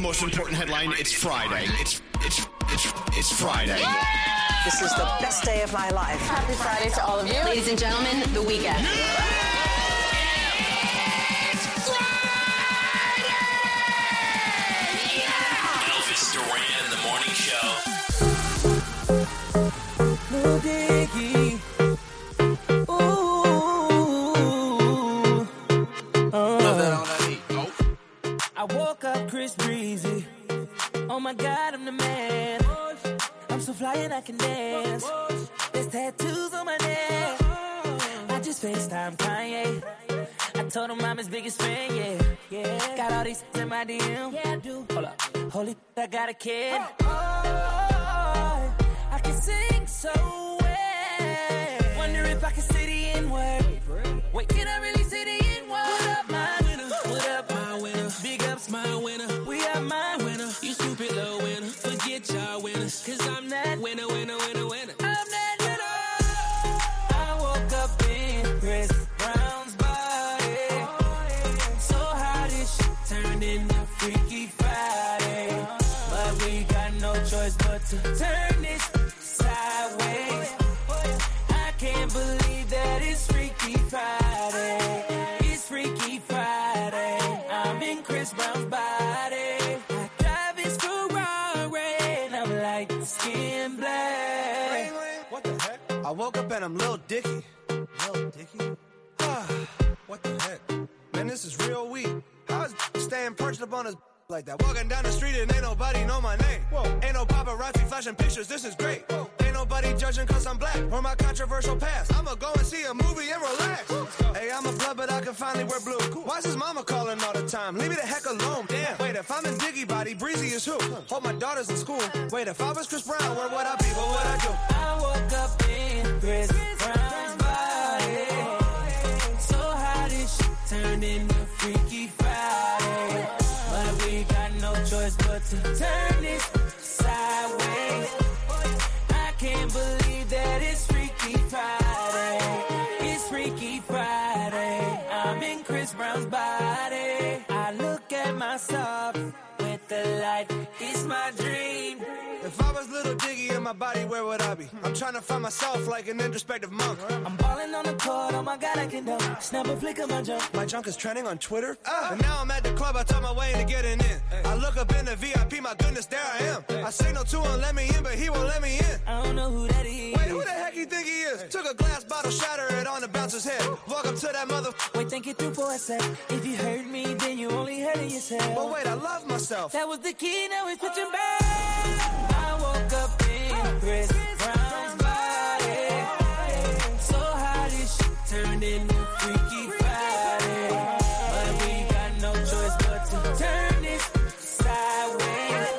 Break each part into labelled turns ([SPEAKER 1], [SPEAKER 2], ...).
[SPEAKER 1] Most important headline: It's Friday. It's it's it's it's Friday.
[SPEAKER 2] This is the best day of my life.
[SPEAKER 3] Happy Friday to all of you.
[SPEAKER 4] Ladies and gentlemen, the weekend.
[SPEAKER 5] Elvis Duran in the morning show.
[SPEAKER 6] Lil Dicky. Ooh. Uh. I woke up Chris Breezy. Oh my god, I'm the man. I'm so fly and I can dance. There's tattoos on my neck. I just FaceTime Kanye. I told him I'm his biggest fan, yeah. yeah. Got all these in my DM. Yeah, I do. Hold up. Holy, I got a kid. Oh, I can sing so well. Wonder if I can see the N word. Wait, can I really see the N word? What up, my winner? What up, my winner? Big ups, my winner. We are my winner. You stupid little winner. Forget y'all winners. Cause I'm that winner, winner, winner, winner. I'm that winner. I woke up in Chris Brown's body. So how this shit turned into Freaky Friday. But we got no choice but to turn this sideways. I can't believe that it's Freaky Friday. It's Freaky Friday. I'm in Chris Brown's body. I drive his Ferrari and I'm like skin black.
[SPEAKER 7] What the heck? I woke up and I'm Lil Dicky. Lil Dicky? what the heck? Man, this is real weak. How's staying perched up on us like that? Walking down the street and ain't nobody know my name. Whoa. Ain't no paparazzi flashing pictures, this is great. Ain't nobody judging cause I'm black or my controversial past. I'ma go and see a movie and relax. Hey, I'm a blood, but I can finally wear blue. Why's his mama calling all the time? Leave me the heck alone. Damn. Wait, if I'm in Diggy Body, Breezy is who? Hold my daughters in school. Wait, if I was Chris Brown, where would I be? What would I do?
[SPEAKER 6] I woke up in Chris Brown's body. So how this shit turned into Freaky Friday? But we got no choice but to turn this sideways. I can't believe that it's Freaky Friday. It's Freaky Friday. I'm in Chris Brown's body. I look at myself with the light. It's my dream.
[SPEAKER 7] If I was little Diggy in my body, where would I be? I'm trying to find myself like an introspective monk.
[SPEAKER 6] I'm balling on the court, oh my god, I can dunk. Snap a flick of my jump.
[SPEAKER 7] My junk is trending on Twitter. Ah. And now I'm at the club, I talk my way into getting in. I look up in the VIP, my goodness, there I am. I signal to him, let me in, but he won't let me in.
[SPEAKER 6] I don't know who that is.
[SPEAKER 7] Wait, who the heck you think he is? Took a glass bottle, shatter it on the bouncer's head. Walk up to that mother.
[SPEAKER 6] Wait, think it through for a sec. If you hurt me, then you only hurting yourself.
[SPEAKER 7] But wait, I love myself.
[SPEAKER 6] That was the key, now it's pitching back. I woke up in Chris Brown's body. So how this shit turned into Freaky Friday? But we got no choice but to turn this sideways.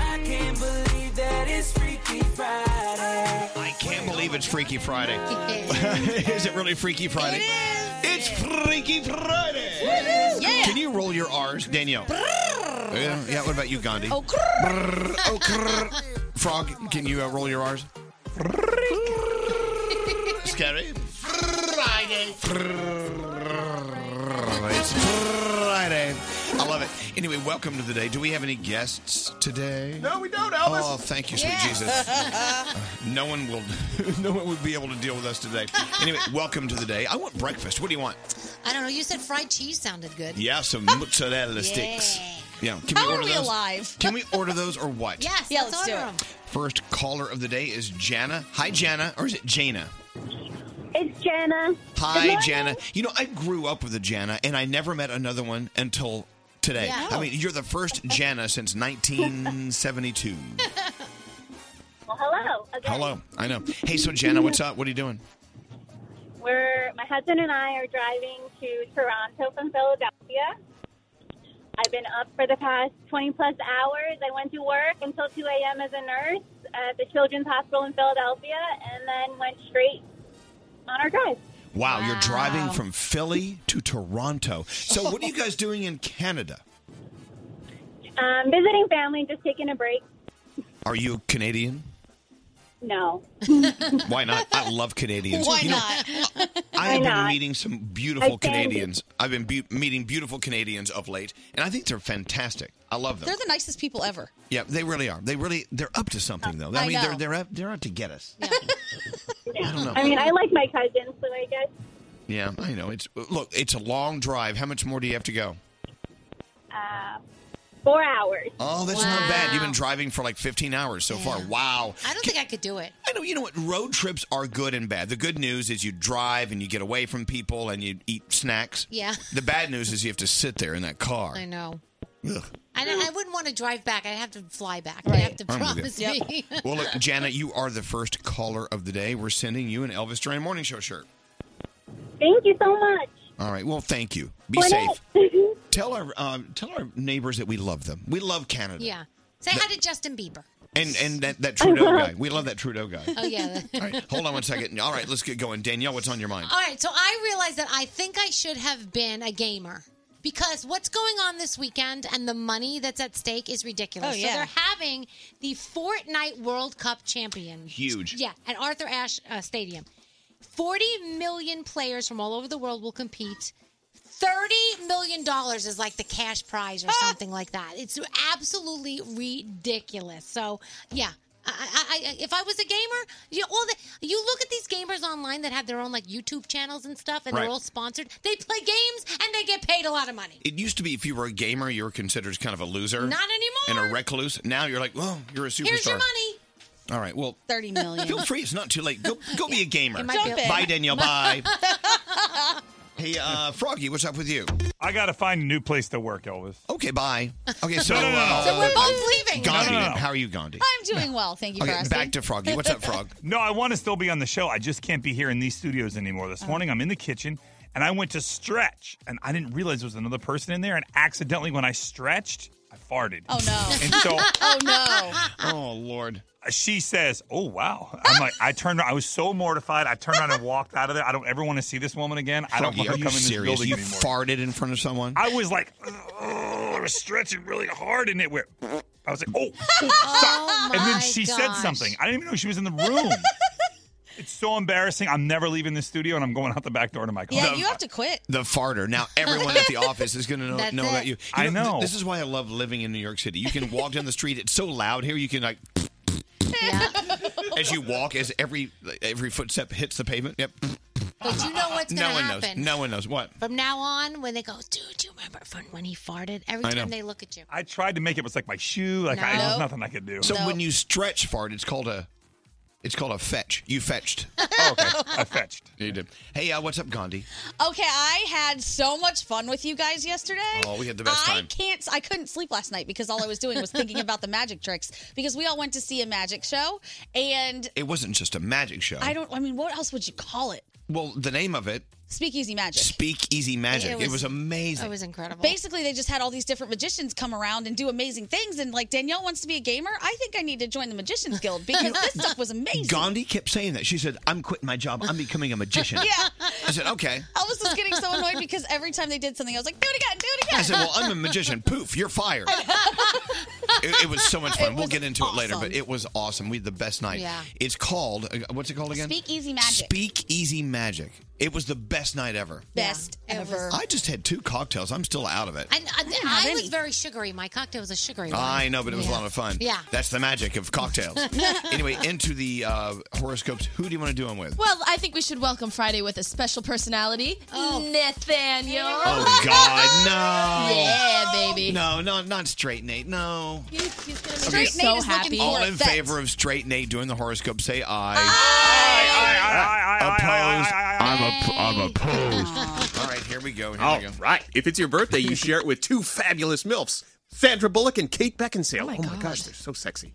[SPEAKER 6] I can't believe that it's Freaky Friday.
[SPEAKER 1] I can't believe it's Freaky Friday. is it really Freaky Friday? It is. It's Freaky Friday.
[SPEAKER 4] Yeah.
[SPEAKER 1] Can you roll your R's, Danielle? yeah, yeah, what about you, Gandhi?
[SPEAKER 4] Oh,
[SPEAKER 1] Brrr, oh, crrr. Frog, can you uh, roll your R's? Scary. Friday. It's Friday. I love it. Anyway, welcome to the day. Do we have any guests today?
[SPEAKER 7] No, we don't,
[SPEAKER 1] Oh, thank you, sweet Jesus. No one will, no one would be able to deal with us today. Anyway, welcome to the day. I want breakfast. What do you want?
[SPEAKER 4] I don't know. You said fried cheese sounded good.
[SPEAKER 1] Yeah, some mozzarella sticks. Yeah. Can
[SPEAKER 4] How
[SPEAKER 1] we
[SPEAKER 4] are
[SPEAKER 1] order
[SPEAKER 4] we
[SPEAKER 1] those?
[SPEAKER 4] alive?
[SPEAKER 1] Can we order those or what?
[SPEAKER 4] Yes.
[SPEAKER 3] Yeah,
[SPEAKER 4] let's
[SPEAKER 3] let's do
[SPEAKER 4] order
[SPEAKER 3] it.
[SPEAKER 4] 'em.
[SPEAKER 1] First caller of the day is Jana. Hi, Jana, or is it Jana?
[SPEAKER 8] It's Jana.
[SPEAKER 1] Hi, Jana. You know, I grew up with a Jana, and I never met another one until today.
[SPEAKER 4] Yeah.
[SPEAKER 1] I mean, you're the first Jana since 1972.
[SPEAKER 8] Well, hello. Again,
[SPEAKER 1] Hello. I know. Hey, so Jana, what's up? What are you doing?
[SPEAKER 8] We're my husband and I are driving to Toronto from Philadelphia. I've been up for the past 20 plus hours. I went to work until 2 a.m. as a nurse at the Children's Hospital in Philadelphia, and then went straight on our drive.
[SPEAKER 1] Wow, you're driving
[SPEAKER 4] Wow.
[SPEAKER 1] from Philly to Toronto. So, what are you guys doing in Canada?
[SPEAKER 8] Um, visiting family, just taking a break.
[SPEAKER 1] Are you Canadian?
[SPEAKER 8] No.
[SPEAKER 1] Why not? I love Canadians.
[SPEAKER 8] Why
[SPEAKER 1] You know,
[SPEAKER 8] not?
[SPEAKER 1] I
[SPEAKER 8] Why
[SPEAKER 1] have been
[SPEAKER 8] not?
[SPEAKER 1] meeting some
[SPEAKER 8] I
[SPEAKER 1] beautiful
[SPEAKER 8] can't-
[SPEAKER 1] Canadians. I've been be- meeting beautiful Canadians of late, and I think they're fantastic. I love them.
[SPEAKER 3] They're the nicest people ever.
[SPEAKER 1] yeah, they really are. They really they're up to something though. I,
[SPEAKER 3] I
[SPEAKER 1] mean,
[SPEAKER 3] know.
[SPEAKER 1] they're they're out, they're out to get us. I don't know.
[SPEAKER 8] I mean, I like my cousins, so I guess
[SPEAKER 1] Yeah, I know. It's look, it's a long drive. How much more do you have to go?
[SPEAKER 8] uh, four hours.
[SPEAKER 1] Oh, that's not bad. You've been driving for like 15 hours so far. Wow.
[SPEAKER 4] I don't think I could do it.
[SPEAKER 1] I know. You know what? Road trips are good and bad. The good news is you drive and you get away from people and you eat snacks.
[SPEAKER 4] Yeah.
[SPEAKER 1] The bad news is you have to sit there in that car.
[SPEAKER 4] I know.
[SPEAKER 1] Ugh.
[SPEAKER 4] And I, I wouldn't want to drive back. I'd have to fly back. I'd have to
[SPEAKER 1] I'm
[SPEAKER 4] promise
[SPEAKER 1] with you.
[SPEAKER 4] me.
[SPEAKER 1] Well, look, Janet, you are the first caller of the day. We're sending you an Elvis Duran Morning Show shirt.
[SPEAKER 8] Thank you so much.
[SPEAKER 1] All right. Well, thank you. Be
[SPEAKER 8] Why
[SPEAKER 1] safe.
[SPEAKER 8] not?
[SPEAKER 1] Tell our um, tell our neighbors that we love them. We love Canada.
[SPEAKER 4] yeah. Say hi to Justin Bieber.
[SPEAKER 1] And and that, that Trudeau guy. We love that Trudeau guy.
[SPEAKER 4] Oh, yeah.
[SPEAKER 1] All right, hold on one second. All right, let's get going. Danielle, what's on your mind?
[SPEAKER 4] All right, so I realized that I think I should have been a gamer because what's going on this weekend and the money that's at stake is ridiculous.
[SPEAKER 3] Oh, yeah.
[SPEAKER 4] So they're having the Fortnite World Cup champion.
[SPEAKER 3] Huge.
[SPEAKER 4] Yeah, at Arthur Ashe uh, Stadium. 40 million players from all over the world will compete. $30 million is like the cash prize or
[SPEAKER 1] Ah!
[SPEAKER 4] something like that. It's absolutely ridiculous. So, yeah. I, I, I, if I was a gamer, you all the, you look at these gamers online that have their own like YouTube channels and stuff, and
[SPEAKER 1] Right.
[SPEAKER 4] they're all sponsored. They play games and they get paid a lot of money.
[SPEAKER 1] It used to be if you were a gamer, you were considered kind of a loser.
[SPEAKER 4] Not anymore.
[SPEAKER 1] And a recluse. Now you're like, well, you're a superstar.
[SPEAKER 4] Here's your money.
[SPEAKER 1] All right, well,
[SPEAKER 3] Thirty million.
[SPEAKER 1] feel free. It's not too late. Go, go be a gamer.
[SPEAKER 3] It might be-
[SPEAKER 1] Bye, Danielle. Bye. hey, uh, Froggy, what's up with you?
[SPEAKER 9] I got to find a new place to work, Elvis.
[SPEAKER 1] Okay, bye. Okay, so,
[SPEAKER 9] No, no, no.
[SPEAKER 1] uh,
[SPEAKER 9] So we're both
[SPEAKER 3] leaving.
[SPEAKER 1] Gandhi,
[SPEAKER 9] No, no,
[SPEAKER 1] then.
[SPEAKER 9] no.
[SPEAKER 1] how are you, Gandhi?
[SPEAKER 3] I'm doing well. Thank you for asking.
[SPEAKER 9] no, I want to still be on the show. I just can't be here in these studios anymore. This morning, I'm in the kitchen and I went to stretch, and I didn't realize there was another person in there. And accidentally, when I stretched, I farted. Oh no! And so,
[SPEAKER 3] oh no!
[SPEAKER 1] oh lord.
[SPEAKER 9] She says, "Oh wow!" I'm like, I turned. I was so mortified. I turned around and walked out of there. I don't ever want to see this woman again. I don't
[SPEAKER 1] Froggy,
[SPEAKER 9] want her
[SPEAKER 1] are
[SPEAKER 9] coming
[SPEAKER 1] you
[SPEAKER 9] in this
[SPEAKER 1] serious?
[SPEAKER 9] building
[SPEAKER 1] You
[SPEAKER 9] anymore.
[SPEAKER 1] farted in front of someone?
[SPEAKER 9] I was like, oh, I was stretching really hard, and it went. I was like, oh,
[SPEAKER 4] Oh
[SPEAKER 9] and
[SPEAKER 4] my
[SPEAKER 9] then she said
[SPEAKER 4] gosh.
[SPEAKER 9] something. I didn't even know she was in the room. it's so embarrassing. I'm never leaving the studio, and I'm going out the back door to my car.
[SPEAKER 3] Yeah, you have to quit.
[SPEAKER 1] the farter. Now everyone at the office is going to know,
[SPEAKER 3] That's
[SPEAKER 1] know
[SPEAKER 3] it.
[SPEAKER 1] about you. You
[SPEAKER 9] I
[SPEAKER 1] th-
[SPEAKER 9] know.
[SPEAKER 1] this is why I love living in New York City. You can walk down the street. It's so loud here. You can like as you walk, as every every footstep hits the pavement. Yep.
[SPEAKER 4] But you know what's
[SPEAKER 1] no
[SPEAKER 4] going to
[SPEAKER 1] one
[SPEAKER 4] happen.
[SPEAKER 1] knows. No one knows what.
[SPEAKER 4] From now on, when they go, dude, do you remember from when he farted? Every
[SPEAKER 1] I
[SPEAKER 4] time
[SPEAKER 1] know.
[SPEAKER 4] they look at you.
[SPEAKER 9] I tried to make it, it was like my shoe. Like I,
[SPEAKER 4] No.
[SPEAKER 9] there's nothing I could do.
[SPEAKER 1] So when you stretch fart, it's called a it's called a fetch. You fetched.
[SPEAKER 9] okay, I fetched.
[SPEAKER 1] You did. Hey, uh, what's up, Gandhi?
[SPEAKER 3] Okay, I had so much fun with you guys yesterday.
[SPEAKER 1] Oh, we had the best
[SPEAKER 3] I
[SPEAKER 1] time.
[SPEAKER 3] can't. I couldn't sleep last night because all I was doing was thinking about the magic tricks because we all went to see a magic show, and
[SPEAKER 1] It wasn't just a magic show.
[SPEAKER 3] I don't. I mean, what else would you call it?
[SPEAKER 1] well, the name of it,
[SPEAKER 3] Speakeasy magic.
[SPEAKER 1] Speakeasy Magic. It was, amazing.
[SPEAKER 4] incredible.
[SPEAKER 3] Basically, they just had all these different magicians come around and do amazing things. And like Danielle wants to be a gamer, I think I need to join the Magicians Guild because this stuff was amazing.
[SPEAKER 1] Gandhi kept saying that. She said, "I'm quitting my job. I'm becoming a magician."
[SPEAKER 3] Yeah.
[SPEAKER 1] I said, "Okay."
[SPEAKER 3] Elvis was getting so annoyed because every time they did something, I was like, "Do it again, do it again."
[SPEAKER 1] I said, "Well, I'm a magician. Poof, you're fired." it, it was so much fun. We'll get into it later, but it was awesome. We had the best night.
[SPEAKER 3] Yeah.
[SPEAKER 1] It's called uh, what's it called again?
[SPEAKER 3] Speakeasy magic.
[SPEAKER 1] Speakeasy Magic. It was the best night ever.
[SPEAKER 3] Best ever.
[SPEAKER 1] I just had two cocktails. I'm still out of it.
[SPEAKER 4] And uh, I, I was very sugary. My cocktail was a sugary one.
[SPEAKER 1] I know, but it was a lot of fun.
[SPEAKER 4] Yeah.
[SPEAKER 1] That's the magic of cocktails. anyway, into the uh, horoscopes. Who do you want to do them with?
[SPEAKER 10] Well, I think we should welcome Friday with a special personality, Nathaniel.
[SPEAKER 1] Oh, God, no.
[SPEAKER 10] Yeah, baby.
[SPEAKER 1] No, no, not straight Nate. No.
[SPEAKER 10] He's, he's gonna
[SPEAKER 1] Okay.
[SPEAKER 10] be so happy.
[SPEAKER 1] All in favor of straight Nate doing the horoscope, say aye. Opposed. I'm, a, I'm opposed. All right, here we go. Oh, Here
[SPEAKER 11] All
[SPEAKER 1] we go.
[SPEAKER 11] right. If it's your birthday, you share it with two fabulous MILFs, Sandra Bullock and Kate Beckinsale. Oh my, gosh. they're so sexy.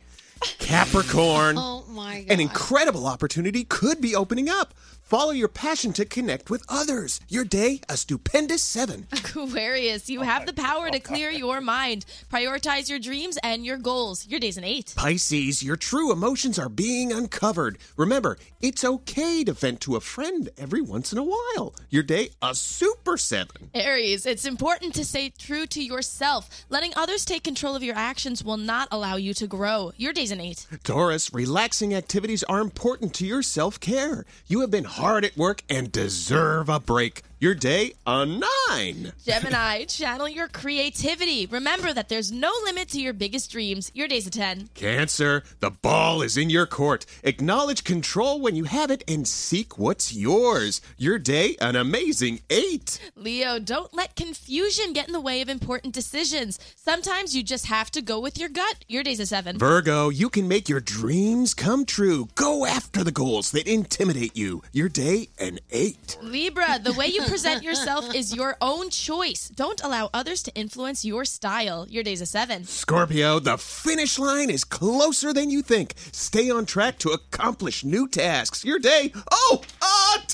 [SPEAKER 11] Capricorn.
[SPEAKER 4] Oh my god.
[SPEAKER 11] An incredible opportunity could be opening up. Follow your passion to connect with others. Your day, a stupendous seven.
[SPEAKER 10] Aquarius,
[SPEAKER 1] Oh,
[SPEAKER 10] you have the power to clear your mind, prioritize your dreams and your goals. Your day's an eight.
[SPEAKER 11] Pisces, your true emotions are being uncovered. Remember, it's okay to vent to a friend every once in a while. Your day, a super seven.
[SPEAKER 10] Aries, it's important to stay true to yourself. Letting others take control of your actions will not allow you to grow. Your day's an eight.
[SPEAKER 11] Taurus, relaxing activities are important to your self care. You have been hard at work and deserve a break. Your day, a nine.
[SPEAKER 10] Gemini, channel your creativity. Remember that there's no limit to your biggest dreams. Your day's a 10.
[SPEAKER 11] Cancer, the ball is in your court. Acknowledge control when you have it and seek what's yours. Your day, an amazing eight.
[SPEAKER 10] Leo, don't let confusion get in the way of important decisions. Sometimes you just have to go with your gut. Your day's a 7.
[SPEAKER 11] Virgo, you can make your dreams come true. Go after the goals that intimidate you. Your day, an eight.
[SPEAKER 10] Libra, the way you present yourself is your own choice. Don't allow others to influence your style. Your day's a 7.
[SPEAKER 11] Scorpio, the finish line is closer than you think. Stay on track to accomplish new tasks. Your day, oh, a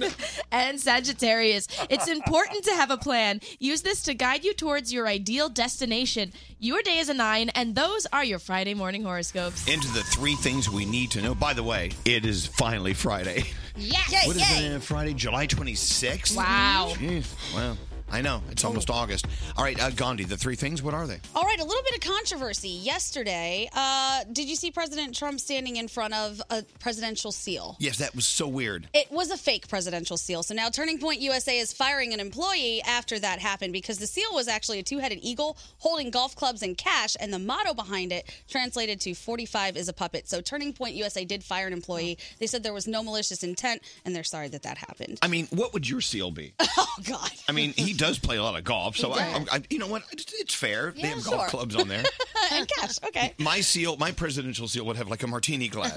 [SPEAKER 11] 10.
[SPEAKER 10] and Sagittarius, it's important to have a plan. Use this to guide you towards your ideal destination. Your day is a 9 and those are your Friday morning horoscopes.
[SPEAKER 1] Into the three things we need to know. By the way, it is finally Friday.
[SPEAKER 10] Yes.
[SPEAKER 1] What is it? uh, Friday, July 26th?
[SPEAKER 3] Wow. Oh.
[SPEAKER 1] Jeez, wow. I know. It's almost August. All right, uh, Gandhi, the three things, what are they?
[SPEAKER 3] All right, a little bit of controversy yesterday. Uh, did you see President Trump standing in front of a presidential seal?
[SPEAKER 1] Yes, that was so weird.
[SPEAKER 3] It was a fake presidential seal. So now Turning Point USA is firing an employee after that happened because the seal was actually a two headed eagle holding golf clubs and cash, and the motto behind it translated to 45 is a puppet. So Turning Point USA did fire an employee. They said there was no malicious intent, and they're sorry that that happened.
[SPEAKER 1] I mean, what would your seal be?
[SPEAKER 3] Oh, God.
[SPEAKER 1] I mean, he does play a lot of golf, so
[SPEAKER 3] He
[SPEAKER 1] I,
[SPEAKER 3] does.
[SPEAKER 1] I, I- you know what? It's, it's fair. they
[SPEAKER 3] Yeah,
[SPEAKER 1] have
[SPEAKER 3] sure.
[SPEAKER 1] golf clubs on there.
[SPEAKER 3] and cash. Okay.
[SPEAKER 1] my seal, my presidential seal, would have like a martini glass.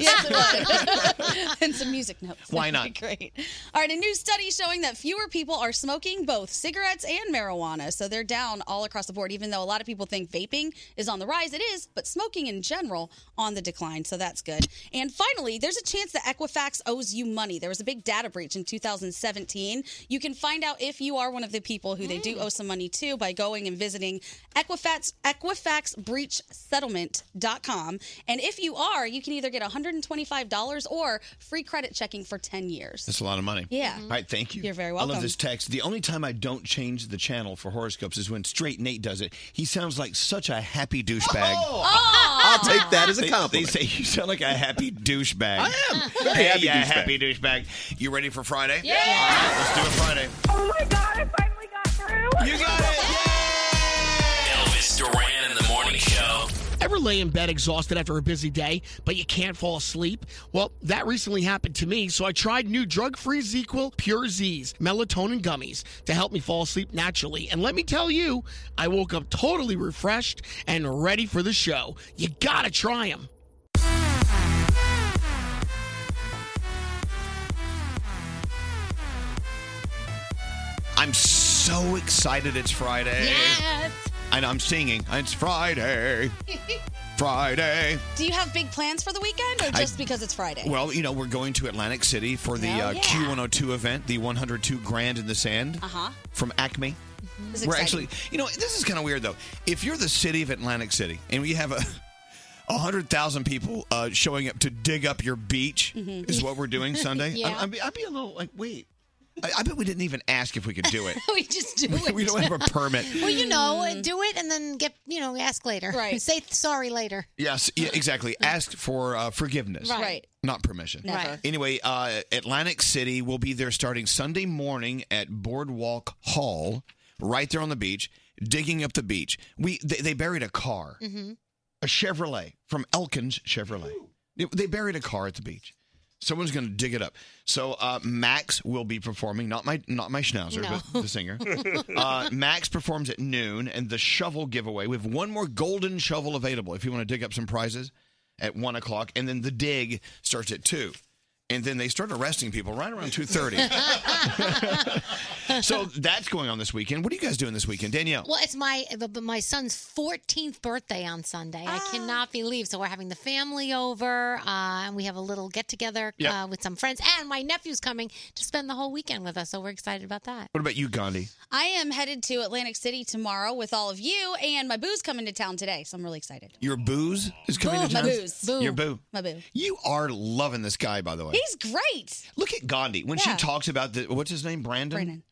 [SPEAKER 3] and some music notes.
[SPEAKER 1] Why
[SPEAKER 3] That'd
[SPEAKER 1] not?
[SPEAKER 3] be great. All right, a new study showing that fewer people are smoking both cigarettes and marijuana. So they're down all across the board, even though a lot of people think vaping is on the rise. It is, but smoking in general on the decline. So that's good. And finally, there's a chance that Equifax owes you money. There was a big data breach in 2017. You can find out if you are one of the people who they do owe some money to by going and visiting Equifax EquifaxBreachSettlement.com. And if you are, you can either get $125 or free credit checking for 10 years.
[SPEAKER 1] That's a lot of money.
[SPEAKER 3] Yeah.
[SPEAKER 1] All right, thank you.
[SPEAKER 3] You're very
[SPEAKER 1] I
[SPEAKER 3] welcome.
[SPEAKER 1] love this text. The only time I don't change the channel for horoscopes is when Straight Nate does it. He sounds like such a happy douchebag.
[SPEAKER 3] Oh!
[SPEAKER 11] I'll take that as a
[SPEAKER 1] Oh. They-
[SPEAKER 11] compliment.
[SPEAKER 1] They, say you sound like a happy douchebag. I am.
[SPEAKER 11] Very
[SPEAKER 1] hey,
[SPEAKER 11] happy
[SPEAKER 1] yeah,
[SPEAKER 11] douchebag.
[SPEAKER 1] happy douchebag. You ready for Friday? Yeah. All right, let's do it Friday.
[SPEAKER 5] Oh my God, I finally got through.
[SPEAKER 1] You got it.
[SPEAKER 5] Elvis Duran in the morning show.
[SPEAKER 12] Ever lay in bed exhausted after a busy day, but you can't fall asleep? Well, that recently happened to me, so I tried new drug free ZQL Pure Z's melatonin gummies to help me fall asleep naturally. And let me tell you, I woke up totally refreshed and ready for the show. You gotta try them.
[SPEAKER 1] I'm so excited it's Friday. I know I'm singing. It's Friday. Friday.
[SPEAKER 3] Do you have big plans for the weekend or
[SPEAKER 1] I-
[SPEAKER 3] just because it's Friday?
[SPEAKER 1] Well, you know, we're going to Atlantic City for the
[SPEAKER 3] Hell
[SPEAKER 1] uh,
[SPEAKER 3] yeah.
[SPEAKER 1] Q102 event, the 102 Grand in the Sand
[SPEAKER 3] uh
[SPEAKER 6] Uh-huh.
[SPEAKER 3] huh.
[SPEAKER 1] from Acme.
[SPEAKER 3] Mm-hmm. This is
[SPEAKER 1] We're
[SPEAKER 3] exciting.
[SPEAKER 1] actually, you know, this is kind of weird though. If you're the city of Atlantic City and we have a. 100,000 people uh, showing up to dig up your beach
[SPEAKER 3] Mm-hmm.
[SPEAKER 13] Mhm.
[SPEAKER 1] is what we're doing Sunday.
[SPEAKER 13] Yeah.
[SPEAKER 1] I'd, be, I'd be a little like, wait. I, I bet we didn't even ask if we could do it.
[SPEAKER 4] we just do
[SPEAKER 1] We-
[SPEAKER 4] it.
[SPEAKER 1] we don't have a permit.
[SPEAKER 4] well, you know, uh, do it and then get you know ask later. Mm. Right. Say sorry later.
[SPEAKER 1] Yes, yeah, exactly. Ask for uh, forgiveness.
[SPEAKER 4] Right. Right.
[SPEAKER 1] Not permission.
[SPEAKER 4] Never. Right.
[SPEAKER 1] Anyway, uh, Atlantic City will be there starting Sunday morning at Boardwalk Hall, right there on the beach, digging up the beach. We They, they buried a car,
[SPEAKER 14] Mm-hmm.
[SPEAKER 1] a Chevrolet from Elkins Chevrolet. They, they buried a car at the beach. Someone's going to dig it up. So uh, Max will be performing, not my not my schnauzer,
[SPEAKER 13] No.
[SPEAKER 1] but the singer. uh, Max performs at noon, and the shovel giveaway. We have one more golden shovel available if you want to dig up some prizes at one o'clock, and then the dig starts at two. and then they start arresting people right around 2.30 so that's going on this weekend what are you guys doing this weekend danielle
[SPEAKER 4] Well, it's my but my son's 14th birthday on Sunday. I cannot believe. So we're having the family over, uh, and we have a little get together
[SPEAKER 1] Yep.
[SPEAKER 4] uh, with some friends. And my nephew's coming to spend the whole weekend with us, so we're excited about that.
[SPEAKER 1] what about you gandhi
[SPEAKER 3] I am headed to Atlantic City tomorrow with all of you, and my boo's coming to town today, so I'm really excited.
[SPEAKER 1] your booze is coming
[SPEAKER 3] Boo,
[SPEAKER 1] to
[SPEAKER 3] my
[SPEAKER 1] town
[SPEAKER 3] booze. Boo.
[SPEAKER 1] your boo
[SPEAKER 3] My boo.
[SPEAKER 1] you are loving this guy by the way
[SPEAKER 3] He's great.
[SPEAKER 1] Look at Gandhi. When
[SPEAKER 3] Yeah.
[SPEAKER 1] she talks about the what's his name, Brandon.
[SPEAKER 3] Brandon.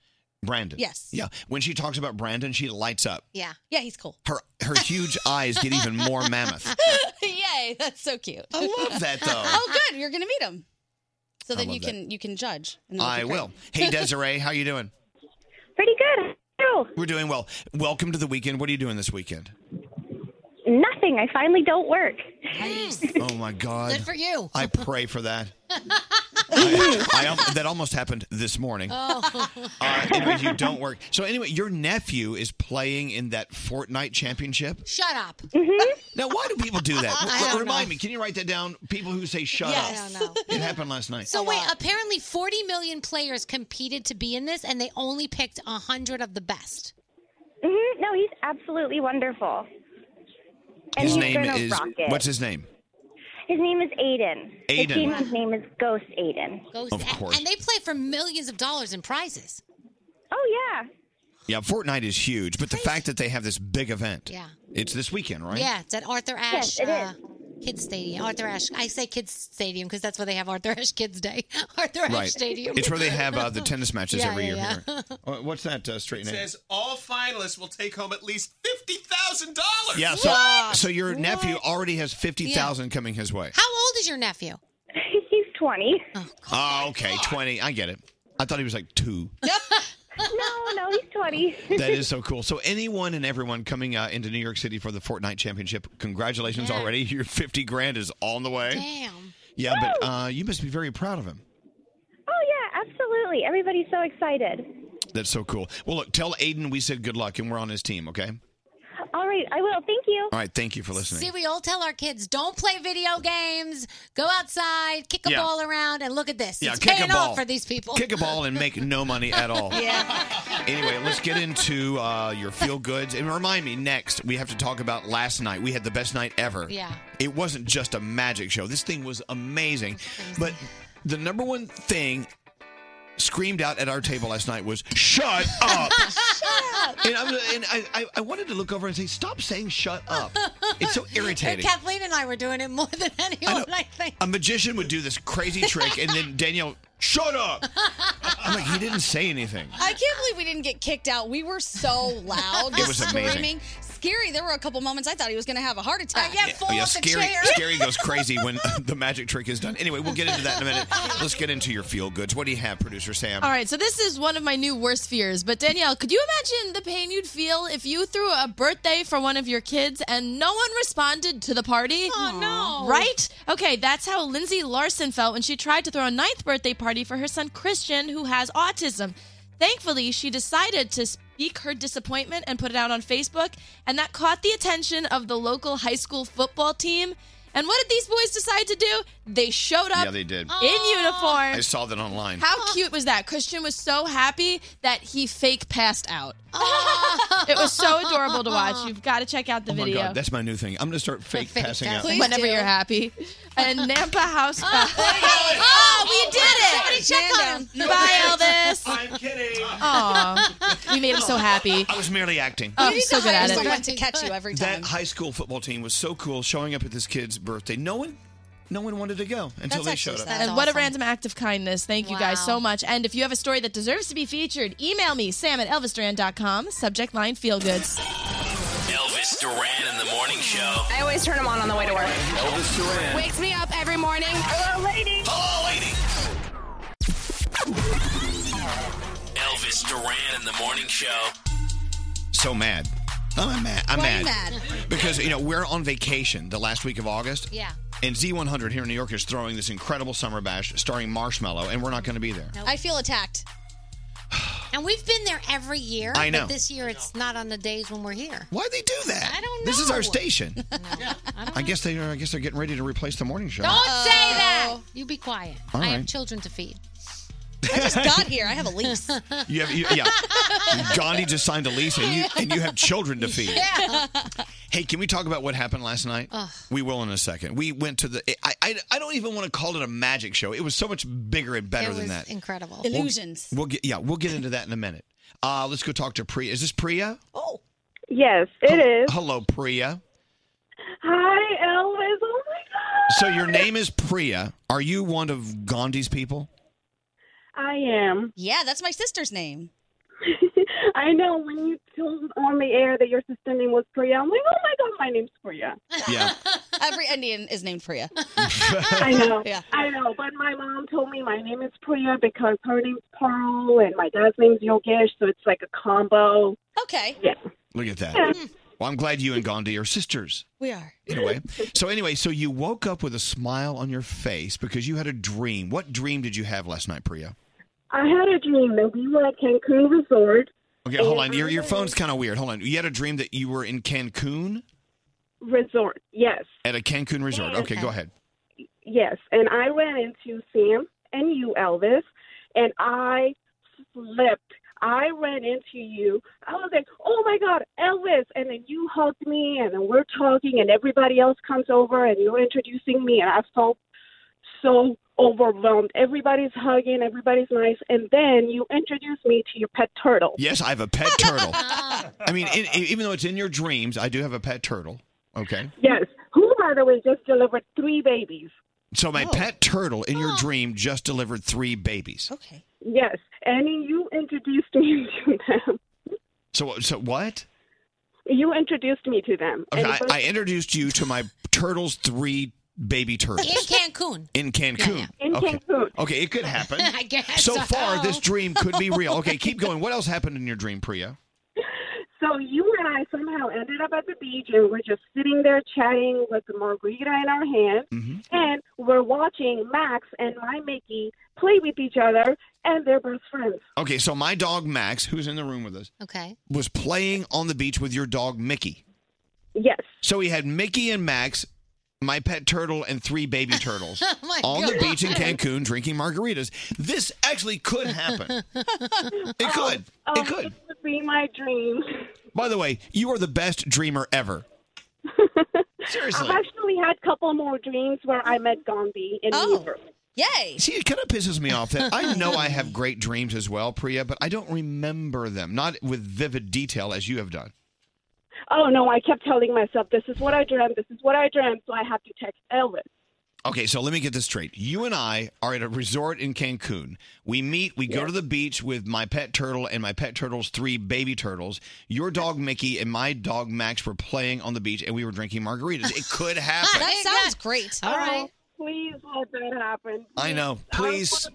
[SPEAKER 1] Brandon.
[SPEAKER 3] Yes.
[SPEAKER 1] Yeah. When she talks about Brandon, she lights up.
[SPEAKER 4] Yeah.
[SPEAKER 3] Yeah, he's cool.
[SPEAKER 1] Her her huge eyes get even more mammoth.
[SPEAKER 3] Yay, that's so cute.
[SPEAKER 1] I love that, though.
[SPEAKER 3] oh, good. You're gonna meet him. So
[SPEAKER 1] I
[SPEAKER 3] then
[SPEAKER 1] love
[SPEAKER 3] you
[SPEAKER 1] that.
[SPEAKER 3] can you can judge. and it'll be
[SPEAKER 1] I
[SPEAKER 3] great.
[SPEAKER 1] will. Hey Desiree, how you doing?
[SPEAKER 8] Pretty good.
[SPEAKER 1] We're doing well. Welcome to the weekend. What are you doing this weekend?
[SPEAKER 8] Nothing. I finally don't work.
[SPEAKER 1] Oh my God.
[SPEAKER 8] Good for you.
[SPEAKER 1] I pray for that. I, I al- that almost happened this morning.
[SPEAKER 4] Oh.
[SPEAKER 1] Uh, anyways, you don't work. So anyway, your nephew is playing in that Fortnite championship.
[SPEAKER 4] Shut up.
[SPEAKER 1] Now, why do people do that?
[SPEAKER 4] Mm-hmm. I don't
[SPEAKER 1] Remind me. Can you write that down? People who say "shut
[SPEAKER 4] Yes.
[SPEAKER 1] up."
[SPEAKER 4] I don't
[SPEAKER 1] It happened last night.
[SPEAKER 4] So wait, apparently 40 million players competed to be in this, and they only picked 100 of the best.
[SPEAKER 8] hmm No, he's absolutely wonderful. And
[SPEAKER 1] his
[SPEAKER 8] he's
[SPEAKER 1] name
[SPEAKER 8] gonna
[SPEAKER 1] is
[SPEAKER 8] rock it.
[SPEAKER 1] what's his name?
[SPEAKER 8] His name is Aiden. His
[SPEAKER 1] Aiden.
[SPEAKER 8] team's name is Ghost Aiden.
[SPEAKER 4] Goes
[SPEAKER 1] Of course.
[SPEAKER 4] And they play for millions of dollars in prizes.
[SPEAKER 8] Oh
[SPEAKER 1] Yeah, Fortnite is huge, but the fact that they have this big event,
[SPEAKER 4] Yeah.
[SPEAKER 1] it's this weekend, right?
[SPEAKER 4] Yeah, it's at Arthur Ashe.
[SPEAKER 8] Yes, it
[SPEAKER 4] uh, Kids Stadium, Arthur Ashe. I say Kids Stadium because that's where they have Arthur Ashe Kids Day. Arthur
[SPEAKER 1] right.
[SPEAKER 4] Ashe Stadium.
[SPEAKER 1] It's where they have uh, the tennis matches
[SPEAKER 4] Yeah,
[SPEAKER 1] every
[SPEAKER 4] yeah,
[SPEAKER 1] year.
[SPEAKER 4] yeah.
[SPEAKER 1] Here. Oh, What's that uh, straight
[SPEAKER 13] It
[SPEAKER 1] name?
[SPEAKER 13] says all finalists will take home at least fifty thousand dollars.
[SPEAKER 1] yeah. So, so your nephew already has fifty thousand coming his way.
[SPEAKER 4] How old is your nephew?
[SPEAKER 8] He's 20.
[SPEAKER 1] Oh, okay, twenty. I get it. I thought he was like two.
[SPEAKER 8] yeah.
[SPEAKER 15] Oh,
[SPEAKER 8] no, no, he's 20.
[SPEAKER 1] That is so cool. So anyone and everyone coming uh, into New York City for the Fortnite Championship, congratulations
[SPEAKER 4] Yeah.
[SPEAKER 1] already. Your fifty grand is on the way.
[SPEAKER 4] Damn.
[SPEAKER 1] Yeah, but uh, you must be very proud of him.
[SPEAKER 8] Oh yeah, absolutely. Everybody's so excited.
[SPEAKER 1] That's so cool. Well, look, tell Aiden we said good luck and we're on his team. Okay.
[SPEAKER 8] All right, I will. Thank you.
[SPEAKER 1] All right. Thank you for listening.
[SPEAKER 4] See, we all tell our kids don't play video games, go outside, kick a
[SPEAKER 1] Yeah.
[SPEAKER 4] ball around, and look at this.
[SPEAKER 1] Yeah,
[SPEAKER 4] it's
[SPEAKER 1] kick a
[SPEAKER 4] paying
[SPEAKER 1] ball.
[SPEAKER 4] off for these people.
[SPEAKER 1] Kick a ball and make no money at all.
[SPEAKER 4] Yeah.
[SPEAKER 1] Anyway, let's get into uh, your feel goods. And remind me, next, we have to talk about last night. We had the best night ever.
[SPEAKER 4] Yeah.
[SPEAKER 1] It wasn't just a magic show. This thing was amazing. But the number one thing screamed out at our table last night was, shut up. and I'm, and I, I, I wanted to look over and say, stop saying shut up. It's so irritating.
[SPEAKER 4] Kathleen and I were doing it more than anyone, I, think.
[SPEAKER 1] A magician would do this crazy trick, and then Danielle, shut up. I'm like, he didn't say anything.
[SPEAKER 3] I can't believe we didn't get kicked out. We were so loud,
[SPEAKER 1] It
[SPEAKER 3] just
[SPEAKER 1] was amazing.
[SPEAKER 3] screaming. Scary. There were a couple moments I thought he was going to have a heart attack.
[SPEAKER 1] Yeah, oh, yeah, scary, scary goes crazy when the magic trick is done. Anyway, we'll get into that in a minute. Let's get into your feel goods. What do you have, producer Sam?
[SPEAKER 10] All right, so this is one of my new worst fears. But Danielle, could you imagine the pain you'd feel if you threw a birthday for one of your kids and no one responded to the party?
[SPEAKER 4] Oh no!
[SPEAKER 10] Right? Okay, that's how Lindsay Larson felt when she tried to throw a ninth birthday party for her son Christian, who has autism. Thankfully, she decided to speak her disappointment and put it out on Facebook, and that caught the attention of the local high school football team. And what did these boys decide to do? They showed up
[SPEAKER 1] Yeah, they did.
[SPEAKER 10] in uniform.
[SPEAKER 1] I saw that online.
[SPEAKER 10] How cute was that? Christian was so happy that he fake passed out. it was so adorable to watch. You've got to check out the
[SPEAKER 1] oh my
[SPEAKER 10] video.
[SPEAKER 1] god, that's my new thing. I'm gonna start fake, passing out.
[SPEAKER 10] Please Whenever you're happy. And Nampa House. oh,
[SPEAKER 3] Oh,
[SPEAKER 10] we did it.
[SPEAKER 4] Somebody check on him.
[SPEAKER 10] Bye, Elvis.
[SPEAKER 4] I'm kidding.
[SPEAKER 10] Aw, we made him so happy.
[SPEAKER 1] I was merely acting.
[SPEAKER 10] Oh, I'm so good at it.
[SPEAKER 3] to catch you every
[SPEAKER 1] That high school football team was so cool showing up at this kid's birthday. No one no one wanted to go until they showed up.
[SPEAKER 10] and what a random act of kindness. Thank you guys
[SPEAKER 1] Wow.
[SPEAKER 10] so much. And if you have a story that deserves to be featured, email me, sam at elvisduran.com, subject line feel goods.
[SPEAKER 5] Elvis Duran in the morning show.
[SPEAKER 14] I always turn them on on the way to work.
[SPEAKER 5] Elvis Duran.
[SPEAKER 14] Wakes me up every morning. Hello, lady.
[SPEAKER 5] Hello, lady. Elvis Duran in the morning show.
[SPEAKER 1] So mad. I'm mad. I'm
[SPEAKER 5] Why are
[SPEAKER 1] mad.
[SPEAKER 5] you
[SPEAKER 1] Because you know, we're on vacation the last week of August.
[SPEAKER 4] Yeah.
[SPEAKER 1] And Z100 here in New York is throwing this incredible summer bash starring Marshmallow, and we're not going to be there.
[SPEAKER 3] I feel attacked.
[SPEAKER 4] And we've been there every year.
[SPEAKER 1] I know.
[SPEAKER 4] But this year it's not on the days when we're here.
[SPEAKER 1] Why they do that?
[SPEAKER 4] I don't know.
[SPEAKER 1] This is our station.
[SPEAKER 4] I don't
[SPEAKER 1] I guess they are. I guess they're getting ready to replace the morning show.
[SPEAKER 4] Don't say that. You be quiet.
[SPEAKER 1] All
[SPEAKER 4] I have
[SPEAKER 1] right.
[SPEAKER 4] children to feed.
[SPEAKER 3] I just got here. I have a lease.
[SPEAKER 1] You have, you, yeah. Gandhi just signed a lease, and you and you have children to feed.
[SPEAKER 4] Yeah.
[SPEAKER 1] Hey, can we talk about what happened last night?
[SPEAKER 4] Ugh.
[SPEAKER 1] We will in a second. We went to the. I, I I don't even want to call it a magic show. It was so much bigger and better
[SPEAKER 4] it
[SPEAKER 1] than
[SPEAKER 4] was
[SPEAKER 1] that.
[SPEAKER 4] incredible.
[SPEAKER 1] We'll- We'll, get yeah. We'll get into that in a minute. Uh, let's go talk to Priya. Is this Priya?
[SPEAKER 15] Oh.
[SPEAKER 1] Yes, it is. Hello, Priya.
[SPEAKER 15] Hi, Elvis. Oh my
[SPEAKER 1] So your name is Priya. Are you one of Gandhi's people?
[SPEAKER 15] I am.
[SPEAKER 3] Yeah, that's my sister's name.
[SPEAKER 15] I know when you told on the air that your sister's name was Priya, I'm like, oh my god, my name's Priya.
[SPEAKER 1] Yeah.
[SPEAKER 3] Every Indian is named Priya.
[SPEAKER 15] I know.
[SPEAKER 3] Yeah.
[SPEAKER 15] I know. But my mom told me my name is Priya because her name's Pearl and my dad's name's Yogesh, so it's like a combo.
[SPEAKER 3] Okay.
[SPEAKER 15] Yeah.
[SPEAKER 1] Look at that.
[SPEAKER 15] Yeah.
[SPEAKER 1] Well, I'm glad you and Gandhi are sisters.
[SPEAKER 3] We are.
[SPEAKER 1] Anyway, so anyway, so you woke up with a smile on your face because you had a dream. What dream did you have last night, Priya?
[SPEAKER 15] I had a dream that we were at Cancun Resort.
[SPEAKER 1] Okay, hold on. Your your phone's kind of weird. Hold on. You had a dream that you were in Cancun
[SPEAKER 15] Resort, yes.
[SPEAKER 1] at a Cancun resort. Okay, go ahead.
[SPEAKER 15] Yes, and I ran into Sam and you, Elvis, and I slipped. I ran into you. I was like, "Oh my God, Elvis!" And then you hugged me, and then we're talking, and everybody else comes over, and you're introducing me, and I felt so overwhelmed. Everybody's hugging, everybody's nice, and then you introduce me to your pet turtle.
[SPEAKER 1] Yes, I have a pet turtle. I mean, in, in- even though it's in your dreams, I do have a pet turtle. Okay.
[SPEAKER 15] Yes, who, by the way, just delivered three babies.
[SPEAKER 1] So my pet turtle in your dream just delivered three babies.
[SPEAKER 3] Okay.
[SPEAKER 15] Yes, and you introduced me to them.
[SPEAKER 1] So so what?
[SPEAKER 15] You introduced me to them.
[SPEAKER 1] Okay,
[SPEAKER 15] And
[SPEAKER 1] I,
[SPEAKER 15] but-
[SPEAKER 1] I introduced you to my turtles three baby turtles.
[SPEAKER 4] In Cancun.
[SPEAKER 1] In Cancun.
[SPEAKER 4] yeah. In
[SPEAKER 1] okay.
[SPEAKER 4] Cancun.
[SPEAKER 1] Okay, it could happen.
[SPEAKER 4] I guess
[SPEAKER 1] so
[SPEAKER 4] so. Oh.
[SPEAKER 1] far, this dream could be real. Okay, keep going. What else happened in your dream, Priya?
[SPEAKER 15] So you and I somehow ended up at the beach and we're just sitting there chatting with a margarita in our hand
[SPEAKER 1] Mm-hmm.
[SPEAKER 15] and we're watching Max and my Mickey play with each other and they're best friends.
[SPEAKER 1] Okay, so my dog Max, who's in the room with us,
[SPEAKER 4] Okay.
[SPEAKER 1] was playing on the beach with your dog Mickey.
[SPEAKER 15] Yes.
[SPEAKER 1] So he had Mickey and Max, my pet turtle, and three baby turtles
[SPEAKER 15] Oh my
[SPEAKER 1] on the
[SPEAKER 15] God.
[SPEAKER 1] beach in Cancun drinking margaritas. This actually could happen. It could.
[SPEAKER 15] Oh,
[SPEAKER 1] It could.
[SPEAKER 15] This would be my dream.
[SPEAKER 1] By the way, you are the best dreamer ever. Seriously.
[SPEAKER 15] I've actually had a couple more dreams where I met Gandhi in
[SPEAKER 4] Oh.
[SPEAKER 15] Weaver.
[SPEAKER 3] Yay!
[SPEAKER 1] See, it kind of pisses me off that I know I have great dreams as well, Priya, but I don't remember them, not with vivid detail as you have done.
[SPEAKER 15] Oh no, I kept telling myself this is what I dreamt, this is what I dreamt, so I have to text Elvis.
[SPEAKER 1] Okay, so let me get this straight. You and I are at a resort in Cancun. We meet, we go to the beach with my pet turtle and my pet turtle's three baby turtles. Your dog Mickey and my dog Max were playing on the beach and we were drinking margaritas. It could happen.
[SPEAKER 3] That sounds great.
[SPEAKER 15] Oh, Please let that happen.
[SPEAKER 1] I know. Please,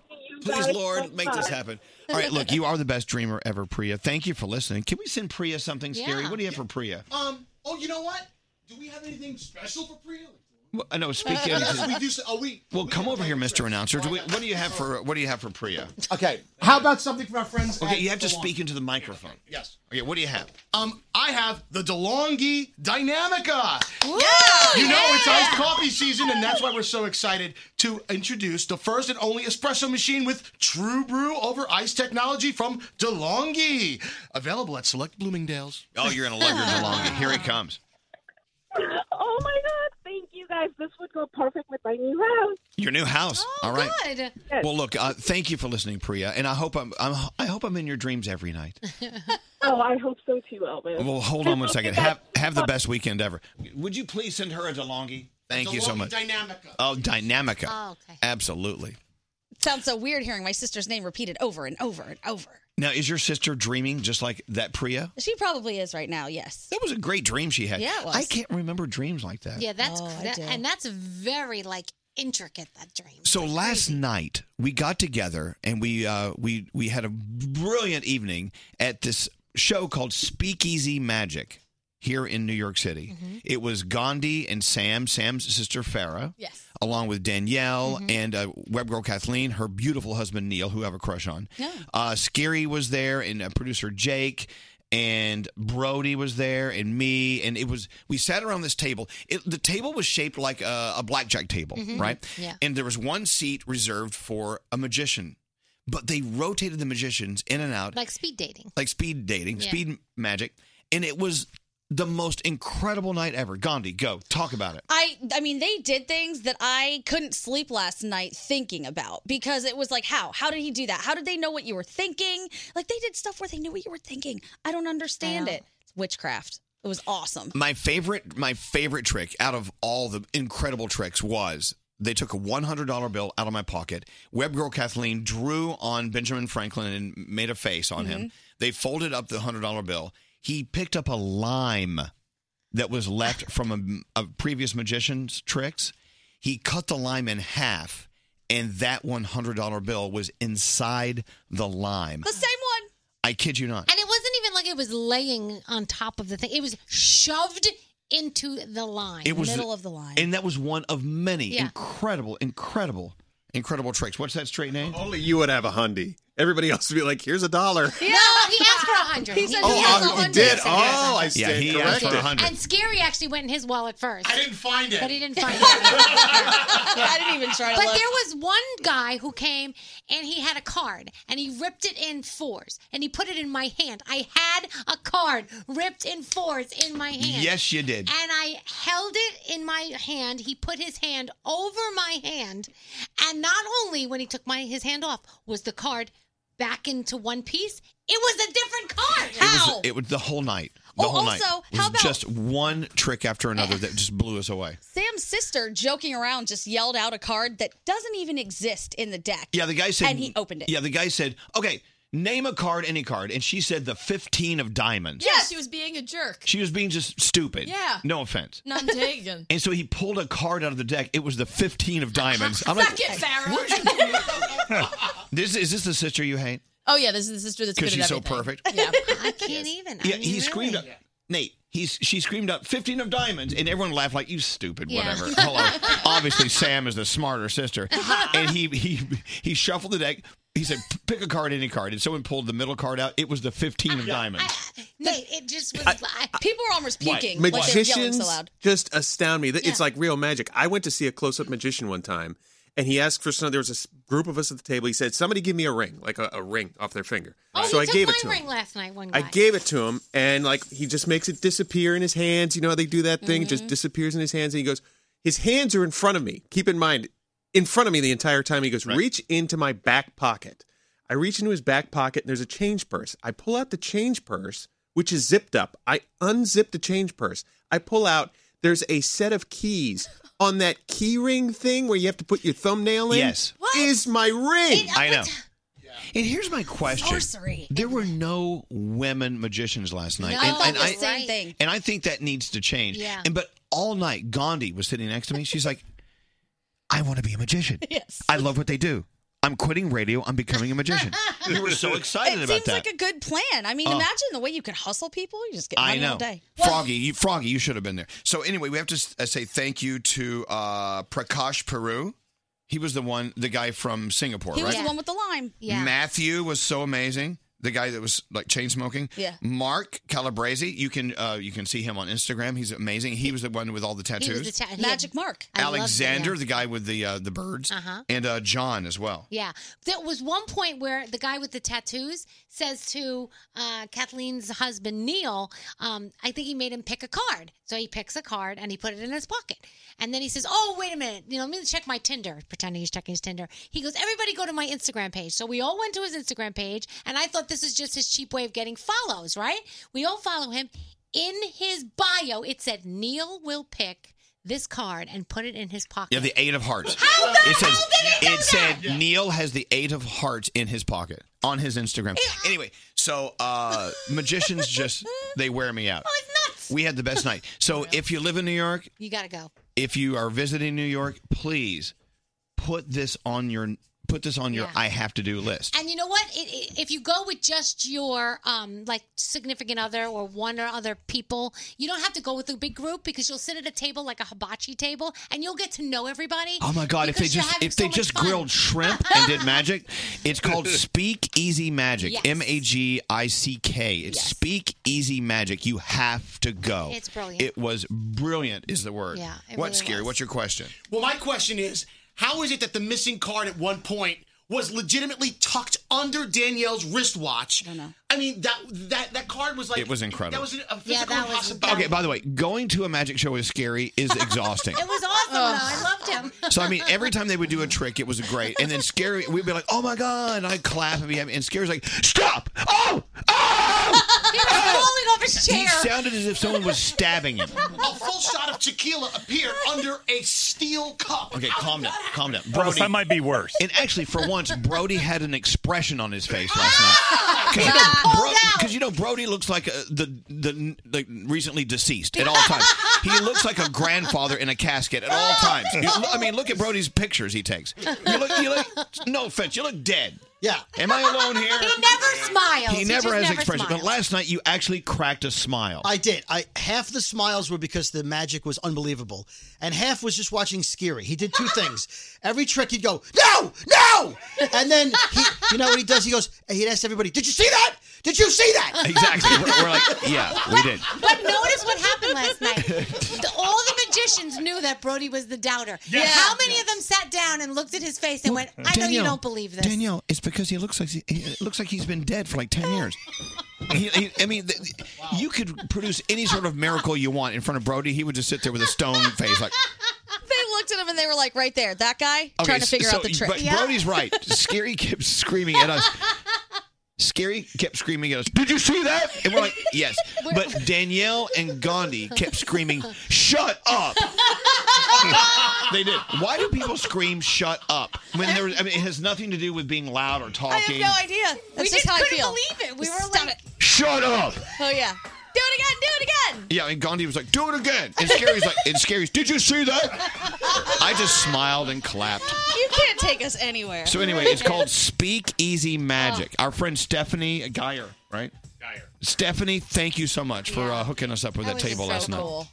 [SPEAKER 1] please, Lord, make this happen. All right, look, you are the best dreamer ever, Priya. Thank you for listening. Can we send Priya something scary?
[SPEAKER 13] Yeah.
[SPEAKER 1] What do you have for Priya?
[SPEAKER 13] Um. Oh, you know what? Do we have anything special for Priya?
[SPEAKER 1] Well, I know. Speaking of
[SPEAKER 13] yes, we do. So, oh, we.
[SPEAKER 1] Well, come over here, Mr. Announcer. Do we, what do you have for What do you have for Priya?
[SPEAKER 13] Okay. How about something from our friends?
[SPEAKER 1] Okay,
[SPEAKER 13] at
[SPEAKER 1] you have to
[SPEAKER 13] Salon?
[SPEAKER 1] speak into the microphone.
[SPEAKER 13] Yes.
[SPEAKER 1] Okay, what do you have?
[SPEAKER 13] Um, I have the DeLonghi Dynamica.
[SPEAKER 1] Yeah!
[SPEAKER 13] You know it's
[SPEAKER 1] Yeah!
[SPEAKER 13] iced coffee season, and that's why we're so excited to introduce the first and only espresso machine with True Brew over ice technology from DeLonghi. Available at select Bloomingdale's.
[SPEAKER 1] Oh, you're gonna love your DeLonghi. Here he comes.
[SPEAKER 15] Oh my God! Thank you guys. This would go perfect with my new house.
[SPEAKER 1] Your new house. All right.
[SPEAKER 15] Good.
[SPEAKER 1] Well, look. Uh, thank you for listening, Priya, and I hope I'm, I'm I hope I'm in your dreams every night.
[SPEAKER 15] oh, I hope so too, Elvis.
[SPEAKER 1] Well, hold on one second. Have have the best weekend ever. Would you please send her a DeLonghi? Thank you so
[SPEAKER 13] DeLonghi
[SPEAKER 1] much.
[SPEAKER 13] Dynamica.
[SPEAKER 1] Oh, Dynamica.
[SPEAKER 3] Oh, okay.
[SPEAKER 1] Absolutely.
[SPEAKER 3] Sounds so weird hearing my sister's name repeated over and over and over.
[SPEAKER 1] Now, is your sister dreaming just like that, Priya?
[SPEAKER 3] She probably is right now. Yes.
[SPEAKER 1] That was a great dream she had.
[SPEAKER 3] Yeah, it was.
[SPEAKER 1] I can't remember dreams like that.
[SPEAKER 4] Yeah, that's
[SPEAKER 3] Oh, I
[SPEAKER 4] that,
[SPEAKER 3] do.
[SPEAKER 4] and that's very like intricate that dream.
[SPEAKER 1] So last night we got together and we uh, we we had a brilliant evening at this show called Speakeasy Magic
[SPEAKER 16] Mm-hmm.
[SPEAKER 1] here in New York City. It was Gandhi and Sam, Sam's sister Farah.
[SPEAKER 16] Yes.
[SPEAKER 1] along with Danielle
[SPEAKER 16] Mhm.
[SPEAKER 1] and uh, web girl Kathleen, her beautiful husband Neil, who I have a crush on.
[SPEAKER 16] Yeah.
[SPEAKER 1] Uh, Scary was there, and uh, producer Jake. And Brody was there, and me, and it was. We sat around this table. It, the table was shaped like a, a blackjack table,
[SPEAKER 16] Mhm.
[SPEAKER 1] right?
[SPEAKER 16] Yeah.
[SPEAKER 1] And there was one seat reserved for a magician, but they rotated the magicians in and out,
[SPEAKER 4] Like speed dating.
[SPEAKER 1] like speed dating,
[SPEAKER 4] Yeah.
[SPEAKER 1] speed magic, and it was the most incredible night ever. Gandhi, go talk about it.
[SPEAKER 3] I I mean they did things that I couldn't sleep last night thinking about because it was like how how did he do that? How did they know what you were thinking? Like they did stuff where they knew what you were thinking. I don't understand it. It's witchcraft. It was awesome.
[SPEAKER 1] My favorite, my favorite trick out of all the incredible tricks was they took a one hundred dollar bill out of my pocket. Web girl Kathleen drew on Benjamin Franklin and made a face on him.
[SPEAKER 16] Mhm.
[SPEAKER 1] They folded up the hundred dollar bill. He picked up a lime that was left from a, a previous magician's tricks. He cut the lime in half, and that one hundred dollar bill was inside the lime.
[SPEAKER 4] The same one.
[SPEAKER 1] I kid you not.
[SPEAKER 4] And it wasn't even like it was laying on top of the thing. It was shoved into the line.
[SPEAKER 1] It was
[SPEAKER 4] And
[SPEAKER 1] and that was one of many
[SPEAKER 4] Yeah.
[SPEAKER 1] incredible, incredible, incredible tricks. What's that straight name?
[SPEAKER 11] Only you would have a hundy. Everybody else would be like, here's a dollar.
[SPEAKER 4] no, he asked for a hundred. He said
[SPEAKER 11] oh,
[SPEAKER 4] he
[SPEAKER 11] oh,
[SPEAKER 1] uh,
[SPEAKER 4] asked
[SPEAKER 11] you
[SPEAKER 4] for a hundred.
[SPEAKER 11] did? Oh, I
[SPEAKER 1] Yeah,
[SPEAKER 11] stand
[SPEAKER 1] he asked for
[SPEAKER 11] corrected.
[SPEAKER 1] 100.
[SPEAKER 4] And Scary actually went in his wallet first. I didn't
[SPEAKER 13] find
[SPEAKER 4] it. But he didn't find it.
[SPEAKER 3] I didn't even try to
[SPEAKER 4] But
[SPEAKER 3] look.
[SPEAKER 4] there was one guy who came and he had a card and he ripped it in fours and he put it in my hand. I had a card ripped in fours in my hand.
[SPEAKER 1] Yes, you
[SPEAKER 4] And
[SPEAKER 1] did.
[SPEAKER 4] I held it in my hand. He put his hand over my hand. And not only when he took my his hand off was the card back into one piece, it was a different card.
[SPEAKER 1] It was, it was the whole night. The
[SPEAKER 3] Oh,
[SPEAKER 1] whole night.
[SPEAKER 3] also,
[SPEAKER 1] was
[SPEAKER 3] how about-
[SPEAKER 1] just one trick after another that just blew us away?
[SPEAKER 3] Sam's sister joking around just yelled out a card that doesn't even exist in the deck.
[SPEAKER 1] Yeah, the guy said.
[SPEAKER 3] And he opened it.
[SPEAKER 1] Yeah, the guy said, "Okay, name a card, any card," and she said the fifteen of diamonds.
[SPEAKER 10] Yeah, she was being a jerk.
[SPEAKER 1] She was being just stupid.
[SPEAKER 10] Yeah.
[SPEAKER 1] No offense.
[SPEAKER 10] Not
[SPEAKER 3] Mm.
[SPEAKER 10] digging.
[SPEAKER 1] And so he pulled a card out of the deck. It was the fifteen of diamonds. I'm
[SPEAKER 10] Suck
[SPEAKER 1] like,
[SPEAKER 10] it, Farrah.
[SPEAKER 1] this is this the sister you hate
[SPEAKER 10] oh yeah, this is the sister that's good
[SPEAKER 1] because
[SPEAKER 10] at
[SPEAKER 1] she's so
[SPEAKER 10] everything.
[SPEAKER 1] perfect?
[SPEAKER 10] Yeah,
[SPEAKER 4] I can't even.
[SPEAKER 1] Yeah, he screamed up. Nate, he's she screamed out fifteen of diamonds, and everyone laughed like you stupid,
[SPEAKER 4] Yeah.
[SPEAKER 1] whatever. Hello. Obviously, Sam is the smarter sister, and he he he shuffled the deck. He said, "Pick a card, any card," and someone pulled the middle card out. It was the fifteen of diamonds.
[SPEAKER 4] Nate, it just was.
[SPEAKER 3] people were almost
[SPEAKER 11] What?
[SPEAKER 3] puking. Like they were yelling
[SPEAKER 11] Magicians
[SPEAKER 3] so loud.
[SPEAKER 11] just astound me. Th- It's like real magic. I went to see a close-up magician one time, and he asked for some. There was a s- group of us at the table. He said, "Somebody give me a ring, like a, a ring off their finger."
[SPEAKER 4] Oh,
[SPEAKER 11] so
[SPEAKER 4] he
[SPEAKER 11] I
[SPEAKER 4] took
[SPEAKER 11] gave
[SPEAKER 4] my
[SPEAKER 11] it to
[SPEAKER 4] ring
[SPEAKER 11] him.
[SPEAKER 4] last night. One guy.
[SPEAKER 11] I gave it to him, and like he just makes it disappear in his hands. You know how they do that thing? It just disappears in his hands, and he goes, "His hands are in front of me." Keep in mind, in front of me the entire time. He goes, "Reach into my back pocket." I reach into his back pocket, and there's a change purse. I pull out the change purse, which is zipped up. I unzip the change purse. I pull out. There's a set of keys on that key ring thing where you have to put your thumbnail in.
[SPEAKER 1] Yes.
[SPEAKER 11] is my ring?
[SPEAKER 1] I know. And here's my question:
[SPEAKER 11] Sorcery.
[SPEAKER 1] There were no women magicians last night,
[SPEAKER 3] No,
[SPEAKER 1] and,
[SPEAKER 3] I
[SPEAKER 1] and
[SPEAKER 3] thought the same thing.
[SPEAKER 1] And I think that needs to change.
[SPEAKER 3] Yeah.
[SPEAKER 1] And but all night, Gandhi was sitting next to me. She's like, "I want to be a magician.
[SPEAKER 3] Yes.
[SPEAKER 1] I love what they do. I'm quitting radio. I'm becoming a magician." you were so excited
[SPEAKER 3] it
[SPEAKER 1] about
[SPEAKER 3] seems
[SPEAKER 1] that.
[SPEAKER 3] like a good plan. I mean,
[SPEAKER 1] Uh.
[SPEAKER 3] imagine the way you could hustle people. You just get
[SPEAKER 1] I
[SPEAKER 3] money
[SPEAKER 1] know.
[SPEAKER 3] all day.
[SPEAKER 1] Froggy, you, Froggy, you should have been there. So anyway, we have to s- uh, say thank you to uh, Prakash Peru. He was the one, the guy from Singapore,
[SPEAKER 3] He
[SPEAKER 1] right?
[SPEAKER 3] was the one with the lime.
[SPEAKER 1] Matthew was so amazing. The guy that was like chain smoking.
[SPEAKER 3] Yeah.
[SPEAKER 1] Mark Calabrese, you can uh, you can see him on Instagram. He's amazing. He was the one with all the tattoos.
[SPEAKER 4] He was the ta- he
[SPEAKER 3] Magic
[SPEAKER 4] had-
[SPEAKER 3] Mark.
[SPEAKER 4] I loved it,
[SPEAKER 1] Alexander,
[SPEAKER 4] yeah.
[SPEAKER 1] the guy with the uh, the birds,
[SPEAKER 4] Uh-huh.
[SPEAKER 1] and uh, John as well.
[SPEAKER 4] Yeah. There was one point where the guy with the tattoos says to uh, Kathleen's husband, Neil, um, I think he made him pick a card. So he picks a card and he put it in his pocket. And then he says, Oh, wait a minute. You know, let me check my Tinder, pretending he's checking his Tinder. He goes, Everybody go to my Instagram page. So we all went to his Instagram page. And I thought this is just his cheap way of getting follows, right? We all follow him. In his bio, it said, Neil will pick this card and put it in his pocket.
[SPEAKER 1] Yeah, the eight of hearts.
[SPEAKER 4] How the
[SPEAKER 1] it says,
[SPEAKER 4] hell did he do
[SPEAKER 1] It
[SPEAKER 4] that?
[SPEAKER 1] said Neil has the eight of hearts in his pocket on his Instagram. Anyway, so uh, magicians just they wear me out. Oh,
[SPEAKER 4] it's nuts.
[SPEAKER 1] We had the best night. So if you live in New York,
[SPEAKER 4] You got to go.
[SPEAKER 1] if you are visiting New York, please put this on your put this on your
[SPEAKER 4] Yeah.
[SPEAKER 1] I have to do list.
[SPEAKER 4] And you know what? It, it, if you go with just your um, like significant other or one or other people, you don't have to go with a big group because you'll sit at a table like a hibachi table and you'll get to know everybody.
[SPEAKER 1] Oh my God! If they
[SPEAKER 4] because you're
[SPEAKER 1] just
[SPEAKER 4] having
[SPEAKER 1] if
[SPEAKER 4] so
[SPEAKER 1] they
[SPEAKER 4] much
[SPEAKER 1] just
[SPEAKER 4] fun.
[SPEAKER 1] grilled shrimp and did magic, it's called Speak Easy Magic.
[SPEAKER 4] Yes.
[SPEAKER 1] M A G I C K. It's Speak Easy Magic. You have to go.
[SPEAKER 13] It's brilliant.
[SPEAKER 1] It was brilliant. Is the word?
[SPEAKER 13] Yeah, it
[SPEAKER 1] What's
[SPEAKER 13] really
[SPEAKER 1] scary? What's your question?
[SPEAKER 13] Well, my question is, how is it that the missing card at one point was legitimately tucked under Danielle's wristwatch? I mean, that that that card was like
[SPEAKER 1] It was incredible.
[SPEAKER 13] That was a physical impossibility.
[SPEAKER 1] Okay. By the way, going to a magic show is scary. Is exhausting.
[SPEAKER 4] It was awesome. though. I loved him.
[SPEAKER 1] So I mean, every time they would do a trick, it was great. And then scary, we'd be like, "Oh my god!" And I would clap, and, be happy. and scary's like, "Stop!" Oh,
[SPEAKER 4] he was falling off his
[SPEAKER 1] he
[SPEAKER 4] chair.
[SPEAKER 1] sounded as if someone was stabbing him.
[SPEAKER 13] a full shot of tequila appeared under a steel cup.
[SPEAKER 1] Okay, calm down, calm down.
[SPEAKER 9] Oh,
[SPEAKER 1] Brody,
[SPEAKER 9] that might be worse.
[SPEAKER 1] And actually, for once, Brody had an expression on his face last night.
[SPEAKER 4] Ah!
[SPEAKER 1] Because you,
[SPEAKER 13] He got
[SPEAKER 1] know, Bro- 'cause you know Brody looks like uh the the like recently deceased at all times. he looks like a grandfather in a casket at all times. You lo- I mean, look at Brody's pictures he takes. You look, you look. No offense, you look dead.
[SPEAKER 13] Yeah.
[SPEAKER 1] Am I alone here?
[SPEAKER 4] He never smiles.
[SPEAKER 1] He never
[SPEAKER 4] just
[SPEAKER 1] has expression.
[SPEAKER 4] smiles.
[SPEAKER 1] But last night, you actually cracked a smile.
[SPEAKER 16] I did. I half the smiles were because the magic was unbelievable, and half was just watching Scary. He did two things. Every trick he'd go, no, no, and then he, you know what he does? He goes, he'd ask everybody, did you see that? Did you see that?
[SPEAKER 1] Exactly. We're, we're like, yeah, we did.
[SPEAKER 4] But notice what happened last night. The- all the magicians knew that Brody was the doubter.
[SPEAKER 1] Yes.
[SPEAKER 4] How many of them sat down and looked at his face and went, "I know you
[SPEAKER 1] Danielle,
[SPEAKER 4] don't believe this."
[SPEAKER 1] Danielle, it's because he looks like he, it looks like he's been dead for like ten years. He- he- I mean, th- you could produce any sort of miracle you want in front of Brody. He would just sit there with a stone face, like
[SPEAKER 3] Uh, They looked at him and they were like, right there, that guy trying to
[SPEAKER 1] s-
[SPEAKER 3] figure
[SPEAKER 1] so-
[SPEAKER 3] out the trick.
[SPEAKER 1] But Brody's right. Scary kept screaming at us. Scary kept screaming at us. Did you see that? And we're like, yes. But Danielle and Gandhi kept screaming, "Shut up!" they did. Why do people scream "Shut up" when there? I mean, it has nothing to do with being loud or
[SPEAKER 3] I have
[SPEAKER 1] talking.
[SPEAKER 3] no idea. That's
[SPEAKER 4] We
[SPEAKER 3] just
[SPEAKER 4] just
[SPEAKER 3] how I
[SPEAKER 4] couldn't
[SPEAKER 3] feel.
[SPEAKER 4] believe it. We were
[SPEAKER 3] Stop it.
[SPEAKER 1] Shut up!
[SPEAKER 3] Oh yeah. Do it again. Do it again.
[SPEAKER 1] Yeah, and Gandhi was like, "Do it again." And Scary's like, "And Scary's, did you see that?" I just smiled and clapped.
[SPEAKER 3] You can't take us anywhere.
[SPEAKER 1] So anyway, it's called Speak Easy Magic. Our friend Stephanie Geyer, right? Geyer. Stephanie, thank you so much for uh, hooking us up with that, table last night.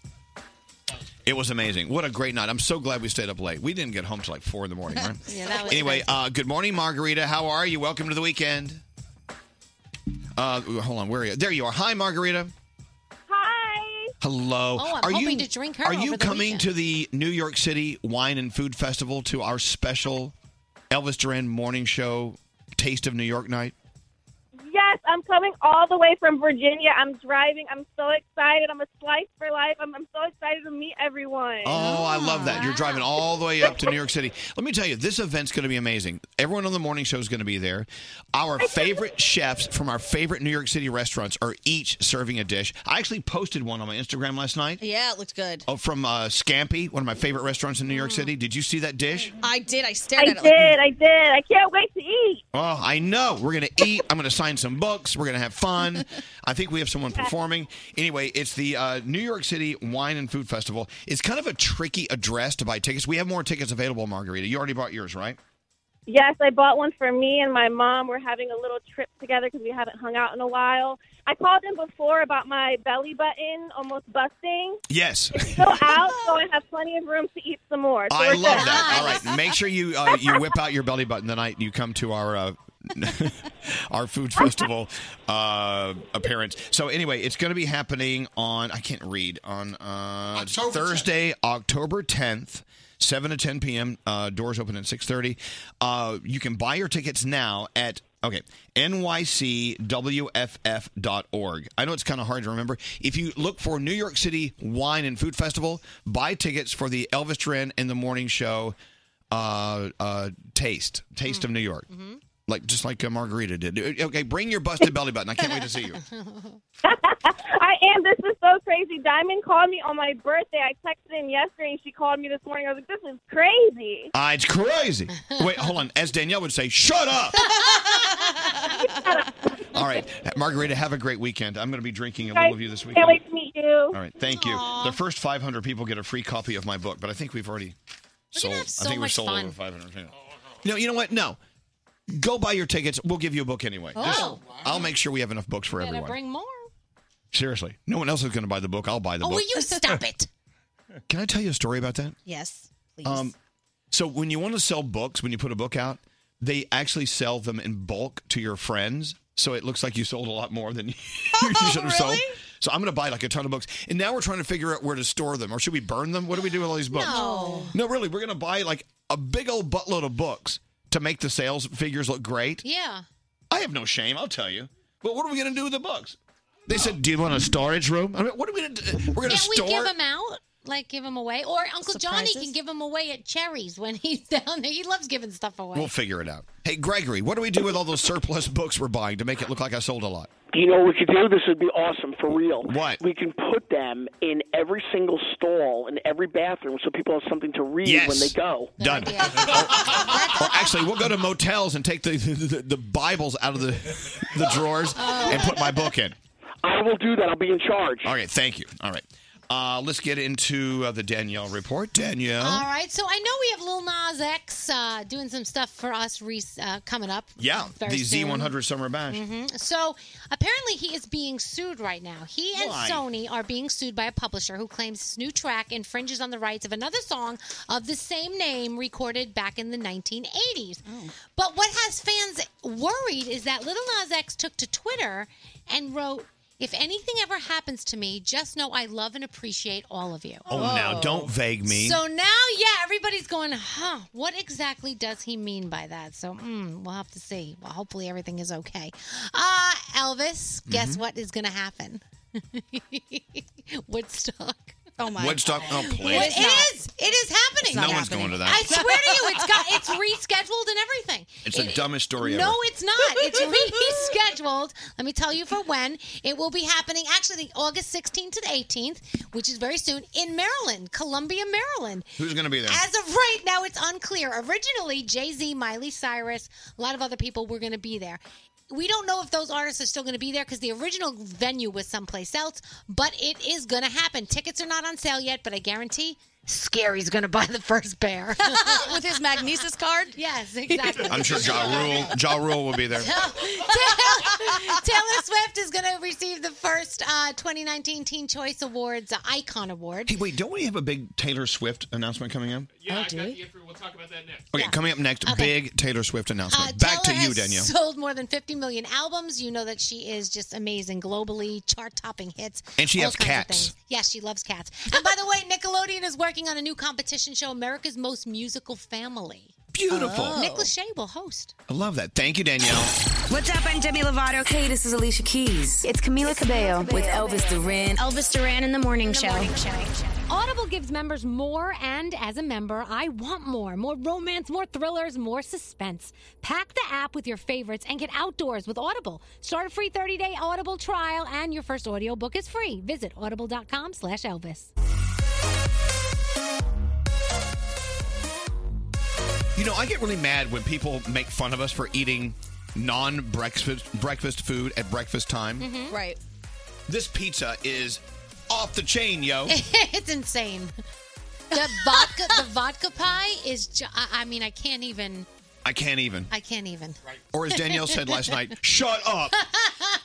[SPEAKER 1] It was amazing. What a great night! I'm so glad we stayed up late. We didn't get home till like four in the morning, right?
[SPEAKER 4] Yeah, that was
[SPEAKER 1] anyway, uh, good morning, Margarita. How are you? Welcome to the weekend. Uh, hold on, where are you? There you are. Hi, Margarita.
[SPEAKER 8] Hi.
[SPEAKER 1] Hello.
[SPEAKER 8] Oh, I'm
[SPEAKER 1] are you
[SPEAKER 8] hoping to drink her
[SPEAKER 1] Are
[SPEAKER 8] over
[SPEAKER 1] you
[SPEAKER 8] the
[SPEAKER 1] coming
[SPEAKER 8] weekend.
[SPEAKER 1] to the New York City Wine and Food Festival to our special Elvis Duran morning show Taste of New York night?
[SPEAKER 8] Yes, I'm coming all the way from Virginia. I'm driving. I'm so excited. I'm a slice for life. I'm, I'm so excited to meet everyone.
[SPEAKER 1] Oh, I love that. You're driving all the way up to New York City. Let me tell you, this event's going to be amazing. Everyone on the morning show is going to be there. Our favorite chefs from our favorite New York City restaurants are each serving a dish. I actually posted one on my Instagram last night.
[SPEAKER 3] Yeah, it looked good.
[SPEAKER 1] Oh, from uh, Scampi, one of my favorite restaurants in New York City. Did you see that dish?
[SPEAKER 3] I did. I stared
[SPEAKER 8] I
[SPEAKER 3] at it.
[SPEAKER 8] did. I did. I can't wait to eat.
[SPEAKER 1] Oh, I know. We're going to eat. I'm going to sign some books. We're going to have fun. I think we have someone performing. Anyway, it's the uh, New York City Wine and Food Festival. It's kind of a tricky address to buy tickets. We have more tickets available, Margarita. You already bought yours, right?
[SPEAKER 8] Yes, I bought one for me and my mom. We're having a little trip together because we haven't hung out in a while. I called in before about my belly button almost busting.
[SPEAKER 1] Yes.
[SPEAKER 8] Still out, so I have plenty of room to eat some more. So
[SPEAKER 1] I
[SPEAKER 8] we're
[SPEAKER 1] love
[SPEAKER 8] good.
[SPEAKER 1] that. All right, make sure you uh, you whip out your belly button the night you come to our uh, our food festival uh, appearance. So anyway, it's going to be happening on I can't read on uh, Thursday, October tenth. 7 to 10 p.m. Uh, doors open at 6.30. Uh, you can buy your tickets now at, okay, nycwff.org. I know it's kind of hard to remember. If you look for New York City Wine and Food Festival, buy tickets for the Elvis Duran and the Morning Show uh, uh, Taste, Taste of New York. Like just like uh, Margarita did. Okay, bring your busted belly button. I can't wait to see you.
[SPEAKER 8] I am. This is so crazy. Diamond called me on my birthday. I texted him yesterday, and she called me this morning. I was like, "This is crazy."
[SPEAKER 1] Uh, it's crazy. Wait, hold on. As Danielle would say, shut up. All right, Margarita, have a great weekend. I'm going to be drinking a little of you this
[SPEAKER 8] Can't
[SPEAKER 1] weekend.
[SPEAKER 8] wait to meet you.
[SPEAKER 1] All right, thank you. The first 500 people get a free copy of my book, but I think we've already sold.
[SPEAKER 8] have so
[SPEAKER 1] I think we've
[SPEAKER 8] much
[SPEAKER 1] sold
[SPEAKER 8] fun.
[SPEAKER 1] over 500. No, you know what? No. Go buy your tickets. We'll give you a book anyway.
[SPEAKER 4] Oh,
[SPEAKER 1] Just-
[SPEAKER 4] wow.
[SPEAKER 1] I'll make sure we have enough books for
[SPEAKER 4] Better
[SPEAKER 1] everyone.
[SPEAKER 4] bring more.
[SPEAKER 1] Seriously. No one else is going to buy the book. I'll buy the
[SPEAKER 4] Oh,
[SPEAKER 1] book.
[SPEAKER 4] will you stop it?
[SPEAKER 1] Can I tell you a story about that?
[SPEAKER 3] Yes, please.
[SPEAKER 1] Um, so when you want to sell books, when you put a book out, they actually sell them in bulk to your friends. So it looks like you sold a lot more than you should have sold. So I'm going to buy like a ton of books. And now we're trying to figure out where to store them. Or should we burn them? What do we do with all these books?
[SPEAKER 4] No.
[SPEAKER 1] No, really, we're going to buy like a big old buttload of books to make the sales figures look great.
[SPEAKER 4] Yeah.
[SPEAKER 1] I have no shame, I'll tell you. But what are we going to do with the books? They said, "Do you want a storage room?" I mean, what are we going to do? We're going to
[SPEAKER 4] Can't we
[SPEAKER 1] store
[SPEAKER 4] give them out? Like give them away, or Uncle Johnny can give them away at Cherry's when he's down there. He loves giving stuff away.
[SPEAKER 1] We'll figure it out. Hey, Gregory, what do we do with all those surplus books we're buying to make it look like I sold a lot?
[SPEAKER 17] You know what we could do? This would be awesome for real.
[SPEAKER 1] What?
[SPEAKER 17] We can put them in every single stall in every bathroom so people have something to read
[SPEAKER 1] Yes.
[SPEAKER 17] when they go.
[SPEAKER 1] Done. or, or actually, we'll go to motels and take the the, the Bibles out of the the drawers
[SPEAKER 4] Oh.
[SPEAKER 1] and put my book in.
[SPEAKER 17] I will do that. I'll be in charge.
[SPEAKER 1] All right. Thank you. All right. Uh, let's get into uh, the Danielle report. Danielle.
[SPEAKER 4] All right, so I know we have Lil Nas X uh, doing some stuff for us re- uh, coming up.
[SPEAKER 1] Yeah,
[SPEAKER 4] Very
[SPEAKER 1] the
[SPEAKER 4] soon.
[SPEAKER 1] Z100 Summer Bash.
[SPEAKER 4] hmm So apparently he is being sued right now. He and
[SPEAKER 1] Why?
[SPEAKER 4] Sony are being sued by a publisher who claims his new track infringes on the rights of another song of the same name recorded back in the 1980s.
[SPEAKER 1] Oh.
[SPEAKER 4] But what has fans worried is that Little Nas X took to Twitter and wrote, "If anything ever happens to me, just know I love and appreciate all of you."
[SPEAKER 1] Oh, now don't vague me.
[SPEAKER 4] So now, yeah, everybody's going, huh, what exactly does he mean by that? So mm, we'll have to see. Well, hopefully everything is okay. Uh, Elvis, guess
[SPEAKER 1] Mhm.
[SPEAKER 4] what is going to happen? Woodstock.
[SPEAKER 3] Oh, my.
[SPEAKER 1] Woodstock. Oh,
[SPEAKER 4] It
[SPEAKER 1] please.
[SPEAKER 4] is. It is happening.
[SPEAKER 1] It's not No one's happening. going to that.
[SPEAKER 4] I swear to you, it's got it's rescheduled and everything.
[SPEAKER 1] It's the
[SPEAKER 4] It-
[SPEAKER 1] dumbest story ever.
[SPEAKER 4] No, it's not. It's rescheduled. Let me tell you for when it will be happening. Actually, the August 16th to the 18th, which is very soon in Maryland, Columbia, Maryland.
[SPEAKER 1] Who's going to be there?
[SPEAKER 4] As of right now, it's unclear. Originally, Jay Z, Miley Cyrus, a lot of other people were going to be there. We don't know if those artists are still going to be there because the original venue was someplace else, but it is going to happen. Tickets are not on sale yet, but I guarantee Scary's going to buy the first pair.
[SPEAKER 3] With his Magnesis card?
[SPEAKER 4] Yes, exactly.
[SPEAKER 1] I'm sure Ja Rule. Ja Rule will be there.
[SPEAKER 4] Taylor, Taylor Swift is going to receive the first uh, 2019 Teen Choice Awards uh, Icon Award. Oh,
[SPEAKER 1] Hey, wait, don't we have a big Taylor Swift announcement coming up?
[SPEAKER 4] Yeah,
[SPEAKER 18] I've got the info. We'll talk about that next.
[SPEAKER 1] Okay, coming up next, big Taylor Swift announcement.
[SPEAKER 4] Uh,
[SPEAKER 1] Back to
[SPEAKER 4] Taylor
[SPEAKER 1] you,
[SPEAKER 4] has
[SPEAKER 1] Danielle.
[SPEAKER 4] Sold more than 50 million albums. You know that she is just amazing globally, chart-topping hits.
[SPEAKER 1] And she
[SPEAKER 4] all
[SPEAKER 1] has
[SPEAKER 4] kinds of
[SPEAKER 1] cats.
[SPEAKER 4] things. Yes, she loves cats. And by the way, Nickelodeon is working on a new competition show, America's Most Musical Family.
[SPEAKER 1] Beautiful. Oh.
[SPEAKER 4] Nick Lachey will host.
[SPEAKER 1] I love that. Thank you, Danielle.
[SPEAKER 14] What's up? I'm Demi Lovato. Hey, this is Alicia Keys. It's Camila Cabello with Elvis Duran. Elvis Duran in the morning show.
[SPEAKER 19] Audible gives members more, and as a member, I want more. More romance, more thrillers, more suspense. Pack the app with your favorites and get outdoors with Audible. Start a free 30-day Audible trial, and your first audiobook is free. Visit audible.com slash Elvis.
[SPEAKER 1] You know, I get really mad when people make fun of us for eating non-breakfast breakfast food at breakfast time.
[SPEAKER 4] Mm-hmm.
[SPEAKER 3] Right.
[SPEAKER 1] This pizza is off the chain, yo.
[SPEAKER 4] it's insane. The vodka, the vodka pie is. Ju- I, I mean, I can't even.
[SPEAKER 1] I can't even.
[SPEAKER 4] I can't even. Right.
[SPEAKER 1] Or as Danielle said last night, shut up.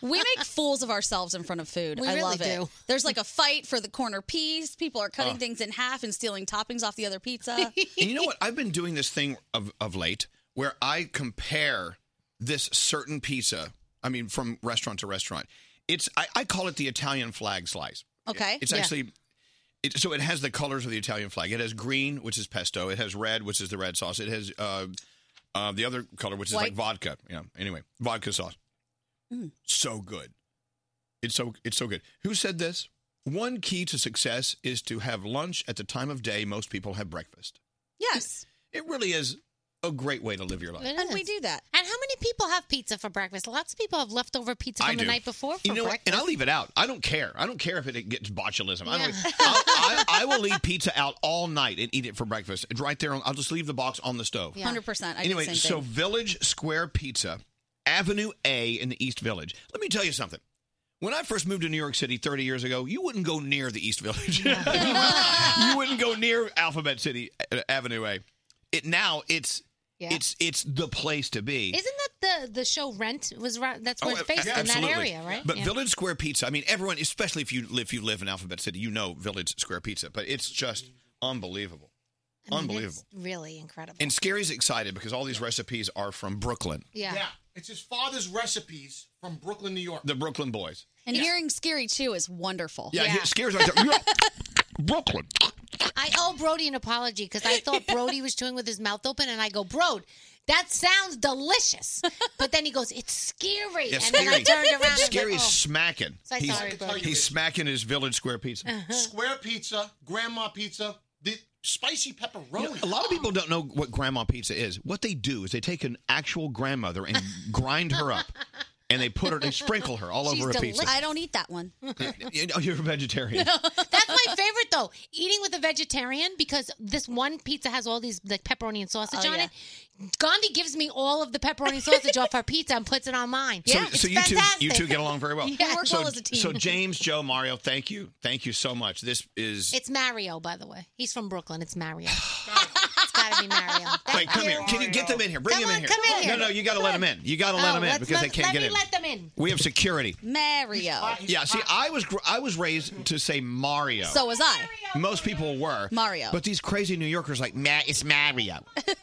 [SPEAKER 3] we make fools of ourselves in front of food.
[SPEAKER 4] We
[SPEAKER 3] I
[SPEAKER 4] really
[SPEAKER 3] love it.
[SPEAKER 4] do.
[SPEAKER 3] There's like a fight for the corner piece. People are cutting
[SPEAKER 1] Oh.
[SPEAKER 3] things in half and stealing toppings off the other pizza.
[SPEAKER 1] And you know what? I've been doing this thing of, of late where I compare this certain pizza, I mean, from restaurant to restaurant. It's I, I call it the Italian flag slice.
[SPEAKER 3] Okay.
[SPEAKER 1] It's
[SPEAKER 3] Yeah.
[SPEAKER 1] actually it, so it has the colors of the Italian flag. It has green, which is pesto. It has red, which is the red sauce. It has uh, uh, the other color, which is like
[SPEAKER 20] White.
[SPEAKER 1] vodka. Yeah. Anyway, vodka sauce. So good. It's so it's so good. Who said this? One key to success is to have lunch at the time of day most people have breakfast.
[SPEAKER 3] Yes.
[SPEAKER 1] It really is a great way to live your life.
[SPEAKER 4] And
[SPEAKER 3] we do that.
[SPEAKER 4] And how many people have pizza for breakfast? Lots of people have leftover pizza
[SPEAKER 1] I
[SPEAKER 4] from
[SPEAKER 1] do.
[SPEAKER 4] the night before for
[SPEAKER 1] you know what?
[SPEAKER 4] breakfast.
[SPEAKER 1] And I leave it out. I don't care. I don't care if it gets botulism. I, don't,
[SPEAKER 4] Yeah.
[SPEAKER 1] I'll- I, I will leave pizza out all night and eat it for breakfast. It's right there. On, I'll just leave the box on the stove.
[SPEAKER 3] 100%. I do the
[SPEAKER 1] anyway,
[SPEAKER 3] same
[SPEAKER 1] so
[SPEAKER 3] thing.
[SPEAKER 1] Village Square Pizza, Avenue A in the East Village. Let me tell you something. When I first moved to New York City 30 years ago, you wouldn't go near the East Village. you, wouldn't, you wouldn't go near Alphabet City uh, Avenue A. It now it's
[SPEAKER 4] Yeah.
[SPEAKER 1] It's it's the place to be.
[SPEAKER 4] Isn't that the the show Rent was ra- that's where
[SPEAKER 1] Oh,
[SPEAKER 4] it's based
[SPEAKER 1] a-
[SPEAKER 4] in that
[SPEAKER 1] absolutely.
[SPEAKER 4] area, right?
[SPEAKER 1] But
[SPEAKER 4] Yeah.
[SPEAKER 1] Village Square Pizza, I mean, everyone, especially if you live, if you live in Alphabet City, you know Village Square Pizza, but it's just unbelievable,
[SPEAKER 4] I mean,
[SPEAKER 1] unbelievable.
[SPEAKER 4] it's really incredible.
[SPEAKER 1] And Scary's excited because all these recipes are from Brooklyn,
[SPEAKER 4] Yeah.
[SPEAKER 13] Yeah. It's his father's recipes from Brooklyn, New York.
[SPEAKER 1] the Brooklyn boys.
[SPEAKER 3] And hearing Scary too is wonderful.
[SPEAKER 1] Yeah, he- Scary's like, "Yeah, Brooklyn.
[SPEAKER 4] I owe Brody an apology because I thought Brody was chewing with his mouth open, and I go, Brode, that sounds delicious. But then he goes, it's scary.
[SPEAKER 1] Yeah,
[SPEAKER 4] and then I
[SPEAKER 1] Scary,
[SPEAKER 4] turned around and
[SPEAKER 1] Scary's
[SPEAKER 4] went, oh.
[SPEAKER 1] smacking.
[SPEAKER 4] So I
[SPEAKER 1] he's
[SPEAKER 4] sorry, bro.
[SPEAKER 1] he's smacking his Village Square Pizza.
[SPEAKER 4] Uh-huh.
[SPEAKER 13] Square pizza, grandma pizza, the spicy
[SPEAKER 4] Oh,
[SPEAKER 13] pepperoni.
[SPEAKER 1] You know, a lot of people don't know what grandma pizza is. What they do is they take an actual grandmother and grind her up, and they put her, they sprinkle her all over a pizza.
[SPEAKER 3] I don't eat that one.
[SPEAKER 1] You know, You're a vegetarian.
[SPEAKER 4] That's my favorite though, eating with a vegetarian because this one pizza has all these like pepperoni and sausage
[SPEAKER 3] Oh,
[SPEAKER 4] on
[SPEAKER 3] yeah.
[SPEAKER 4] it. Gandhi gives me all of the pepperoni and sausage off our pizza and puts it on mine.
[SPEAKER 1] So,
[SPEAKER 4] yeah,
[SPEAKER 1] so
[SPEAKER 4] it's
[SPEAKER 1] you two,
[SPEAKER 4] fantastic.
[SPEAKER 1] you two get along very well.
[SPEAKER 4] Yeah, we work
[SPEAKER 1] so,
[SPEAKER 4] well as a team.
[SPEAKER 1] So James, Joe, Mario, thank you, thank you so much. This is
[SPEAKER 4] It's Mario, by the way. He's from Brooklyn. It's Mario. it's gotta be Mario.
[SPEAKER 1] wait, come here. Can you get them in here? Bring
[SPEAKER 4] Come
[SPEAKER 1] them
[SPEAKER 4] on,
[SPEAKER 1] in here.
[SPEAKER 4] come in here.
[SPEAKER 1] No, no, you got to let them in. You got to
[SPEAKER 4] Oh,
[SPEAKER 1] let them in
[SPEAKER 4] let's-
[SPEAKER 1] because they
[SPEAKER 4] let's-
[SPEAKER 1] can't
[SPEAKER 4] let
[SPEAKER 1] get
[SPEAKER 4] me
[SPEAKER 1] in.
[SPEAKER 4] let them in.
[SPEAKER 1] We have security.
[SPEAKER 3] Mario.
[SPEAKER 1] Yeah, see, I was gr- I was raised to say Mario.
[SPEAKER 3] So was I.
[SPEAKER 1] Most people were
[SPEAKER 3] Mario.
[SPEAKER 1] but these crazy New Yorkers like, Ma it's Mario.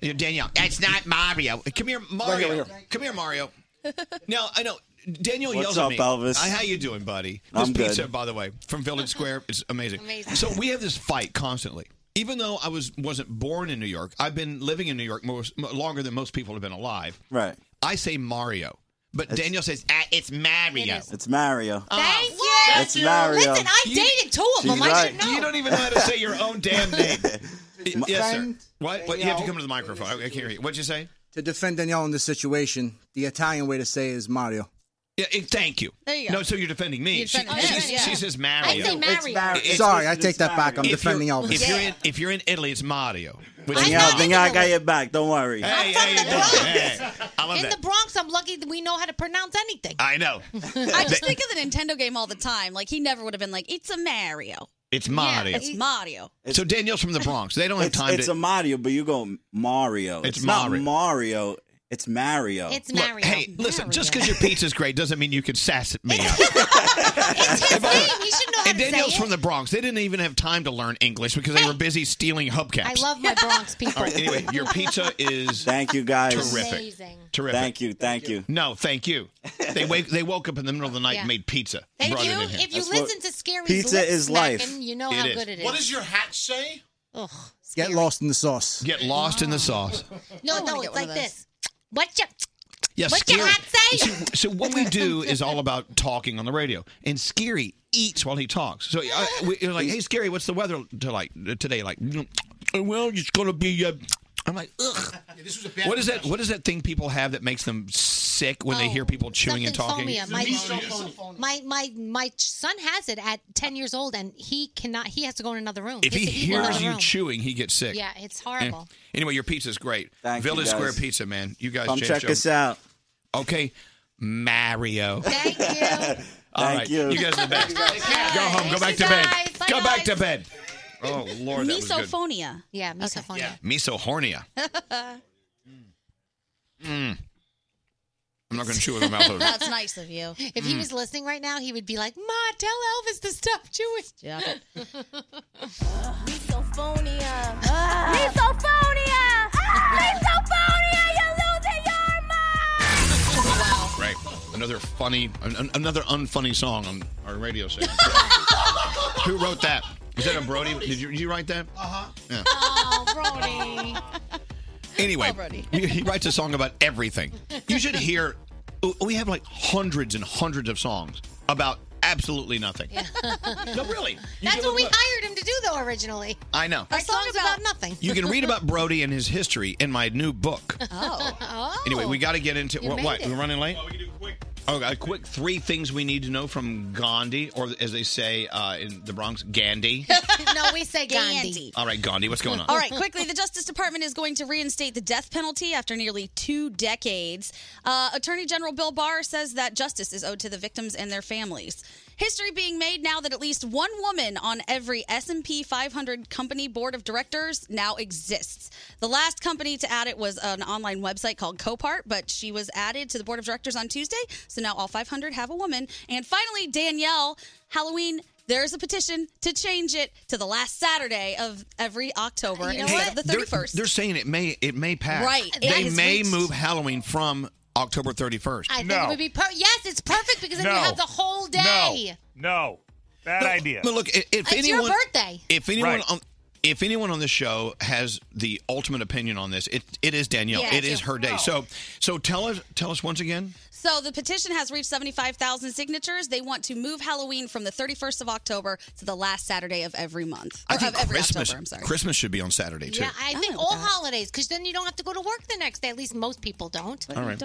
[SPEAKER 1] You know, Danielle, that's not Mario. Come here, Mario.
[SPEAKER 20] here,
[SPEAKER 1] Come here, Mario. Now I know Daniel
[SPEAKER 20] What's
[SPEAKER 1] yells
[SPEAKER 20] up,
[SPEAKER 1] at me.
[SPEAKER 20] Elvis?
[SPEAKER 1] Hi, how you doing, buddy?
[SPEAKER 20] I'm
[SPEAKER 1] this
[SPEAKER 20] good.
[SPEAKER 1] pizza, by the way, from Village Square is amazing.
[SPEAKER 20] Amazing.
[SPEAKER 1] So we have this fight constantly. Even though I was wasn't born in New York, I've been living in New York most, m- longer than most people have been alive.
[SPEAKER 20] Right.
[SPEAKER 1] I say Mario, but Daniel says ah, it's Mario.
[SPEAKER 20] It's Mario.
[SPEAKER 1] Oh,
[SPEAKER 4] Thank you.
[SPEAKER 20] It's Mario.
[SPEAKER 4] Listen, I
[SPEAKER 20] You-
[SPEAKER 4] dated two of
[SPEAKER 21] Oh,
[SPEAKER 20] She's
[SPEAKER 4] them. I
[SPEAKER 20] right.
[SPEAKER 4] should know.
[SPEAKER 1] You don't even know how to say your own damn name. Y- yes, sir.
[SPEAKER 21] friend,
[SPEAKER 1] What? What? You have to come to the microphone. I I can't hear you. What'd you say?
[SPEAKER 21] To defend Danielle in this situation, the Italian way to say it is Mario.
[SPEAKER 1] Yeah, eh, thank you.
[SPEAKER 21] There you
[SPEAKER 1] No, so you're defending me.
[SPEAKER 21] You're
[SPEAKER 1] she,
[SPEAKER 21] defending
[SPEAKER 1] she-
[SPEAKER 21] me, yeah.
[SPEAKER 1] she says Mario.
[SPEAKER 21] I say Mario. It's Mario. Sorry, I take that back. I'm
[SPEAKER 1] If you're-
[SPEAKER 21] defending Elvis.
[SPEAKER 1] If you're in, if you're in Italy, it's Mario. Which is
[SPEAKER 20] Danielle,
[SPEAKER 1] not-
[SPEAKER 20] Danielle, I got your back. Don't worry.
[SPEAKER 1] Hey, hey, hey, hey. I love
[SPEAKER 4] In
[SPEAKER 1] that.
[SPEAKER 4] the Bronx, I'm lucky that we know how to pronounce anything.
[SPEAKER 1] I know.
[SPEAKER 3] I just think of the Nintendo game all the time. Like he never would have been like, "It's a Mario."
[SPEAKER 1] It's Mario.
[SPEAKER 3] Yeah, it's Mario.
[SPEAKER 1] so Danielle's from the Bronx. They don't have
[SPEAKER 20] it's,
[SPEAKER 1] time
[SPEAKER 20] It's
[SPEAKER 1] to.
[SPEAKER 20] a Mario, but you go Mario.
[SPEAKER 1] It's
[SPEAKER 20] not
[SPEAKER 1] Mario.
[SPEAKER 20] Mario. It's Mario.
[SPEAKER 4] It's
[SPEAKER 1] Look,
[SPEAKER 4] Mario.
[SPEAKER 1] hey, listen. Just because your pizza's great doesn't mean you can sass at me.
[SPEAKER 4] He should know how
[SPEAKER 1] and
[SPEAKER 4] to
[SPEAKER 1] Danielle's
[SPEAKER 4] say
[SPEAKER 1] from the Bronx. They didn't even have time to learn English because they were busy stealing
[SPEAKER 4] it.
[SPEAKER 1] hubcaps.
[SPEAKER 4] I love my Bronx people.
[SPEAKER 1] All right. Anyway, your pizza is
[SPEAKER 20] Thank you guys.
[SPEAKER 1] terrific. Terrific.
[SPEAKER 20] Thank you. Thank you.
[SPEAKER 1] No, thank you. They wake they woke up in the middle of the night
[SPEAKER 4] Yeah.
[SPEAKER 1] and made pizza.
[SPEAKER 4] Thank
[SPEAKER 1] and brought
[SPEAKER 4] you.
[SPEAKER 1] It in here.
[SPEAKER 4] If you listen to Scary's
[SPEAKER 1] Pizza
[SPEAKER 4] lip
[SPEAKER 1] is life.
[SPEAKER 4] smacking, you know how
[SPEAKER 1] It is.
[SPEAKER 4] good it is.
[SPEAKER 13] What does your hat say?
[SPEAKER 4] Ugh.
[SPEAKER 21] Get lost in the sauce.
[SPEAKER 1] Get lost
[SPEAKER 4] Ah.
[SPEAKER 1] in the sauce.
[SPEAKER 4] No, no, it's like this. What's your
[SPEAKER 1] Yeah,
[SPEAKER 4] What's your
[SPEAKER 1] Scary-
[SPEAKER 4] hat say?
[SPEAKER 1] So, so what we do is all about talking on the radio, and Scary eats while he talks. So I, we, you're like, "Hey, Scary, what's the weather to like uh, today?" Like, "Mm, "Well, it's gonna be." Uh, I'm like, "Ugh."
[SPEAKER 13] This was a bad
[SPEAKER 1] What is that? What is that thing people have that makes them sick when they
[SPEAKER 4] Oh,
[SPEAKER 1] hear people chewing and talking?
[SPEAKER 4] Phobia. My, my my my son has it at ten years old, and he cannot. He has to go in another room.
[SPEAKER 1] If
[SPEAKER 4] has
[SPEAKER 1] he
[SPEAKER 4] to eat in
[SPEAKER 1] hears
[SPEAKER 4] another
[SPEAKER 1] you
[SPEAKER 4] room.
[SPEAKER 1] chewing, he gets sick.
[SPEAKER 4] yeah, it's horrible.
[SPEAKER 1] Eh. Anyway, your pizza's great.
[SPEAKER 20] you,
[SPEAKER 1] Village
[SPEAKER 20] guys.
[SPEAKER 1] Square Pizza, man. You guys
[SPEAKER 20] Come
[SPEAKER 1] James
[SPEAKER 20] check
[SPEAKER 1] Jones.
[SPEAKER 20] us out.
[SPEAKER 1] Okay, Mario.
[SPEAKER 4] Thank you.
[SPEAKER 1] All
[SPEAKER 20] Thank
[SPEAKER 1] right,
[SPEAKER 20] you.
[SPEAKER 1] you guys are the best. Go home. Go back to bed.
[SPEAKER 3] Thanks, you guys.
[SPEAKER 1] Go
[SPEAKER 3] Bye,
[SPEAKER 1] back
[SPEAKER 3] guys.
[SPEAKER 1] to bed. Oh Lord, that was good.
[SPEAKER 3] Misophonia.
[SPEAKER 4] Yeah, misophonia.
[SPEAKER 1] Misohornia. Mm. I'm not going to chew with my mouth open.
[SPEAKER 3] That's nice of you.
[SPEAKER 4] If he
[SPEAKER 1] Mm.
[SPEAKER 4] was listening right now, he would be like, "Ma, tell Elvis to stop chewing."
[SPEAKER 3] Yeah.
[SPEAKER 14] Misophonia.
[SPEAKER 6] uh.
[SPEAKER 14] Misophonia. Misophonia. You're losing your
[SPEAKER 1] Right. Another funny, an, an- another unfunny song on our radio station. Who wrote that? Is that a Brody? Did you, did you write that?
[SPEAKER 13] Uh-huh.
[SPEAKER 1] Yeah.
[SPEAKER 4] Oh, Brody.
[SPEAKER 1] Anyway,
[SPEAKER 4] Oh, Brody.
[SPEAKER 1] he, he writes a song about everything. You should hear. We have like hundreds and hundreds of songs about absolutely nothing. no, really.
[SPEAKER 4] That's what we hired him to do, though. Originally,
[SPEAKER 1] I know.
[SPEAKER 4] our songs about, nothing.
[SPEAKER 1] You can read about Brody and his history in my new book.
[SPEAKER 4] Oh.
[SPEAKER 1] Anyway, we got to get into
[SPEAKER 4] You
[SPEAKER 1] what?
[SPEAKER 4] made
[SPEAKER 1] what?
[SPEAKER 4] it.
[SPEAKER 1] We're running late. Oh, a quick three things we need to know from Gandhi, or as they say uh, in the Bronx, Gandhi.
[SPEAKER 4] no, we say Gandhi.
[SPEAKER 1] All right, Gandhi, what's going on?
[SPEAKER 3] All right, quickly, the Justice Department is going to reinstate the death penalty after nearly two decades. Uh, Attorney General Bill Barr says that justice is owed to the victims and their families. History being made now that at least one woman on every S&P 500 company board of directors now exists. The last company to add it was an online website called Copart, but she was added to the board of directors on Tuesday, so now all 500 have a woman. And finally, Danielle, Halloween there's a petition to change it to the last Saturday of every October instead of the
[SPEAKER 1] They're-
[SPEAKER 3] 31st.
[SPEAKER 1] They're, saying it may it may pass.
[SPEAKER 3] Right. That
[SPEAKER 1] They
[SPEAKER 3] is
[SPEAKER 1] may
[SPEAKER 3] reached.
[SPEAKER 1] move Halloween from October 31st.
[SPEAKER 4] I think it would be per- yes, it's perfect because then
[SPEAKER 1] No.
[SPEAKER 4] you have the whole day.
[SPEAKER 1] No. Bad idea. But look, i- if
[SPEAKER 4] it's
[SPEAKER 1] anyone
[SPEAKER 4] your birthday.
[SPEAKER 1] if anyone
[SPEAKER 4] Right.
[SPEAKER 1] on if anyone on this show has the ultimate opinion on this, it it is Danielle.
[SPEAKER 3] Yeah,
[SPEAKER 1] it
[SPEAKER 3] I
[SPEAKER 1] is
[SPEAKER 3] do.
[SPEAKER 1] her day.
[SPEAKER 3] No.
[SPEAKER 1] So so tell us tell us once again.
[SPEAKER 3] So the petition has reached 75,000 signatures. They want to move Halloween from the 31st of October to the last Saturday of every month. Or of every
[SPEAKER 1] Christmas
[SPEAKER 3] October, I'm sorry.
[SPEAKER 1] Christmas should be on Saturday too.
[SPEAKER 4] Yeah, I think all holidays because then you don't have to go to work the next day. At least most people don't.
[SPEAKER 1] all right.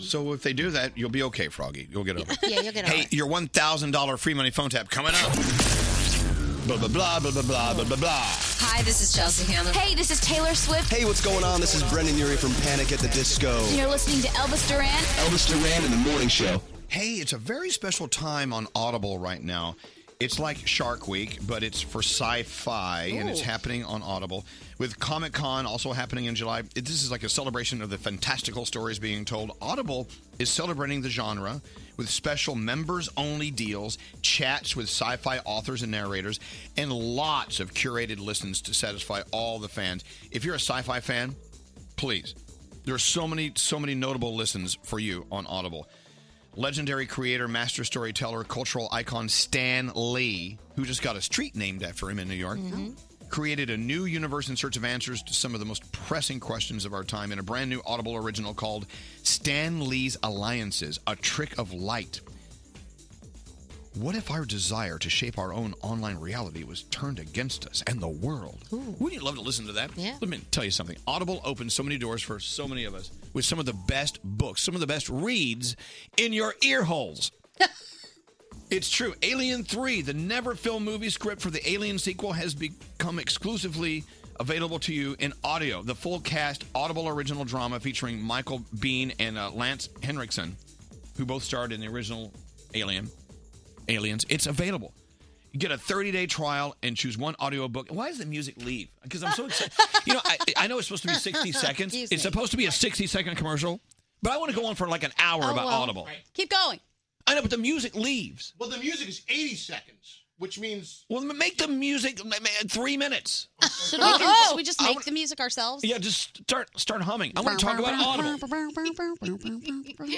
[SPEAKER 1] So if they do that, you'll be okay, Froggy. You'll get over. it.
[SPEAKER 4] Yeah, you'll get
[SPEAKER 1] Hey, your one thousand dollar free money phone tap coming up. Blah blah blah blah blah blah blah blah blah.
[SPEAKER 14] Hi, this is Chelsea Handler. Hey, this is Taylor Swift.
[SPEAKER 2] Hey, what's going on? This is Brendan Urie from Panic at the Disco.
[SPEAKER 14] You're listening to Elvis Duran.
[SPEAKER 2] Elvis Duran in the morning show.
[SPEAKER 1] Hey, it's a very special time on Audible right now. It's like Shark Week, but it's for sci-fi, and it's
[SPEAKER 22] Ooh.
[SPEAKER 1] happening on Audible with Comic Con also happening in July. It- This is like a celebration of the fantastical stories being told. Audible is celebrating the genre with special members-only deals, chats with sci-fi authors and narrators, and lots of curated listens to satisfy all the fans. If you're a sci-fi fan, please. There are so many, so many notable listens for you on Audible. Legendary creator, master storyteller, cultural icon Stan Lee, who just got a street named after him in New York, created a new universe in search of answers to some of the most pressing questions of our time in a brand new Audible original called Stan Lee's Alliances A Trick of Light. What if our desire to shape our own online reality was turned against us and the world? Wouldn't you love to listen to that? Yeah. Let me tell you something. Audible opens so many doors for so many of us with some of the best books, some of the best reads in your ear holes. It's true. Alien 3, the never film movie script for the Alien sequel, has become exclusively available to you in audio. The full cast Audible original drama featuring Michael Bean and uh, Lance Henriksen, who both starred in the original Alien. Aliens. It's available. You get a 30 day trial and choose one audiobook. Why does the music leave? Because I'm so excited. you know, I, I know it's supposed to be 60 seconds.
[SPEAKER 3] Excuse
[SPEAKER 1] It's
[SPEAKER 3] me.
[SPEAKER 1] supposed to be a 60 second commercial, but I want to go on for like an hour
[SPEAKER 3] Oh,
[SPEAKER 1] about
[SPEAKER 3] well.
[SPEAKER 1] Audible.
[SPEAKER 3] Keep going.
[SPEAKER 1] I know, but the music leaves.
[SPEAKER 13] Well, the music is 80 seconds, which means
[SPEAKER 1] Well, m- make the music m- m- three minutes.
[SPEAKER 3] Should we,
[SPEAKER 1] Oh!
[SPEAKER 3] should we just make the music ourselves?
[SPEAKER 1] Yeah, just start start humming. I want to talk about Audible.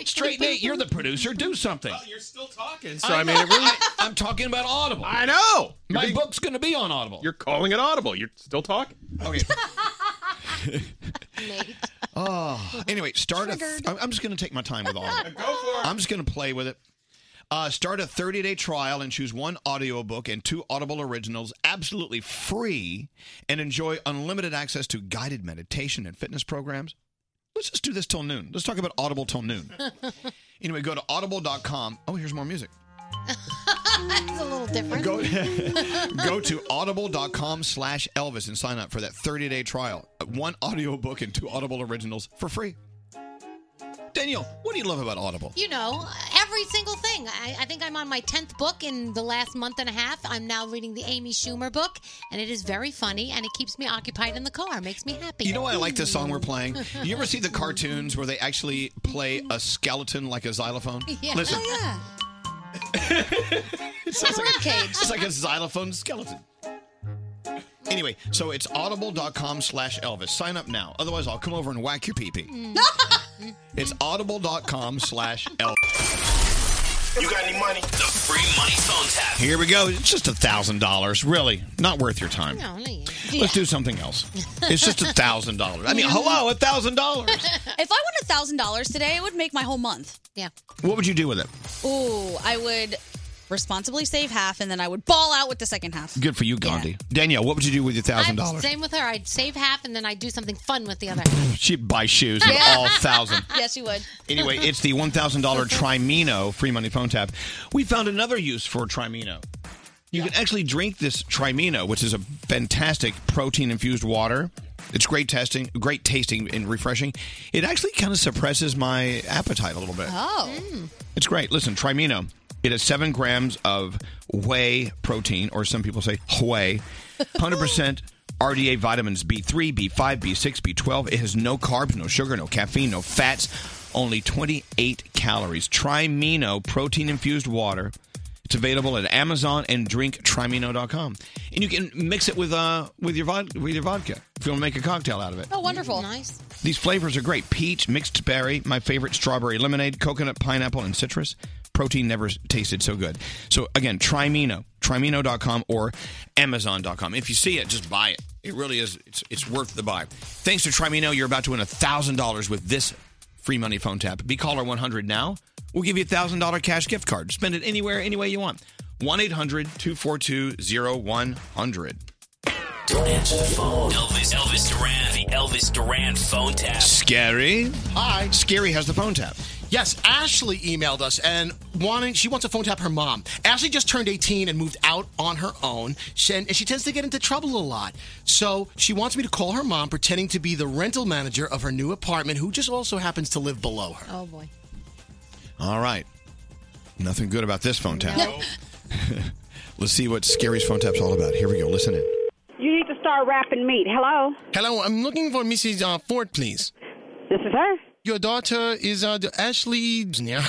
[SPEAKER 1] Straight Nate, you're the producer. Do something.
[SPEAKER 18] You're still talking.
[SPEAKER 1] So I, mean, it really, I, am talking about Audible. I know. My book's going to be on Audible.
[SPEAKER 11] You're calling it audible. You're still talking.
[SPEAKER 1] Okay. oh. Anyway, start a.
[SPEAKER 11] Triggered.
[SPEAKER 1] am just going to take my time with Audible. Go for it. I'm just going to play with it. Uh, start a 30 day trial and choose one audiobook and two Audible originals absolutely free and enjoy unlimited access to guided meditation and fitness programs. Let's just do this till noon. Let's talk about Audible till noon. anyway, go to audible.com. Oh, here's more music.
[SPEAKER 4] That's a little different.
[SPEAKER 1] Go, go to audible.com slash Elvis and sign up for that 30 day trial. One audiobook and two Audible originals for free. Daniel, what do you love about Audible?
[SPEAKER 4] You know, every single thing. I, I think I'm on my 10th book in the last month and a half. I'm now reading the Amy Schumer book, and it is very funny, and it keeps me occupied in the car, makes me happy.
[SPEAKER 1] You know why I like this song we're playing? You ever see the cartoons where they actually play a skeleton like a xylophone?
[SPEAKER 4] Yeah. Oh,
[SPEAKER 1] Listen,
[SPEAKER 6] Oh,
[SPEAKER 4] Yeah.
[SPEAKER 1] it sounds like a, it's like a xylophone skeleton. Anyway, so it's audible.com slash Elvis. Sign up now. Otherwise, I'll come over and whack your pee pee. It's audible.com slash Elvis.
[SPEAKER 5] You got any money? The free money phone tap.
[SPEAKER 1] Here we go. It's just a thousand dollars. Really, not worth your time.
[SPEAKER 4] No, no, you-
[SPEAKER 1] Let's do something else. It's just a thousand dollars. I mean, hello, a thousand dollars.
[SPEAKER 3] if I won thousand dollars today, it would make my whole month.
[SPEAKER 4] Yeah.
[SPEAKER 1] What would you do with it?
[SPEAKER 3] Ooh, I would responsibly save half, and then I would ball out with the second half.
[SPEAKER 1] Good for you, Gandhi. Danielle, what would you do with your thousand dollars?
[SPEAKER 4] Same with her. I'd save half, and then I'd do something fun with the other. half.
[SPEAKER 1] She'd buy shoes with all thousand.
[SPEAKER 3] yes, you would.
[SPEAKER 1] Anyway, it's the one thousand dollar Trimino free money phone tap. We found another use for Trimino. You can actually drink this Trimino, which is a fantastic protein infused water. It's great testing, great tasting, and refreshing. It actually kind of suppresses my appetite a little bit.
[SPEAKER 3] Oh.
[SPEAKER 1] It's great. Listen, Trimino. It has seven grams of whey protein, or some people say whey, 100% RDA vitamins B3, B5, B6, B12. It has no carbs, no sugar, no caffeine, no fats, only 28 calories. Trimino protein infused water. It's available at Amazon and drinktrimino.com. And you can mix it with uh with your vod- with your vodka if you want to make a cocktail out of it.
[SPEAKER 4] Oh, wonderful. Nice.
[SPEAKER 1] These flavors are great peach, mixed berry, my favorite strawberry lemonade, coconut, pineapple, and citrus. Protein never s- tasted so good. So, again, Trimino, trimino.com or amazon.com. If you see it, just buy it. It really is, it's, it's worth the buy. Thanks to Trimino, you're about to win $1,000 with this free money phone tap. Be caller 100 now. We'll give you a $1,000 cash gift card. Spend it anywhere, any way you want. 1 800 242 0100.
[SPEAKER 5] Don't answer the phone. Elvis, Elvis Duran, the Elvis Duran phone tap.
[SPEAKER 1] Scary.
[SPEAKER 13] Hi.
[SPEAKER 1] Scary has the phone tap.
[SPEAKER 13] Yes, Ashley emailed us and wanting she wants to phone tap her mom. Ashley just turned 18 and moved out on her own, she, and she tends to get into trouble a lot. So she wants me to call her mom, pretending to be the rental manager of her new apartment, who just also happens to live below her.
[SPEAKER 23] Oh boy.
[SPEAKER 1] All right. Nothing good about this phone tap.
[SPEAKER 23] No.
[SPEAKER 1] Let's see what Scary's phone tap's all about. Here we go. Listen in.
[SPEAKER 16] You need to start wrapping meat. Hello?
[SPEAKER 13] Hello, I'm looking for Mrs. Uh, Ford, please.
[SPEAKER 16] This is her.
[SPEAKER 13] Your daughter is uh, the Ashley, yeah,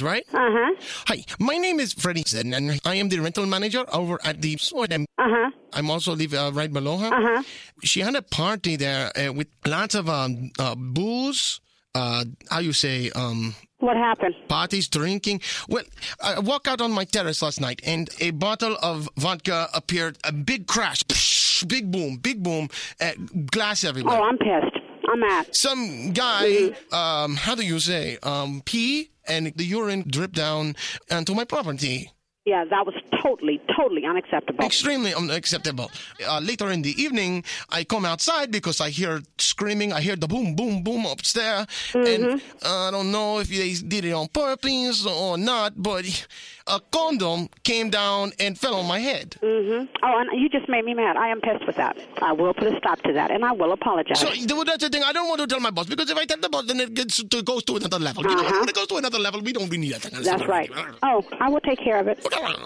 [SPEAKER 13] right?
[SPEAKER 16] Uh huh.
[SPEAKER 13] Hi, my name is Freddie Zen, and I am the rental manager over at the store. Uh
[SPEAKER 16] huh.
[SPEAKER 13] I'm also live uh, right below her. Uh
[SPEAKER 16] Uh-huh.
[SPEAKER 13] huh. She had a party there uh, with lots of um, uh, booze. Uh, how you say? Um,
[SPEAKER 16] what happened?
[SPEAKER 13] Parties, drinking. Well, I walked out on my terrace last night, and a bottle of vodka appeared. A big crash, Psh, big boom, big boom, uh, glass everywhere.
[SPEAKER 16] Oh, I'm pissed. I'm Mm-hmm. out.
[SPEAKER 13] Some guy, um, how do you say, um, pee, and the urine dripped down onto my property.
[SPEAKER 16] Yeah, that was totally, totally unacceptable.
[SPEAKER 13] Extremely unacceptable. Uh, later in the evening, I come outside because I hear screaming. I hear the boom, boom, boom upstairs.
[SPEAKER 16] Mm-hmm.
[SPEAKER 13] And I don't know if they did it on purpose or not, but a condom came down and fell on my head.
[SPEAKER 16] Mm-hmm. Oh, and you just made me mad. I am pissed with that. I will put a stop to that, and I will apologize.
[SPEAKER 13] So th- well, that's the thing. I don't want to tell my boss because if I tell the boss, then it gets to, goes to another level. You know,
[SPEAKER 16] Uh-huh.
[SPEAKER 13] when it goes to another level, we don't we need that. thing.
[SPEAKER 16] That's right. Oh, I will take care of it.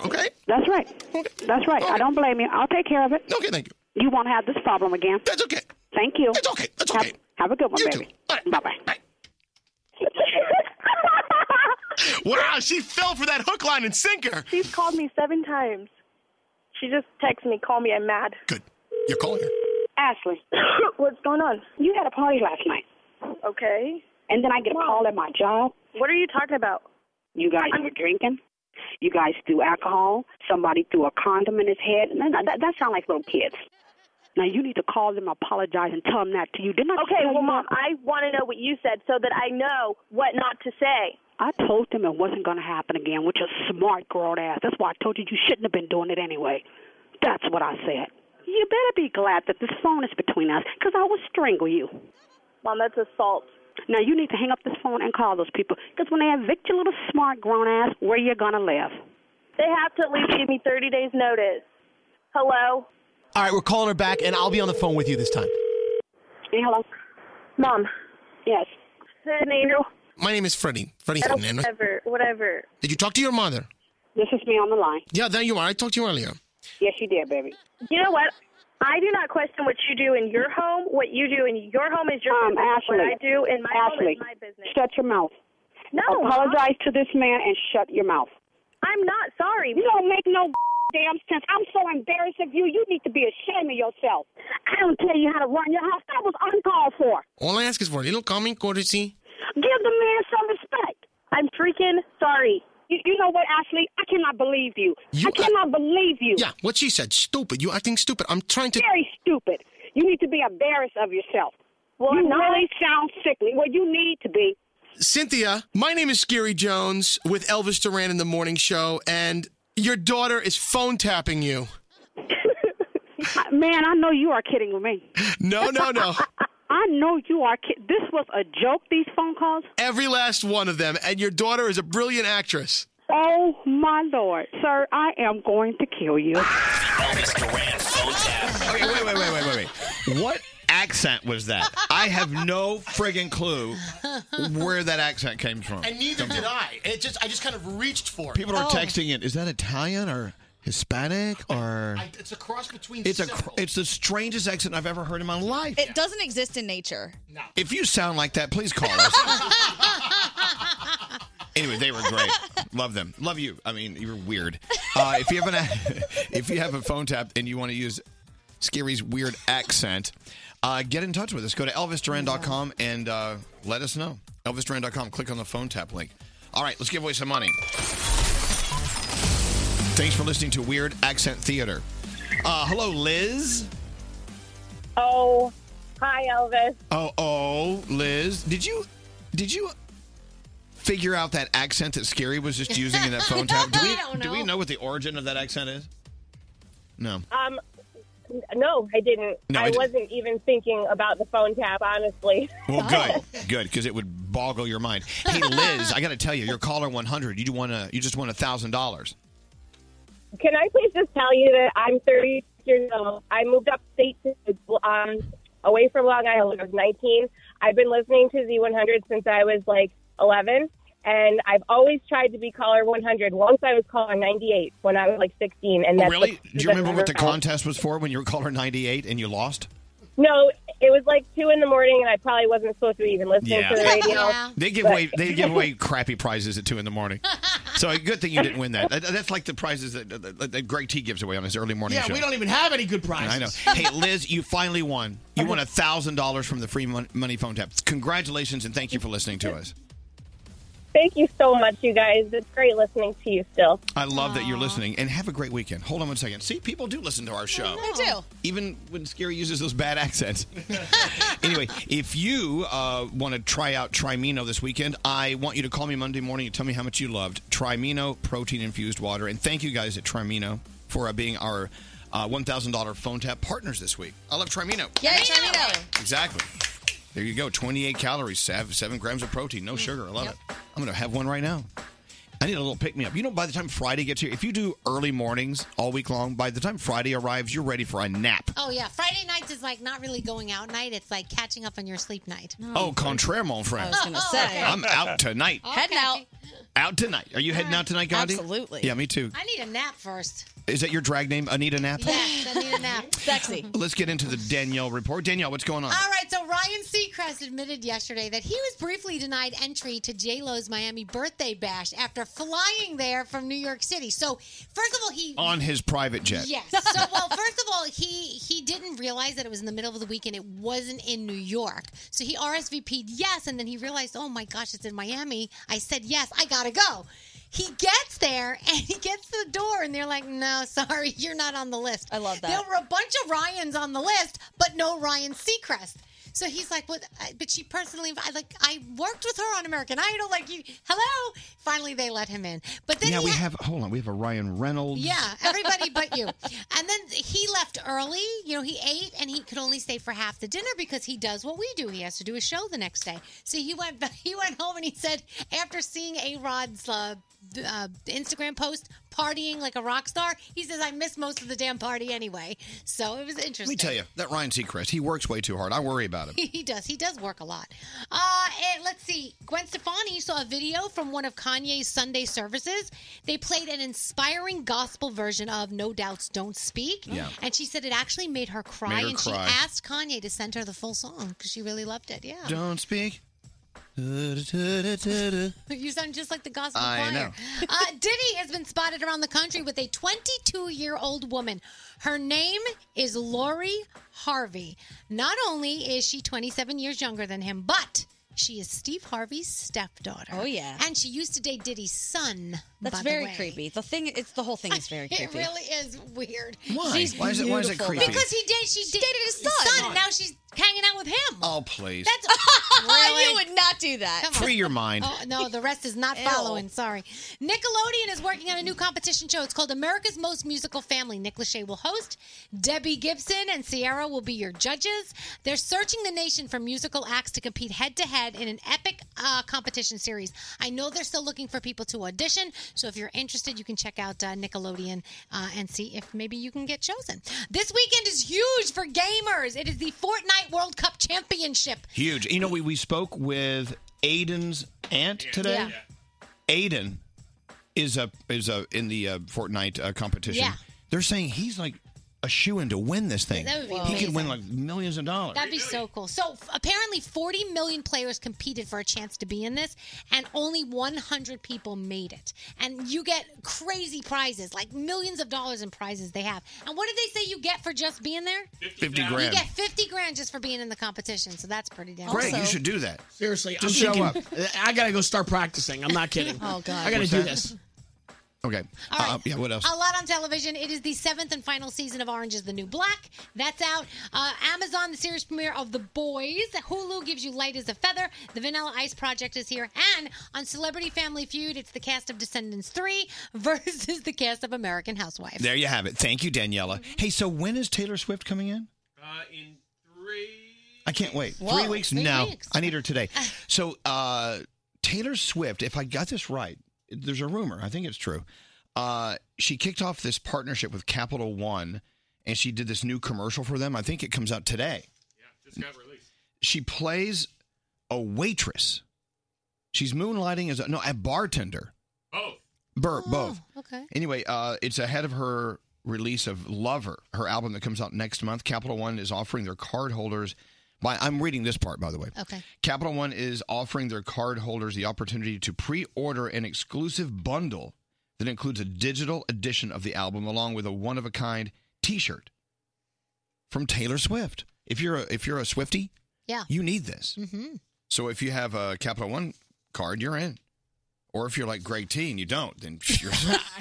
[SPEAKER 13] Okay.
[SPEAKER 16] That's right. That's right. I don't blame you. I'll take care of it.
[SPEAKER 13] Okay, thank
[SPEAKER 16] you. You won't have this problem again.
[SPEAKER 13] That's okay.
[SPEAKER 16] Thank you. It's okay. That's okay. Have, have a good one, baby. Bye bye.
[SPEAKER 13] Wow, she fell for that hook, line, and sinker.
[SPEAKER 24] She's called me seven times. She just texts me, call me, I'm mad.
[SPEAKER 13] You're calling her.
[SPEAKER 16] Ashley, what's going on? You had a party last night,
[SPEAKER 24] Okay.
[SPEAKER 16] and then I get a call at my job.
[SPEAKER 24] What are you talking about?
[SPEAKER 16] You guys were drinking. You guys threw alcohol. Somebody threw a condom in his head. No, no, That, that sounds like little kids. Now you need to call them, apologize, and tell them that to you. Didn't I
[SPEAKER 24] Okay,
[SPEAKER 16] tell
[SPEAKER 24] well,
[SPEAKER 16] you
[SPEAKER 24] Mom,
[SPEAKER 16] that?
[SPEAKER 24] I want to know what you said so that I know what not to say.
[SPEAKER 16] I told them it wasn't going to happen again, which is smart, grown ass. That's why I told you you shouldn't have been doing it anyway. That's what I said. You better be glad that this phone is between us, because I will strangle you.
[SPEAKER 24] Mom, that's assault.
[SPEAKER 16] Now you need to hang up this phone and call those people, because when they evict your little smart, grown ass, where you going to live?
[SPEAKER 24] They have to at least give me 30 days' notice. Hello?
[SPEAKER 25] All right, we're calling her back, and I'll be on the phone with you this time.
[SPEAKER 16] Hey, hello.
[SPEAKER 24] Mom.
[SPEAKER 16] Yes.
[SPEAKER 24] An angel.
[SPEAKER 13] My name is Freddie. Freddie.
[SPEAKER 24] Oh,
[SPEAKER 13] Hannan.
[SPEAKER 24] Whatever, whatever.
[SPEAKER 13] Did you talk to your mother?
[SPEAKER 16] This is me on the line.
[SPEAKER 13] Yeah, there you are. I talked to you earlier.
[SPEAKER 16] Yes, you did, baby.
[SPEAKER 24] You know what? I do not question what you do in your home. What you do in your home is your
[SPEAKER 16] Um,
[SPEAKER 24] business.
[SPEAKER 16] Ashley.
[SPEAKER 24] what I do in my home
[SPEAKER 16] Ashley,
[SPEAKER 24] is my business.
[SPEAKER 16] shut your mouth.
[SPEAKER 24] No,
[SPEAKER 16] Apologize to this man and shut your mouth.
[SPEAKER 24] I'm not sorry.
[SPEAKER 16] You don't make no damn sense. I'm so embarrassed of you. You need to be ashamed of yourself. I don't tell you how to run your house. That was uncalled for.
[SPEAKER 13] All I ask is for a little common courtesy.
[SPEAKER 16] Give the man some respect.
[SPEAKER 24] I'm freaking sorry.
[SPEAKER 16] You, you know what, Ashley? I cannot believe you. I cannot believe you.
[SPEAKER 13] Yeah, what she said. Stupid. You acting stupid. I'm trying to.
[SPEAKER 16] Very stupid. You need to be embarrassed of yourself. Well, you
[SPEAKER 13] I'm not.
[SPEAKER 16] really sound sickly. Well, you need to be.
[SPEAKER 13] Cynthia, my name is Scary Jones with Elvis Duran in the Morning Show, and your daughter is phone tapping you.
[SPEAKER 16] I- Man, I know you are kidding with me.
[SPEAKER 13] No, no, no.
[SPEAKER 16] I know you are kidding. This was a joke, these phone calls.
[SPEAKER 13] Every last one of them, and your daughter is a brilliant actress.
[SPEAKER 16] Oh, my Lord. Sir, I am going to kill you.
[SPEAKER 1] Okay, wait, wait, wait, wait, wait, wait. What accent was that? I have no friggin' clue where that accent came from.
[SPEAKER 13] And neither
[SPEAKER 1] Come
[SPEAKER 13] did
[SPEAKER 1] from.
[SPEAKER 13] I. It just I just kind of reached for it. Oh.
[SPEAKER 4] Oh.
[SPEAKER 1] People are texting in. Is that Italian or Hispanic or?
[SPEAKER 13] I- it's a cross between.
[SPEAKER 1] It's a
[SPEAKER 13] several.
[SPEAKER 1] cr- it's the strangest accent I've ever heard in my life.
[SPEAKER 3] It doesn't exist in nature.
[SPEAKER 1] If you sound like that, please call us. anyway, they were great. Love them. Love you. I mean, you're weird. Uh, if you have an if you have a phone tap and you want to use Scary's weird accent, uh, get in touch with us. Go to elvisduran.com and uh, let us know. Elvisduran.com. Click on the phone tap link. All right, let's give away some money. Thanks for listening to Weird Accent Theater. Uh, hello, Liz.
[SPEAKER 8] Oh, hi, Elvis.
[SPEAKER 1] Oh, oh, Liz, did you did you figure out that accent that Scary was just using in that phone tap? Do we do we know what the origin of that accent is? No.
[SPEAKER 8] Um, n- no, I didn't.
[SPEAKER 1] No,
[SPEAKER 8] I,
[SPEAKER 1] I didn't.
[SPEAKER 8] wasn't even thinking about the phone tap, honestly.
[SPEAKER 1] Well,
[SPEAKER 8] Oh.
[SPEAKER 1] good, good, because it would boggle your mind. Hey, Liz, I got to tell you, your caller 100. You want to? You just won a thousand dollars.
[SPEAKER 8] Can I please just tell you that I'm 30 years old? I moved upstate to um, away from Long Island. I was 19. I've been listening to Z100 since I was like 11, and I've always tried to be caller 100. Once I was caller 98 when I was like 16, and that's
[SPEAKER 1] Oh, really?
[SPEAKER 8] the-
[SPEAKER 1] Do
[SPEAKER 8] that's
[SPEAKER 1] you remember what the
[SPEAKER 8] never felt.
[SPEAKER 1] contest was for when you were caller 98 and you lost?
[SPEAKER 8] No, it was like two in the morning, and I probably wasn't supposed to be even listening to the radio.
[SPEAKER 1] They give
[SPEAKER 8] But-
[SPEAKER 1] away they give away crappy prizes at two in the morning. So a good thing you didn't win that. That- That's like the prizes that, that, that Greg T gives away on his early morning
[SPEAKER 13] Yeah,
[SPEAKER 1] show.
[SPEAKER 13] we don't even have any good prizes.
[SPEAKER 1] I know. Hey, Liz, you finally won. You won a thousand dollars from the free mon- money phone tap. Congratulations and thank you for listening to us.
[SPEAKER 8] Thank you so much, you guys. It's great listening to you still.
[SPEAKER 1] I love that you're listening and have a great weekend. Hold on one second. See, people do listen to our show.
[SPEAKER 3] I do.
[SPEAKER 1] Even when Scary uses those bad accents. anyway, if you uh, want to try out Trimino this weekend, I want you to call me Monday morning and tell me how much you loved Trimino protein infused water. And thank you guys at Trimino for uh, being our uh, $1,000 phone tap partners this week. I love Trimino.
[SPEAKER 3] Yay, Trimino.
[SPEAKER 1] Exactly. There you go. 28 calories, sev- seven grams of protein,
[SPEAKER 4] Mm.
[SPEAKER 1] no sugar. I love it. I'm going to have one right now. I need a little pick me up. You know, by the time Friday gets here, if you do early mornings all week long, by the time Friday arrives, you're ready for a nap.
[SPEAKER 4] Oh yeah, Friday nights is like not really going out night. It's like catching up on your sleep night.
[SPEAKER 1] Oh, contraire, mon friend.
[SPEAKER 4] I was gonna say.
[SPEAKER 1] I'm out tonight.
[SPEAKER 4] Heading out.
[SPEAKER 1] Out tonight. Are you heading out tonight, Gandhi?
[SPEAKER 4] Absolutely.
[SPEAKER 1] Yeah, me too.
[SPEAKER 4] I need a nap first.
[SPEAKER 1] Is that your drag name, Anita Nap?
[SPEAKER 4] Yes, I need a nap.
[SPEAKER 3] Sexy.
[SPEAKER 1] Let's get into the Danielle report. Danielle, what's going on?
[SPEAKER 4] All right, so Ryan Seacrest admitted yesterday that he was briefly denied entry to J Lo's Miami birthday bash after flying there from New York City. So first of all, he
[SPEAKER 1] On his private jet.
[SPEAKER 4] Yes. So, well, first of all, he he didn't realize that it was in the middle of the week and it wasn't in New York. So he RSVP'd yes, and then he realized, oh my gosh, it's in Miami. I said yes. I gotta go. He gets there and he gets to the door, and they're like, "No, sorry, you're not on the list." I love
[SPEAKER 3] that.
[SPEAKER 4] There were a bunch of Ryan's on the list, but no Ryan Seacrest. So he's like, "What?" I- But she personally, I like, I worked with her on American Idol. Like, you, hello. Finally, they let him in. But then
[SPEAKER 1] yeah,
[SPEAKER 4] he
[SPEAKER 1] we have, hold on, we have a Ryan Reynolds.
[SPEAKER 4] yeah, everybody but you. And then he left early. You know, he ate and he could only stay for half the dinner because he does what we do. He has to do a show the next day. So he went back- he went home and he said after seeing A Rod's uh, uh, Instagram post partying like a rock star, he says I missed most of the damn party anyway. So it was interesting.
[SPEAKER 1] Let me tell you, that Ryan Seacrest, he works way too hard. I worry about him.
[SPEAKER 4] He does. He does work a lot. Uh, and let's see. Gwen Stefani saw a video from one of Kanye's Sunday services. They played an inspiring gospel version of No Doubt's Don't Speak.
[SPEAKER 7] Yeah.
[SPEAKER 4] And she said it actually made her cry.
[SPEAKER 1] Made her
[SPEAKER 4] and
[SPEAKER 1] cry.
[SPEAKER 4] she asked Kanye to send her the full song because she really loved it. Yeah.
[SPEAKER 1] Don't speak. Da-da-da-da-da-da.
[SPEAKER 4] You sound just like the gospel
[SPEAKER 1] I
[SPEAKER 4] choir.
[SPEAKER 1] know.
[SPEAKER 4] uh, Diddy has been spotted around the country with a 22 year old woman. Her name is Lori Harvey. Not only is she 27 years younger than him, but she is Steve Harvey's stepdaughter.
[SPEAKER 3] Oh, yeah.
[SPEAKER 4] And she used to date Diddy's son.
[SPEAKER 3] That's
[SPEAKER 4] by the
[SPEAKER 3] very
[SPEAKER 4] way.
[SPEAKER 3] creepy. The thing, it's the whole thing is very
[SPEAKER 4] It
[SPEAKER 3] creepy.
[SPEAKER 4] really is weird.
[SPEAKER 1] Why? Why is it- why is it
[SPEAKER 3] beautiful,
[SPEAKER 1] creepy?
[SPEAKER 3] though.
[SPEAKER 4] Because he did. She, dated his son. and now she's hanging out with him.
[SPEAKER 1] Oh, please.
[SPEAKER 4] That's
[SPEAKER 3] You would not do that.
[SPEAKER 4] Come on.
[SPEAKER 1] Free your mind.
[SPEAKER 4] Oh, no, the rest is not following. Sorry. Nickelodeon is working on a new competition show. It's called America's Most Musical Family. Nick Lachey will host. Debbie Gibson and Sierra will be your judges. They're searching the nation for musical acts to compete head to head in an epic uh, competition series. I know they're still looking for people to audition, so if you're interested, you can check out uh, Nickelodeon uh, and see if maybe you can get chosen. This weekend is huge for gamers. It is the Fortnite Night World Cup Championship.
[SPEAKER 1] Huge. You know, we, we spoke with Aiden's aunt today.
[SPEAKER 4] Yeah.
[SPEAKER 1] Aiden is a is a in the uh, Fortnite uh, competition.
[SPEAKER 4] Yeah.
[SPEAKER 1] They're saying he's like a shoe in to win this thing.
[SPEAKER 4] That would be
[SPEAKER 1] he could
[SPEAKER 4] amazing.
[SPEAKER 1] win like millions of dollars.
[SPEAKER 4] That'd be so cool. So f- apparently, 40 million players competed for a chance to be in this, and only 100 people made it. And you get crazy prizes, like millions of dollars in prizes they have. And what did they say you get for just being there?
[SPEAKER 1] 50 grand.
[SPEAKER 4] You get 50 grand just for being in the competition. So that's pretty damn.
[SPEAKER 1] Greg,
[SPEAKER 4] cool.
[SPEAKER 1] you should do that.
[SPEAKER 7] Seriously,
[SPEAKER 1] Just
[SPEAKER 7] I'm
[SPEAKER 1] show
[SPEAKER 7] thinking, I gotta go start practicing. I'm not kidding.
[SPEAKER 4] Oh, God.
[SPEAKER 7] I gotta
[SPEAKER 1] What's
[SPEAKER 7] do
[SPEAKER 1] that?
[SPEAKER 7] this.
[SPEAKER 1] Okay. Uh, yeah, what else?
[SPEAKER 4] A lot on television. It is the seventh and final season of Orange is the New Black. That's out. Uh, Amazon, the series premiere of The Boys. Hulu gives you Light as a Feather. The Vanilla Ice Project is here. And on Celebrity Family Feud, it's the cast of Descendants 3 versus the cast of American Housewives.
[SPEAKER 1] There you have it. Thank you, Daniela.
[SPEAKER 18] Mm-hmm.
[SPEAKER 1] Hey, so when is Taylor Swift coming in?
[SPEAKER 18] Uh, in
[SPEAKER 1] I can't wait.
[SPEAKER 18] Whoa,
[SPEAKER 1] three weeks?
[SPEAKER 18] three
[SPEAKER 1] no.
[SPEAKER 18] weeks. Ah.
[SPEAKER 1] I need her today. So, uh, Taylor Swift, if I got this right, there's a rumor. I think it's true. Uh, she kicked off this partnership with Capital One and she did this new commercial for them. I think it comes out today.
[SPEAKER 18] just got released.
[SPEAKER 1] She plays a waitress. She's moonlighting as a, no, a bartender.
[SPEAKER 18] Both.
[SPEAKER 1] Bur- both.
[SPEAKER 18] Oh,
[SPEAKER 4] Okay.
[SPEAKER 1] Anyway, uh, it's ahead of her release of Lover, her album that comes out next month. Capital One is offering their card holders. By, I'm reading this part, by the way.
[SPEAKER 4] Okay.
[SPEAKER 1] Capital One is offering their card holders the opportunity to pre order an exclusive bundle that includes a digital edition of the album along with a one of a kind t shirt from Taylor Swift. If you're a, if you're a Swifty,
[SPEAKER 4] Yeah.
[SPEAKER 1] you need this.
[SPEAKER 4] Mhm.
[SPEAKER 1] So if you have a Capital One card, you're in. Or if you're like Greg T and you don't, then you're,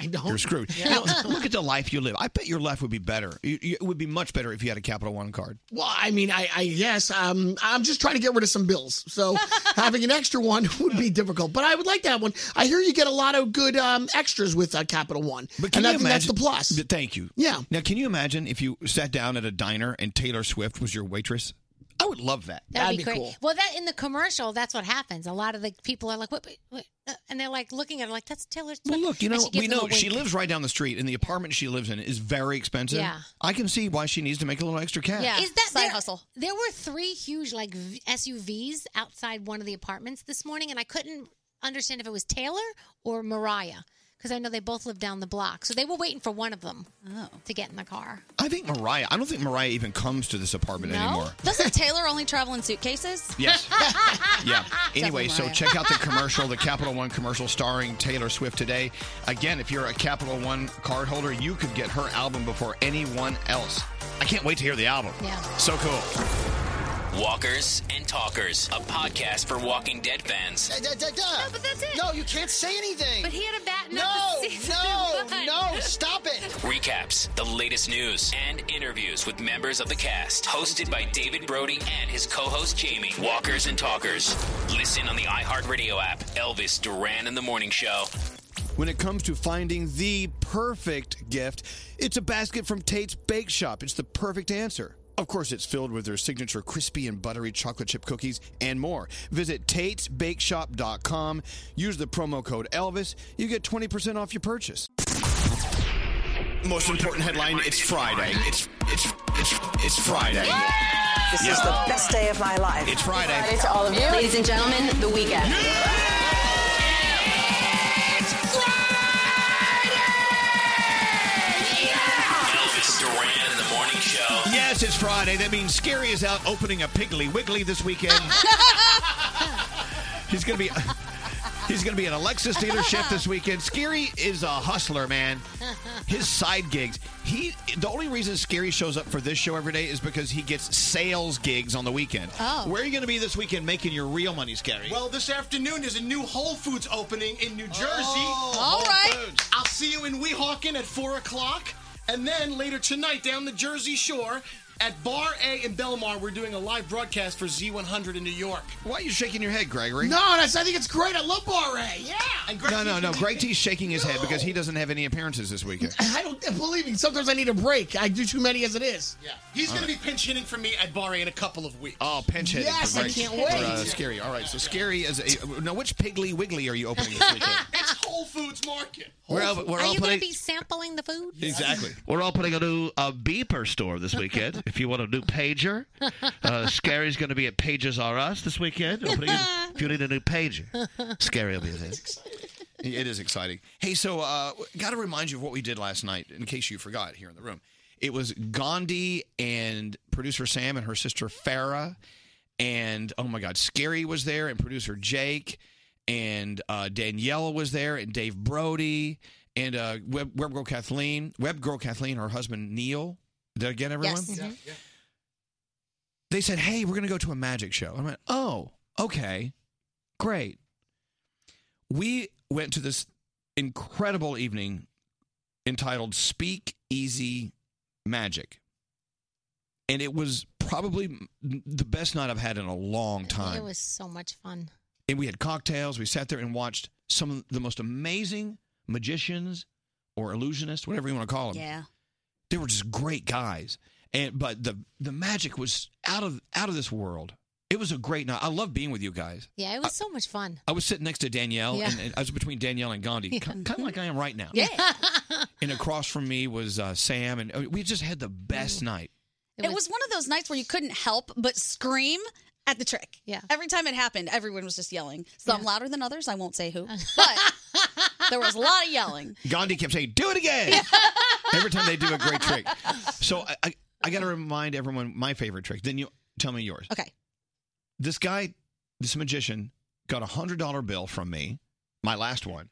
[SPEAKER 1] you're screwed.
[SPEAKER 7] Yeah.
[SPEAKER 1] Now, look at the life you live. I bet your life would be better. You- you- It would be much better if you had a Capital One card.
[SPEAKER 7] Well, I mean, I, I guess um, I'm just trying to get rid of some bills. So having an extra one would be difficult. But I would like that one. I hear you get a lot of good um, extras with uh, Capital One.
[SPEAKER 1] But can
[SPEAKER 7] and I
[SPEAKER 1] you
[SPEAKER 7] think that's
[SPEAKER 1] imagine?
[SPEAKER 7] the plus.
[SPEAKER 1] Th- Thank you.
[SPEAKER 7] Yeah.
[SPEAKER 1] Now, can you imagine if you sat down at a diner and Taylor Swift was your waitress? I would love that.
[SPEAKER 4] That'd, be, great. Well, that in the commercial, that's what happens. A lot of the people are like, what, what, uh, and they're like looking at her like, that's Taylor Swift.
[SPEAKER 1] Well, look, you
[SPEAKER 4] And
[SPEAKER 1] know,
[SPEAKER 4] she gives
[SPEAKER 1] we
[SPEAKER 4] them a
[SPEAKER 1] know she
[SPEAKER 4] wink.
[SPEAKER 1] lives right down the street, and the apartment she lives in is very expensive.
[SPEAKER 4] Yeah.
[SPEAKER 1] I can see why she needs to make a little extra cash.
[SPEAKER 4] Is that side there, hustle? There were three huge like v- SUVs outside one of the apartments this morning, and I couldn't understand if it was Taylor or Mariah because I know they both live down the block. So they were waiting for one of them to get in the car.
[SPEAKER 1] I think Mariah. I don't think Mariah even comes to this apartment anymore.
[SPEAKER 3] Doesn't Taylor only travel in suitcases?
[SPEAKER 1] Yes. yeah. Anyway, so
[SPEAKER 3] Mariah.
[SPEAKER 1] check out the commercial, the Capital One commercial starring Taylor Swift today. Again, if you're a Capital One card holder, you could get her album before anyone else. I can't wait to hear the album.
[SPEAKER 4] Yeah.
[SPEAKER 1] So cool.
[SPEAKER 5] Walkers and Talkers, a podcast for Walking Dead fans.
[SPEAKER 25] No,
[SPEAKER 19] but that's it.
[SPEAKER 25] No, you can't say anything.
[SPEAKER 19] But he had a bat in
[SPEAKER 25] No,
[SPEAKER 19] the season
[SPEAKER 25] no,
[SPEAKER 19] one.
[SPEAKER 25] no, stop it.
[SPEAKER 5] Recaps, the latest news, and interviews with members of the cast. Hosted by David Brody and his co host Jamie. Walkers and Talkers. Listen on the iHeartRadio app. Elvis Duran and the Morning Show.
[SPEAKER 2] When it comes to finding the perfect gift, it's a basket from Tate's Bake Shop. It's the perfect answer.
[SPEAKER 1] Of course, it's filled with their signature crispy and buttery chocolate chip cookies and more. Visit Tate'sBakeShop.com. Use the promo code Elvis. You get 20% off your purchase. Most important headline, it's Friday. It's it's it's, it's Friday.
[SPEAKER 12] This
[SPEAKER 1] Yeah.
[SPEAKER 12] is the best day of my life.
[SPEAKER 1] It's Friday.
[SPEAKER 12] Friday to all of you. Ladies and gentlemen, the weekend.
[SPEAKER 5] Elvis Duran and the Morning Show.
[SPEAKER 1] Yes, it's Friday. That means Scary is out opening a Piggly Wiggly this weekend. he's gonna be he's gonna be an Alexis dealership this weekend. Scary is a hustler, man. His side gigs. He the only reason Scary shows up for this show every day is because he gets sales gigs on the weekend.
[SPEAKER 25] Oh.
[SPEAKER 1] Where are you gonna be this weekend making your real money, Scary?
[SPEAKER 25] Well, this afternoon there's a new Whole Foods opening in New Jersey.
[SPEAKER 1] Oh, All Whole right. Foods.
[SPEAKER 25] I'll see you in Weehawken at four o'clock, and then later tonight down the Jersey Shore. At Bar A in Belmar, we're doing a live broadcast for Z100 in New York.
[SPEAKER 1] Why are you shaking your head, Gregory?
[SPEAKER 25] No, that's, I think it's great. I love Bar A. Yeah. And Greg
[SPEAKER 1] no, no,
[SPEAKER 25] T's
[SPEAKER 1] no.
[SPEAKER 25] gonna
[SPEAKER 1] Greg T's shaking his head because he doesn't have any appearances this weekend.
[SPEAKER 7] I don't believe me. Sometimes I need a break. I do too many as it is.
[SPEAKER 25] Yeah. He's
[SPEAKER 1] All
[SPEAKER 25] going to
[SPEAKER 1] right.
[SPEAKER 25] be pinch hitting for me at Bar A in a couple of weeks.
[SPEAKER 1] Oh, pinch hitting.
[SPEAKER 25] Yes,
[SPEAKER 1] for
[SPEAKER 25] I
[SPEAKER 1] Greg-
[SPEAKER 25] can't
[SPEAKER 1] for,
[SPEAKER 25] wait.
[SPEAKER 1] uh, scary. All right, so scary is a, now. Which Piggly Wiggly are you opening this weekend?
[SPEAKER 25] It's Whole Foods Market.
[SPEAKER 1] We're all, we're
[SPEAKER 4] Are
[SPEAKER 1] all
[SPEAKER 4] you going
[SPEAKER 1] putting
[SPEAKER 4] to be sampling the food?
[SPEAKER 1] exactly. We're all putting a new uh, beeper store this weekend. if you want a new pager, uh, Scary's going to be at Pages R Us this weekend. Opening it- if you need a new pager, Scary will be there. It is exciting. Hey, so uh, got to remind you of what we did last night, in case you forgot here in the room. It was Gandhi and producer Sam and her sister Farah, and oh my God, Scary was there, and producer Jake, and uh, Daniela was there, and Dave Brody, and uh, Web, Web Girl Kathleen, Web Girl Kathleen, her husband Neil. Did I get everyone?
[SPEAKER 6] Mm-hmm.
[SPEAKER 1] They said, "Hey, we're going to go to a magic show." I went, "Oh, okay, great." we went to this incredible evening entitled Speak Easy Magic. And it was probably the best night I've had in a long
[SPEAKER 4] It
[SPEAKER 1] time.
[SPEAKER 4] was so much fun.
[SPEAKER 1] and we had cocktails. We sat there and watched some of the most amazing magicians or illusionists, whatever you want to call them.
[SPEAKER 3] Yeah.
[SPEAKER 1] They were just great guys. And but the the magic was out of out of this world. It was a great night. I love being with you guys.
[SPEAKER 4] Yeah, it was so much fun.
[SPEAKER 1] I was sitting next to Danielle,
[SPEAKER 4] Yeah.
[SPEAKER 1] and, and I was between Danielle and Gandhi,
[SPEAKER 4] Yeah.
[SPEAKER 1] kind of like I am right now.
[SPEAKER 4] Yeah.
[SPEAKER 1] And across from me was uh, Sam, and uh, we just had the
[SPEAKER 4] Mm.
[SPEAKER 1] best night.
[SPEAKER 3] It was one of those nights where you couldn't help but scream at the trick. Yeah. Every time it happened, everyone was just yelling. Some louder than others. I won't say who, but there was a lot of yelling.
[SPEAKER 1] Gandhi kept saying, "Do it again!" Every time they do a great trick. So I, I, I got to remind everyone my favorite trick. Then you tell me yours.
[SPEAKER 3] Okay.
[SPEAKER 1] This guy, this magician, got a hundred dollar bill from me, my last one,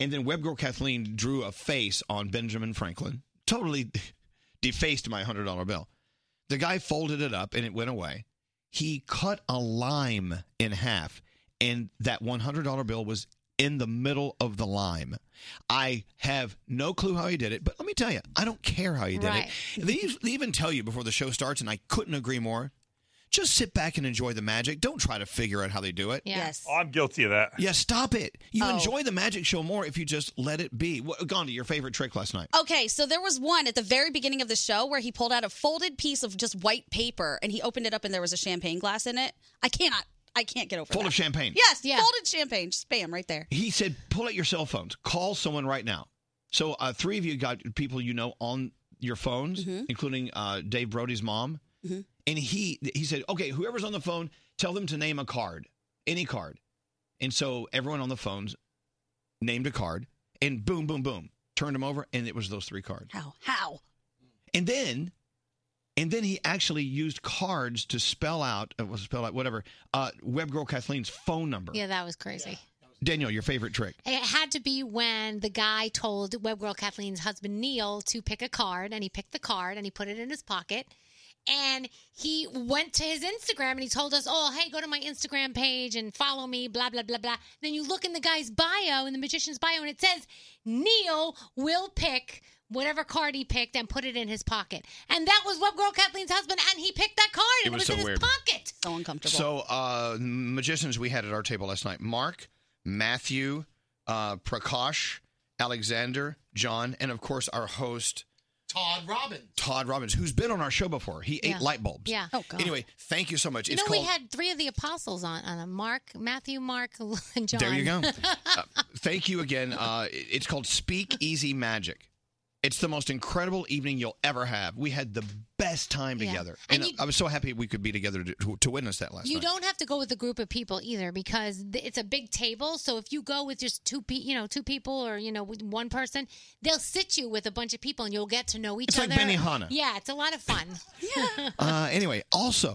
[SPEAKER 1] and then Webgirl Kathleen drew a face on Benjamin Franklin, totally defaced my hundred dollar bill. The guy folded it up and it went away. He cut a lime in half, and that $100 bill was in the middle of the lime. I have no clue how he did it, but let me tell you, I don't care how he did
[SPEAKER 9] Right.
[SPEAKER 1] it. They, ev- they even tell you before the show starts, and I couldn't agree more. Just sit back and enjoy the magic. Don't try to figure out how they do it.
[SPEAKER 3] Yes.
[SPEAKER 10] Oh, I'm guilty of that.
[SPEAKER 1] Yeah, stop it. You
[SPEAKER 3] Oh.
[SPEAKER 1] enjoy the magic show more if you just let it be. What, Gandhi, your favorite trick last night?
[SPEAKER 3] Okay, so there was one at the very beginning of the show where he pulled out a folded piece of just white paper and he opened it up and there was a champagne glass in it. I cannot, I can't get over
[SPEAKER 1] Full
[SPEAKER 3] that.
[SPEAKER 1] of champagne.
[SPEAKER 3] Yes, folded champagne. Just bam, right there.
[SPEAKER 1] He said, pull out your cell phones. Call someone right now. So uh, three of you got people you know on your phones,
[SPEAKER 3] Mm-hmm.
[SPEAKER 1] including uh, Dave Brody's mom. And he he said, okay, whoever's on the phone, tell them to name a card, any card. And so everyone on the phones named a card, and boom, boom, boom, turned them over, and it was those three cards.
[SPEAKER 3] How? How?
[SPEAKER 1] And then, and then he actually used cards to spell out, uh, spell out whatever, uh, Web Girl Kathleen's phone number.
[SPEAKER 4] Yeah, that was crazy.
[SPEAKER 1] Daniel, your favorite trick.
[SPEAKER 4] It had to be when the guy told Webgirl Kathleen's husband Neil to pick a card, and he picked the card and he put it in his pocket. And he went to his Instagram and he told us, Oh, hey, go to my Instagram page and follow me, blah, blah, blah, blah. Then you look in the guy's bio, in the magician's bio, and it says, Neil will pick whatever card he picked and put it in his pocket. And that was Webgirl Kathleen's husband, and he picked that card
[SPEAKER 1] It
[SPEAKER 4] and it
[SPEAKER 1] was
[SPEAKER 4] was,
[SPEAKER 1] so
[SPEAKER 4] in
[SPEAKER 1] weird.
[SPEAKER 4] his pocket.
[SPEAKER 3] So uncomfortable.
[SPEAKER 1] So, uh, magicians we had at our table last night Mark, Matthew, uh, Prakash, Alexander, John, and of course our host,
[SPEAKER 25] Todd Robbins.
[SPEAKER 1] Todd Robbins, who's been on our show before. He
[SPEAKER 4] Yeah.
[SPEAKER 1] ate light bulbs.
[SPEAKER 4] Yeah. Oh, God.
[SPEAKER 1] Anyway, thank you so much.
[SPEAKER 4] You
[SPEAKER 1] it's
[SPEAKER 4] know,
[SPEAKER 1] called.
[SPEAKER 4] we had three of the apostles on, on a Mark, Matthew, Mark, and John.
[SPEAKER 1] There you go. Uh, thank you again. Uh, it- it's called Speak Easy Magic. It's the most incredible evening you'll ever have. We had the best time
[SPEAKER 4] Yeah.
[SPEAKER 1] together. And, uh,
[SPEAKER 4] And you-
[SPEAKER 1] I was so happy we could be together to, to, to witness that last
[SPEAKER 4] you
[SPEAKER 1] night.
[SPEAKER 4] don't have to go with a group of people either because th- it's a big table. So if you go with just two, pe- you know, two people or you know, with one person, they'll sit you with a bunch of people and you'll get to know each
[SPEAKER 1] It's like
[SPEAKER 4] other.
[SPEAKER 1] Benihana.
[SPEAKER 4] Yeah, it's a lot of fun. yeah.
[SPEAKER 1] Uh, anyway, also,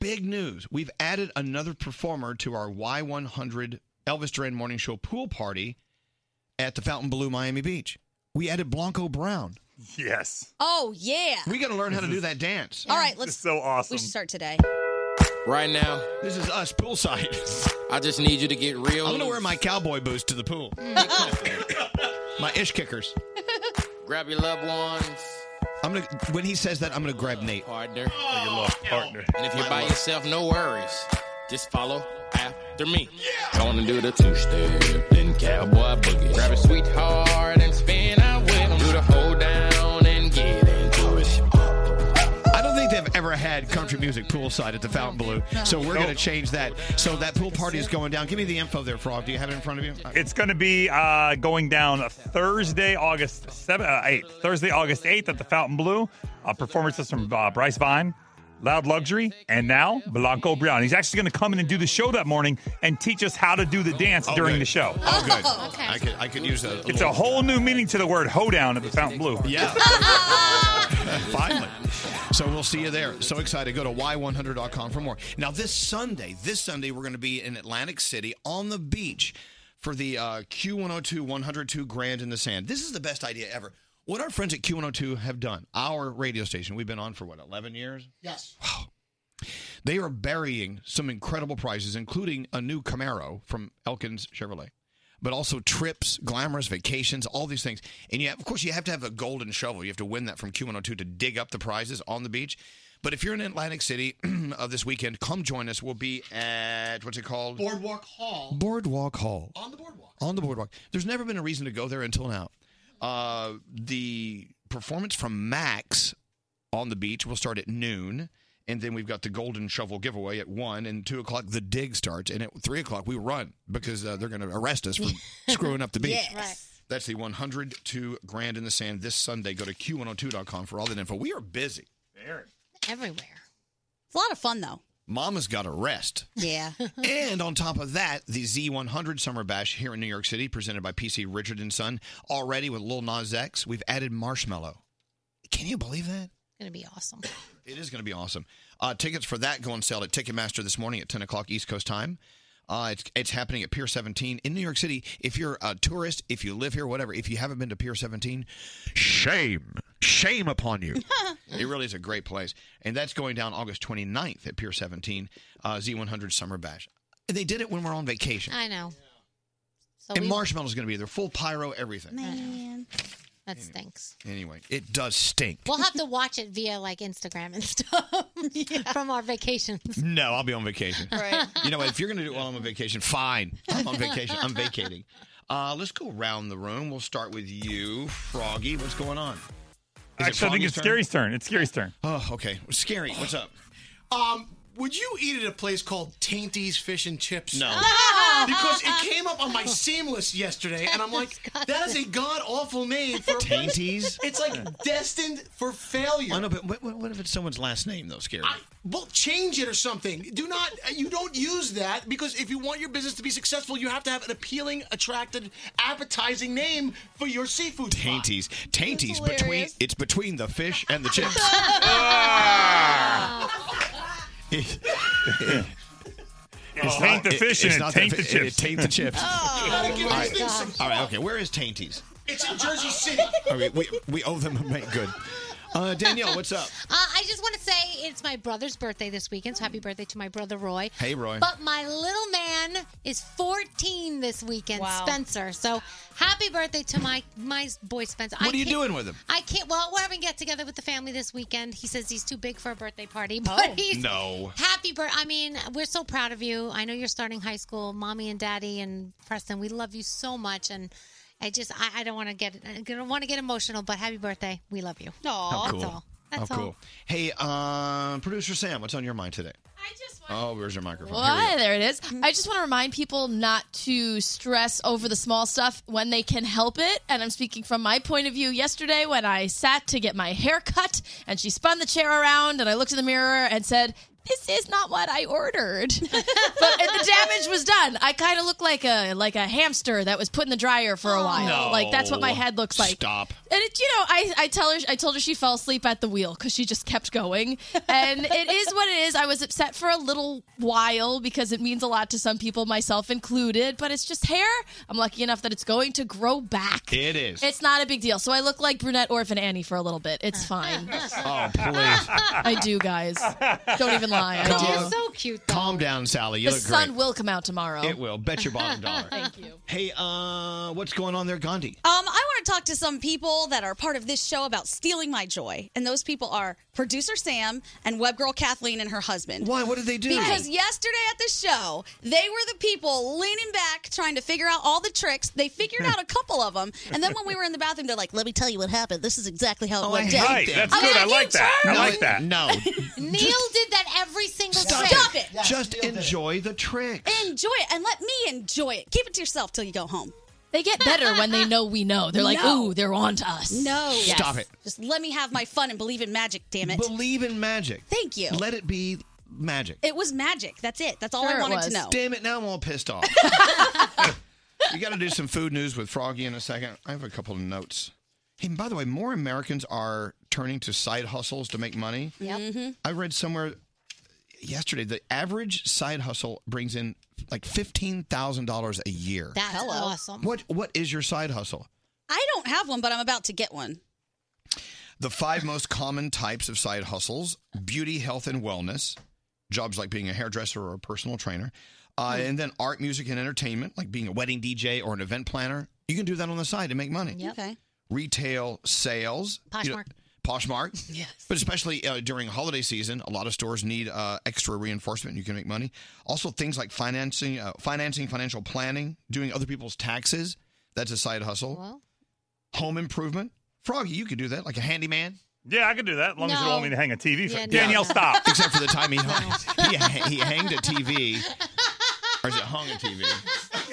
[SPEAKER 1] big news. We've added another performer to our Y100 Elvis Duran Morning Show pool party at the Fountain Blue Miami Beach. We added Blanco Brown.
[SPEAKER 10] Yes.
[SPEAKER 3] Oh yeah.
[SPEAKER 1] We got to learn how to do that dance.
[SPEAKER 3] All right, let's.
[SPEAKER 10] so awesome.
[SPEAKER 3] We should start today.
[SPEAKER 10] Right now.
[SPEAKER 1] This is us poolside.
[SPEAKER 10] I just need you to get real.
[SPEAKER 1] I'm going to wear my cowboy boots to the pool. my ish kickers.
[SPEAKER 10] Grab your loved ones.
[SPEAKER 1] I'm gonna when he says that I'm gonna grab Nate.
[SPEAKER 10] Partner. Or your love partner. And if you're by yourself, no worries. Just follow after me. Gonna do the two step, then cowboy boogie. Grab a sweetheart and spin out with 'em. Do the hold down and get into it.
[SPEAKER 1] I don't think they've ever had country music poolside at the Fountain Blue. So we're going to change that. So that pool party is going down. Give me the info there, Frog. Do you have it in front of you?
[SPEAKER 9] It's going to be uh, going down Thursday, August 7th, uh, 8th. Thursday, August 8th at the Fountain Blue. Uh, performances from uh, Bryce Vine, Loud Luxury, and now Blanco Brown. He's actually going to come in and do the show that morning and teach us how to do the dance during
[SPEAKER 1] good.
[SPEAKER 9] the show.
[SPEAKER 1] Oh, good. I could I could use a.
[SPEAKER 9] It's a whole new meaning to the word hoedown at the Fountain Blue.
[SPEAKER 1] Yeah. Finally. So we'll see you there. So excited. Go to y100.com for more. Now, this Sunday, this Sunday, we're going to be in Atlantic City on the beach for the uh, Q102 102 Grand in the Sand. This is the best idea ever. What our friends at Q102 have done, our radio station, we've been on for what, 11 years?
[SPEAKER 25] Yes.
[SPEAKER 1] They are burying some incredible prizes, including a new Camaro from Elkins Chevrolet, but also trips, glamorous vacations, all these things. And you have, of course, you have to have a golden shovel. You have to win that from Q102 to dig up the prizes on the beach. But if you're in Atlantic City uh, this weekend, come join us. We'll be at what's it called?
[SPEAKER 25] Boardwalk Hall.
[SPEAKER 1] Boardwalk Hall.
[SPEAKER 25] On the boardwalk.
[SPEAKER 1] On the boardwalk. There's never been a reason to go there until now. Uh, the performance from Max on the beach will start at noon. And then we've got the Golden Shovel giveaway at 1 and 2 o'clock. The dig starts. And at 3 o'clock, we run because uh, they're going to arrest us for screwing up the beach.
[SPEAKER 6] Yes. Right.
[SPEAKER 1] That's the 102 Grand in the Sand this Sunday. Go to Q102.com for all that info. We are busy.
[SPEAKER 4] Everywhere.
[SPEAKER 3] It's a lot of fun though.
[SPEAKER 1] Mama's got to rest.
[SPEAKER 3] Yeah.
[SPEAKER 1] and on top of that, the Z100 Summer Bash here in New York City, presented by PC Richard and Son, already with Lil Nas X. We've added Marshmallow. Can you believe that?
[SPEAKER 4] Gonna be awesome.
[SPEAKER 1] It is going to be awesome. Uh, tickets for that go on sale at Ticketmaster this morning at 10 o'clock East Coast time. Uh, it's, it's happening at Pier 17 in New York City. If you're a tourist, if you live here, whatever, if you haven't been to Pier 17, shame. Shame upon you. it really is a great place. And that's going down August 29th at Pier 17, uh, Z100 Summer Bash. They did it when we're on vacation.
[SPEAKER 4] I know. So
[SPEAKER 1] and
[SPEAKER 4] we-
[SPEAKER 1] Marshmallow's going to be there, full pyro, everything.
[SPEAKER 4] Man. That stinks.
[SPEAKER 1] Anyway, it does stink.
[SPEAKER 4] We'll have to watch it via like Instagram and stuff from our vacations.
[SPEAKER 1] No, I'll be on vacation.
[SPEAKER 4] Right.
[SPEAKER 1] You know what? If you're going to do it while I'm on vacation, fine. I'm on vacation. I'm vacating. Uh, let's go around the room. We'll start with you, Froggy. What's going on? Is it
[SPEAKER 9] Actually, I think
[SPEAKER 1] Froggy's
[SPEAKER 9] it's
[SPEAKER 1] turn?
[SPEAKER 9] Scary's turn. It's Scary's turn.
[SPEAKER 1] Oh, okay. Scary, what's up?
[SPEAKER 25] Um, would you eat at a place called Tainty's Fish and Chips?
[SPEAKER 1] No.
[SPEAKER 25] because it came up on my seamless yesterday, and I'm like, that is a god awful name for
[SPEAKER 1] Tainty's?
[SPEAKER 25] It's like destined for failure.
[SPEAKER 1] I know, but what, what, what if it's someone's last name though, Scary?
[SPEAKER 25] Well, change it or something. Do not. You don't use that because if you want your business to be successful, you have to have an appealing, attractive, appetizing name for your seafood. spot.
[SPEAKER 1] Tainties. Tainties between it's between the fish and the chips. Ah. It- it-
[SPEAKER 9] It's Oh. taint the
[SPEAKER 1] it-
[SPEAKER 9] fish and
[SPEAKER 1] it's
[SPEAKER 9] it
[SPEAKER 1] not
[SPEAKER 9] taint the
[SPEAKER 1] fi-
[SPEAKER 9] chips.
[SPEAKER 1] It taint the chips.
[SPEAKER 25] You gotta give
[SPEAKER 1] All
[SPEAKER 25] these
[SPEAKER 1] right.
[SPEAKER 25] things some-
[SPEAKER 1] All right, okay. Where is Tainties?
[SPEAKER 25] It's in Jersey City.
[SPEAKER 1] All right, we, we owe them a make good. Uh, Danielle, what's up?
[SPEAKER 4] Uh, I just want to say it's my brother's birthday this weekend, so happy birthday to my brother Roy.
[SPEAKER 1] Hey, Roy.
[SPEAKER 4] But my little man is 14 this weekend, Spencer. So happy birthday to my my boy Spencer.
[SPEAKER 1] What are you
[SPEAKER 4] can't-
[SPEAKER 1] doing with him?
[SPEAKER 4] I can't. Well, we're having get together with the family this weekend. He says he's too big for a birthday party,
[SPEAKER 6] Oh.
[SPEAKER 4] but he's
[SPEAKER 1] No.
[SPEAKER 4] happy birthday. I mean, we're so proud of you. I know you're starting high school, mommy and daddy and Preston. We love you so much, and I just I, I don't want to get I don't want to get emotional, but happy birthday. We love you.
[SPEAKER 1] How
[SPEAKER 4] That's
[SPEAKER 1] cool.
[SPEAKER 4] all. That's
[SPEAKER 1] How
[SPEAKER 4] all.
[SPEAKER 1] cool. Hey, uh, producer Sam, what's on your mind today? I
[SPEAKER 10] just
[SPEAKER 1] Oh, where's your microphone? Here we go.
[SPEAKER 10] Why? There it is. I just want to remind people not to stress over the small stuff when they can help it. And I'm speaking from my point of view yesterday when I sat to get my hair cut and she spun the chair around and I looked in the mirror and said, this is not what I ordered. but the damage was done. I kind of look like a like a hamster that was put in the dryer for a while.
[SPEAKER 1] Oh. No.
[SPEAKER 10] Like that's what my head looks like.
[SPEAKER 1] Stop.
[SPEAKER 10] And it, you know, I, I tell her I told her she fell asleep at the wheel because she just kept going, and it is what it is. I was upset for a little while because it means a lot to some people, myself included. But it's just hair. I'm lucky enough that it's going to grow back.
[SPEAKER 1] It is.
[SPEAKER 10] It's not a big deal. So I look like brunette orphan Annie for a little bit. It's fine.
[SPEAKER 1] Oh, please.
[SPEAKER 10] I do, guys. Don't even lie. I
[SPEAKER 1] Calm-
[SPEAKER 10] do.
[SPEAKER 1] Calm down, Sally. You
[SPEAKER 10] the
[SPEAKER 1] look
[SPEAKER 10] sun
[SPEAKER 1] great.
[SPEAKER 10] will come out tomorrow.
[SPEAKER 1] It will. Bet your bottom dollar.
[SPEAKER 10] Thank you.
[SPEAKER 1] Hey, uh, what's going on there, Gandhi?
[SPEAKER 3] Um, I want talked to some people that are part of this show about stealing my joy, and those people are producer Sam and web girl Kathleen and her husband.
[SPEAKER 8] Why? What did they do?
[SPEAKER 3] Because yesterday at the show, they were the people leaning back trying to figure out all the tricks. They figured out a couple of them, and then when we were in the bathroom, they're like, "Let me tell you what happened. This is exactly how it went down."
[SPEAKER 9] Right, that's
[SPEAKER 3] I'm
[SPEAKER 9] good. I
[SPEAKER 3] you
[SPEAKER 9] like that. I
[SPEAKER 3] turn-
[SPEAKER 9] like that.
[SPEAKER 1] No.
[SPEAKER 4] Neil did that every single
[SPEAKER 3] Stop
[SPEAKER 4] trick.
[SPEAKER 3] it.
[SPEAKER 1] Just enjoy the trick.
[SPEAKER 3] Enjoy it and let me enjoy it. Keep it to yourself till you go home.
[SPEAKER 10] They get better when they know we know. They're like,
[SPEAKER 3] No.
[SPEAKER 10] ooh, they're on to us.
[SPEAKER 3] No.
[SPEAKER 1] Stop it.
[SPEAKER 3] Just let me have my fun and believe in magic, damn it.
[SPEAKER 1] Believe in magic.
[SPEAKER 3] Thank you.
[SPEAKER 1] Let it be magic.
[SPEAKER 3] It was magic. That's it. That's all I wanted to know.
[SPEAKER 1] Damn it, now I'm all pissed off. you got to do some food news with Froggy in a second. I have a couple of notes. Hey, and by the way, more Americans are turning to side hustles to make money.
[SPEAKER 3] Yep.
[SPEAKER 1] I read somewhere yesterday the average side hustle brings in like $15,000 a year.
[SPEAKER 4] That's awesome.
[SPEAKER 1] What what is your side hustle?
[SPEAKER 3] I don't have one, but I'm about to get one.
[SPEAKER 1] The five most common types of side hustles beauty, health, and wellness, jobs like being a hairdresser or a personal trainer, uh, and then art, music, and entertainment, like being a wedding DJ or an event planner. You can do that on the side to make money.
[SPEAKER 3] Okay.
[SPEAKER 1] Retail sales, you know,
[SPEAKER 3] Poshmark.
[SPEAKER 1] Poshmark. Yes. But especially uh, during holiday season, a lot of stores need uh, extra reinforcement. You can make money. Also, things like financing, uh, financing, financial planning, doing other people's taxes. That's a side hustle. Home improvement. Froggy, you could do that, like a handyman.
[SPEAKER 9] Yeah, I could do that, as long as you don't want me to hang a TV. for
[SPEAKER 1] Yeah, no.
[SPEAKER 9] Danielle, stop.
[SPEAKER 1] Except for the time he hung, he, ha- he hanged a TV, or is it hung a TV?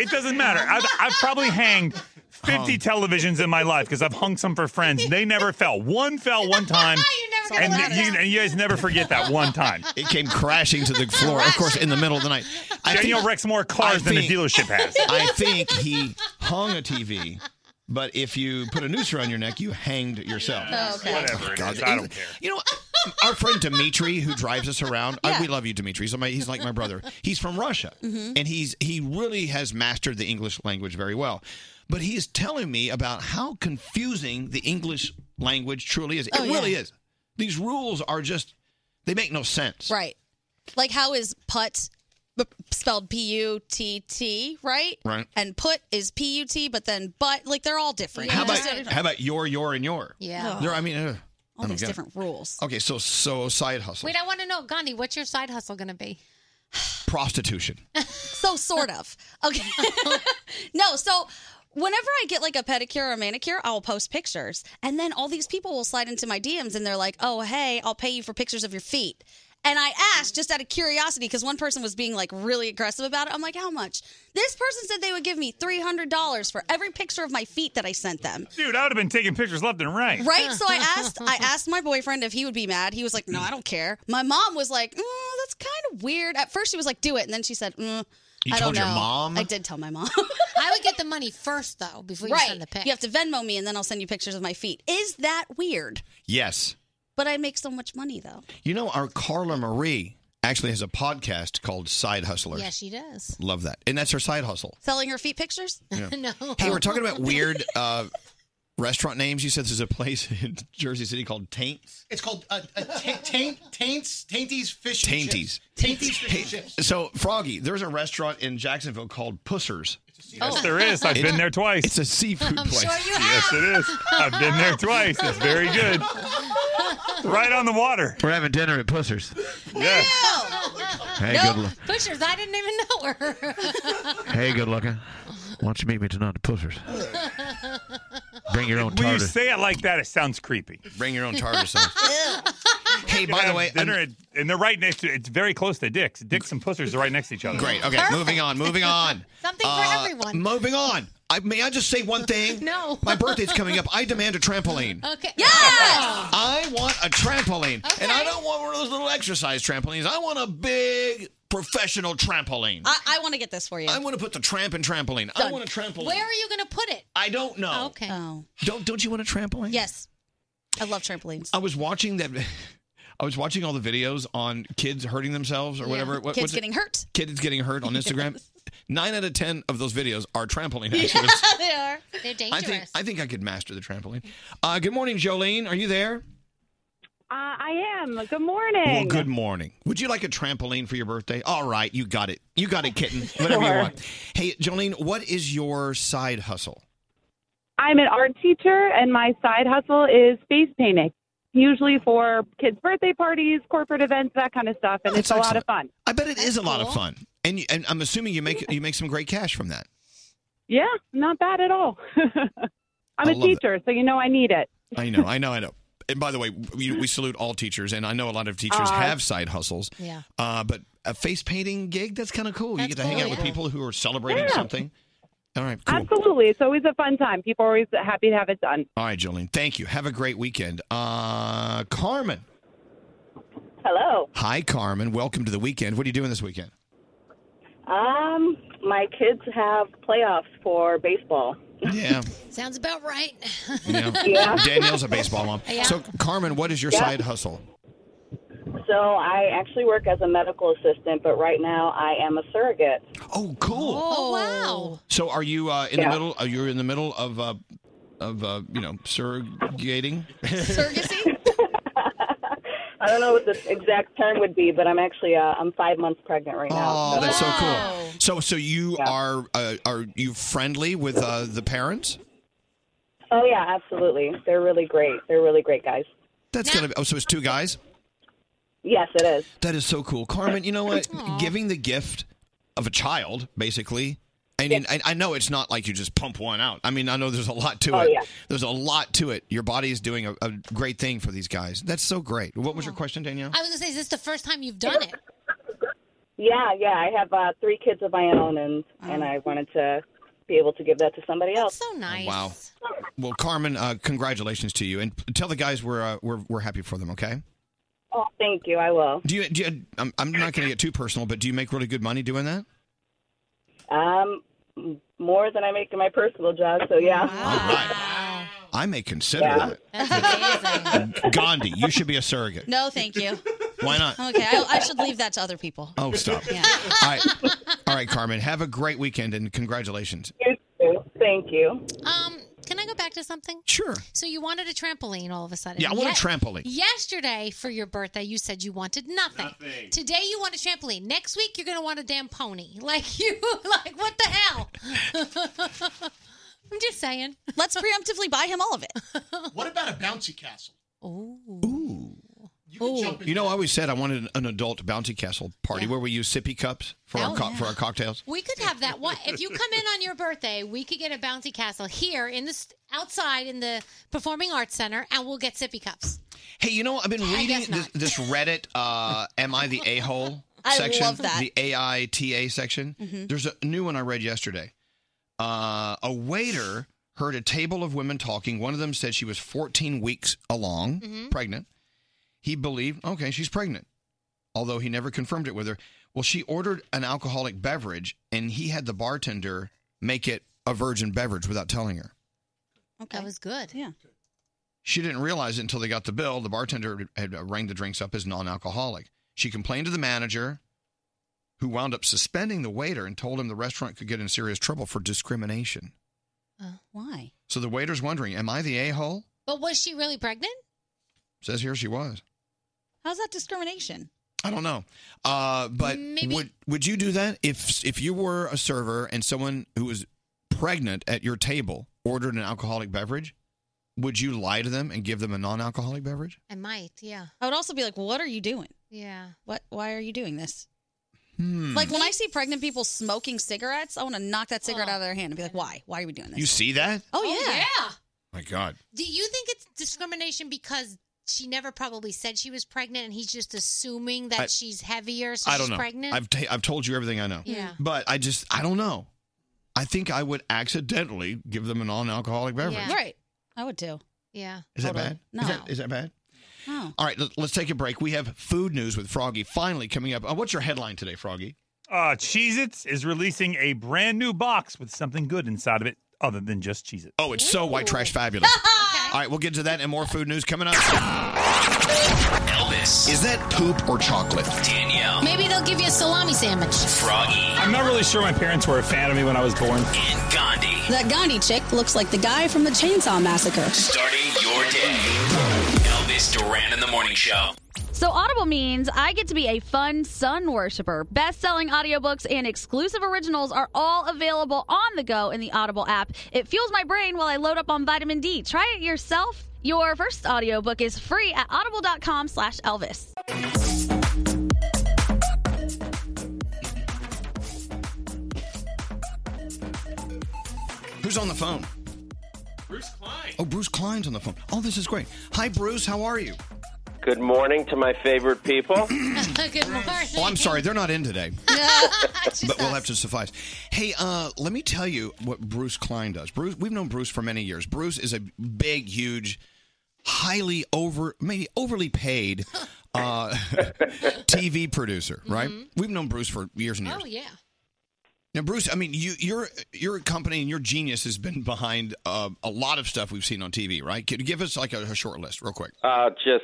[SPEAKER 9] It doesn't matter. I've, I've probably hanged 50 televisions in my life because I've hung some for friends. They never fell. One fell one time.
[SPEAKER 1] gonna
[SPEAKER 9] and,
[SPEAKER 1] laugh
[SPEAKER 9] you, and you guys never forget that one time.
[SPEAKER 1] It came crashing to the floor, of course, in the middle of the night.
[SPEAKER 9] Daniel wrecks more cars than the dealership has.
[SPEAKER 1] I think he hung a TV, but if you put a noose around your neck, you hanged yourself.
[SPEAKER 6] Oh,
[SPEAKER 9] Yeah, Okay. whatever it is, I don't care.
[SPEAKER 1] Oh, You know, our friend Dimitri, who drives us around, I- we love you, Dimitri. He's, my, he's like my brother. He's from Russia,
[SPEAKER 11] Mhm.
[SPEAKER 1] and he's he really has mastered the English language very well. But he is telling me about how confusing the English language truly is. It
[SPEAKER 3] Oh, yeah.
[SPEAKER 1] really is. These rules are just, they make no sense.
[SPEAKER 3] Right. Like how is put b- spelled P U T T, right?
[SPEAKER 1] Right.
[SPEAKER 3] And put is P U T, but then but like they're all different.
[SPEAKER 1] How about
[SPEAKER 3] Just every-
[SPEAKER 1] how about your your and your?
[SPEAKER 4] Yeah.
[SPEAKER 1] There, I mean, uh,
[SPEAKER 3] all
[SPEAKER 1] these
[SPEAKER 3] different rules.
[SPEAKER 1] Okay, so so side hustle,
[SPEAKER 4] Wait, I want to know, Gandhi, what's your side hustle going to be?
[SPEAKER 1] prostitution.
[SPEAKER 3] so sort of. Okay. no, so whenever I get like a pedicure or a manicure, I'll post pictures. And then all these people will slide into my DMs and they're like, oh, hey, I'll pay you for pictures of your feet. And I asked just out of curiosity because one person was being like really aggressive about it. I'm like, how much? This person said they would give me $300 for every picture of my feet that I sent them.
[SPEAKER 9] Dude, I would have been taking pictures left and right.
[SPEAKER 3] Right? So I asked I asked my boyfriend if he would be mad. He was like, "No, I don't care." My mom was like, mm, "That's kind of weird." At first she was like, "Do it." And then she said, mm,
[SPEAKER 1] You
[SPEAKER 3] I
[SPEAKER 1] told
[SPEAKER 3] don't
[SPEAKER 1] your
[SPEAKER 3] know.
[SPEAKER 1] mom?
[SPEAKER 3] I did tell my mom.
[SPEAKER 4] I would get the money first, though, before you
[SPEAKER 3] right.
[SPEAKER 4] send the pic.
[SPEAKER 3] You have to Venmo me and then I'll send you pictures of my feet. Is that weird?
[SPEAKER 1] Yes,
[SPEAKER 3] But I make so much money though.
[SPEAKER 1] you know our Carla Marie actually has a podcast called Side Hustlers.
[SPEAKER 3] Yeah, she does.
[SPEAKER 1] Love that, and that's her side hustle.
[SPEAKER 3] Selling her feet pictures?
[SPEAKER 1] Yeah.
[SPEAKER 3] no.
[SPEAKER 1] Hey, we're talking about weird uh, restaurant names. You said there's a place in Jersey City called Taints.
[SPEAKER 25] It's called uh, uh, ta- taint, taints, tainties fish. and chips.
[SPEAKER 1] Tainties.
[SPEAKER 25] Tainties fish and chips.
[SPEAKER 1] So Froggy, there's a restaurant in Jacksonville called Pussers.
[SPEAKER 9] Yes, there is. I've been there twice. It's
[SPEAKER 1] a seafood
[SPEAKER 9] place.
[SPEAKER 1] Oh. sure you
[SPEAKER 9] yes, it is. I've been there twice. It's very good. Right on the water.
[SPEAKER 1] We're having dinner at Pussers.
[SPEAKER 9] Yeah.
[SPEAKER 1] Hey,
[SPEAKER 4] no,
[SPEAKER 1] good luck.
[SPEAKER 4] Pushers, I didn't even know her.
[SPEAKER 1] Hey, good looking. Why don't you meet me tonight at Pussers? Bring your own
[SPEAKER 9] When you say it like that, it sounds creepy.
[SPEAKER 1] Bring your own tartar sauce. hey, by the way,
[SPEAKER 9] dinner at, and they're right next to. It's very close to Dick's. Dick's and Pussers are right next to each other.
[SPEAKER 1] Great. Okay, moving on. Moving on.
[SPEAKER 4] Something for
[SPEAKER 1] Uh,
[SPEAKER 4] everyone.
[SPEAKER 1] Moving on. I, may I just say one thing?
[SPEAKER 4] No.
[SPEAKER 1] My birthday's coming up. I demand a trampoline.
[SPEAKER 4] Okay. Yes!
[SPEAKER 1] I want a trampoline, and I don't want one of those little exercise trampolines. I want a big professional trampoline.
[SPEAKER 3] I, I want to get this for you.
[SPEAKER 1] I want to put the tramp in trampoline. I
[SPEAKER 3] Done. Oh.
[SPEAKER 1] want a trampoline.
[SPEAKER 4] Where are you going to put it? Oh,
[SPEAKER 1] I don't know.
[SPEAKER 4] Okay.
[SPEAKER 1] Don't don't you want a trampoline?
[SPEAKER 3] Yes. I love trampolines.
[SPEAKER 1] I was watching that. I was watching all the videos on kids hurting themselves or
[SPEAKER 3] Yeah.
[SPEAKER 1] whatever. What-
[SPEAKER 3] Kids
[SPEAKER 1] what's it?
[SPEAKER 3] getting hurt.
[SPEAKER 1] Kids getting hurt on Instagram. Nine out of ten of those videos are trampoline actions.
[SPEAKER 3] they are. They're
[SPEAKER 1] I think I think I could master the trampoline. Uh, good morning, Jolene. Are you there?
[SPEAKER 17] Uh, I am. Good morning.
[SPEAKER 1] Well, good morning. Would you like a trampoline for your birthday? All right, you got it. You got it, kitten. Whatever you
[SPEAKER 17] Sure.
[SPEAKER 1] want. Hey, Jolene, what is your side hustle?
[SPEAKER 17] I'm an art teacher, and my side hustle is face painting, usually for kids' birthday parties, corporate events, that kind of stuff, and it's a lot of fun.
[SPEAKER 1] I bet it is a lot of fun, and, you, and I'm assuming you make you make some great cash from that.
[SPEAKER 17] Yeah, not bad at all. I'm
[SPEAKER 1] I
[SPEAKER 17] a
[SPEAKER 1] love it.
[SPEAKER 17] teacher, so you know I need it.
[SPEAKER 1] I know, I know, I know. And by the way, we, we salute all teachers, and I know a lot of teachers
[SPEAKER 17] Aw.
[SPEAKER 1] have side hustles.
[SPEAKER 17] Yeah.
[SPEAKER 1] Uh, but a face painting gig, that's kind of cool. you get to hang
[SPEAKER 17] cool,
[SPEAKER 1] out with
[SPEAKER 17] yeah.
[SPEAKER 1] people who are celebrating
[SPEAKER 17] Yeah.
[SPEAKER 1] something. All right, cool.
[SPEAKER 17] Absolutely, it's always a fun time. People are always happy to have it done.
[SPEAKER 1] All right, Jolene, thank you. Have a great weekend. Uh, Carmen.
[SPEAKER 15] Hello.
[SPEAKER 1] Hi, Carmen. Welcome to the weekend. What are you doing this weekend?
[SPEAKER 15] Um, my kids have playoffs for baseball.
[SPEAKER 1] Yeah.
[SPEAKER 4] Sounds about right.
[SPEAKER 1] you know. Danielle's a baseball mom.
[SPEAKER 15] Yeah.
[SPEAKER 1] So, Carmen, what is your
[SPEAKER 15] Yeah.
[SPEAKER 1] side hustle?
[SPEAKER 15] So I actually work as a medical assistant, but right now I am a surrogate.
[SPEAKER 1] Oh, cool.
[SPEAKER 15] Oh, wow.
[SPEAKER 1] So, are you uh, in
[SPEAKER 15] Yeah.
[SPEAKER 1] the middle? Are you in the middle of uh, of uh, you know surrogating?
[SPEAKER 15] I don't know what the exact term would be, but I'm actually uh, I'm five months pregnant right now.
[SPEAKER 1] Oh, that's so cool. So, so you are uh, are you friendly with uh, the parents?
[SPEAKER 15] Oh yeah, absolutely. They're really great. They're really great guys.
[SPEAKER 1] That's gonna be. Oh, so it's two guys.
[SPEAKER 15] Yes, it is.
[SPEAKER 1] That is so cool, Carmen. You know what? Giving the gift of a child, basically. I mean, I, I know it's not like you just pump one out. I mean, I know there's a lot to
[SPEAKER 15] Oh,
[SPEAKER 1] it.
[SPEAKER 15] yeah.
[SPEAKER 1] There's a lot to it. Your body is doing a, a great thing for these guys. That's so great. What was your question, Danielle?
[SPEAKER 4] I was gonna say, is this the first time you've done it?
[SPEAKER 15] Yeah, yeah. I have uh, three kids of my own, and and I wanted to be able to give that to somebody else.
[SPEAKER 4] so nice.
[SPEAKER 1] Wow. Well, Carmen, uh, congratulations to you, and tell the guys we're uh, we're we're happy for them. Okay.
[SPEAKER 15] Oh, thank you. I will.
[SPEAKER 1] Do you? Do you I'm, I'm not going to get too personal, but do you make really good money doing that?
[SPEAKER 15] Um, m- more than I make in my personal job. So yeah.
[SPEAKER 1] I may consider
[SPEAKER 15] Yeah.
[SPEAKER 1] that. Gandhi, you should be a surrogate.
[SPEAKER 3] No, thank you.
[SPEAKER 1] Why not?
[SPEAKER 3] Okay, I, I should leave that to other people.
[SPEAKER 1] Oh, stop. All right. All right, Carmen. Have a great weekend and congratulations.
[SPEAKER 15] Thank you.
[SPEAKER 4] Um, can I go back to something?
[SPEAKER 1] Sure.
[SPEAKER 4] So you wanted a trampoline all of a sudden.
[SPEAKER 1] Yeah, I want a
[SPEAKER 4] Ye-
[SPEAKER 1] trampoline.
[SPEAKER 4] Yesterday for your birthday, you said you wanted nothing. Today you want a trampoline. Next week you're gonna want a damn pony. Like you, like what the hell? I'm just saying.
[SPEAKER 3] Let's preemptively buy him all of it.
[SPEAKER 25] What about a bouncy castle?
[SPEAKER 1] You know, I always said I wanted an adult bouncy castle party where we use sippy cups for our
[SPEAKER 4] Oh,
[SPEAKER 1] co-
[SPEAKER 4] yeah.
[SPEAKER 1] for our cocktails.
[SPEAKER 4] We could have that one if you come in on your birthday. We could get a bouncy castle here in this outside in the Performing Arts Center, and we'll get sippy cups.
[SPEAKER 1] Hey, you know, I've been reading this, this Reddit. Uh, Am I the a hole
[SPEAKER 4] I
[SPEAKER 1] section?
[SPEAKER 4] love that.
[SPEAKER 1] The AITA section.
[SPEAKER 4] Mhm.
[SPEAKER 1] There's a new one I read yesterday. Uh, a waiter heard a table of women talking. One of them said she was 14 weeks along,
[SPEAKER 4] Mm-hmm.
[SPEAKER 2] Mhm.
[SPEAKER 1] pregnant. He believed, okay, she's pregnant, although he never confirmed it with her. Well, she ordered an alcoholic beverage, and he had the bartender make it a virgin beverage without telling her.
[SPEAKER 4] Okay. That was good.
[SPEAKER 3] Yeah.
[SPEAKER 1] She didn't realize it until they got the bill. The bartender had rang the drinks up as non alcoholic. She complained to the manager, who wound up suspending the waiter and told him the restaurant could get in serious trouble for discrimination.
[SPEAKER 3] Why?
[SPEAKER 1] So the waiter's wondering, Am I the a hole?
[SPEAKER 4] Uh. But was she really pregnant?
[SPEAKER 1] Says here she was.
[SPEAKER 3] How's that discrimination?
[SPEAKER 1] I don't know. Uh, but would would you do that if if you were a server and someone who was pregnant at your table ordered an alcoholic beverage? Would you lie to them and give them a non-alcoholic beverage?
[SPEAKER 4] I might. Yeah.
[SPEAKER 3] I would also be like, what are you doing?
[SPEAKER 4] Yeah.
[SPEAKER 3] What? Why are you doing this?
[SPEAKER 1] Hmm.
[SPEAKER 3] Like when I see pregnant people smoking cigarettes, I want to knock that cigarette out of their hand and be like, why? Why are we doing this?
[SPEAKER 1] you see that?
[SPEAKER 3] Oh, yeah.
[SPEAKER 4] Oh. Yeah.
[SPEAKER 1] My God.
[SPEAKER 4] Do you think it's discrimination because she never probably said she was pregnant, and he's just assuming that
[SPEAKER 1] I-
[SPEAKER 4] she's heavier, so
[SPEAKER 1] I don't
[SPEAKER 4] she's
[SPEAKER 1] know.
[SPEAKER 4] pregnant?
[SPEAKER 1] I've t- I've told you everything I know.
[SPEAKER 4] Yeah.
[SPEAKER 1] But I just I don't know. I think I would accidentally give them a non-alcoholic beverage.
[SPEAKER 3] Right. I would too. Oh.
[SPEAKER 4] Yeah.
[SPEAKER 1] Is that bad?
[SPEAKER 3] No.
[SPEAKER 1] Is that, is that bad?
[SPEAKER 3] No.
[SPEAKER 1] All right, let- let's take a break. We have food news with Froggy finally coming up. Uh, what's your headline today, Froggy?
[SPEAKER 9] Uh, Cheez Its is releasing a brand new box with something good inside of it other than just Cheez Its.
[SPEAKER 1] Oh, it's so white trash fabulous. All right, we'll get to that and more food news coming up.
[SPEAKER 5] Elvis.
[SPEAKER 1] Is that poop or chocolate?
[SPEAKER 5] Danielle.
[SPEAKER 4] Maybe they'll give you a salami sandwich.
[SPEAKER 5] Froggy.
[SPEAKER 9] I'm not really sure my parents were a fan of me when I was born.
[SPEAKER 5] Gandhi.
[SPEAKER 3] That Gandhi chick looks like the guy from the Chainsaw Massacre.
[SPEAKER 5] Starting your day. Elvis Duran in the Morning Show.
[SPEAKER 3] So Audible means I get to be a fun sun worshiper. Best-selling audiobooks and exclusive originals are all available on the go in the Audible app. It fuels my brain while I load up on vitamin D. Try it yourself. Your first audiobook is free at audible.com slash Elvis.
[SPEAKER 1] Who's on the phone?
[SPEAKER 26] Bruce Klein.
[SPEAKER 1] Oh, Bruce Klein's on the phone. Oh, this is great. Hi, Bruce. How are you?
[SPEAKER 20] Good morning to my favorite people.
[SPEAKER 4] Good morning.
[SPEAKER 1] Oh, I'm sorry. They're not in today. but we'll have to suffice. Hey, uh, let me tell you what Bruce Klein does. Bruce, we've known Bruce for many years. Bruce is a big, huge, highly over, maybe overly paid uh, TV producer, right? We've known Bruce for years and years.
[SPEAKER 4] Oh, yeah.
[SPEAKER 1] Now, Bruce, I mean, you, your your company and your genius has been behind uh, a lot of stuff we've seen on TV, right? Could you give us like a, a short list, real quick?
[SPEAKER 20] Uh, just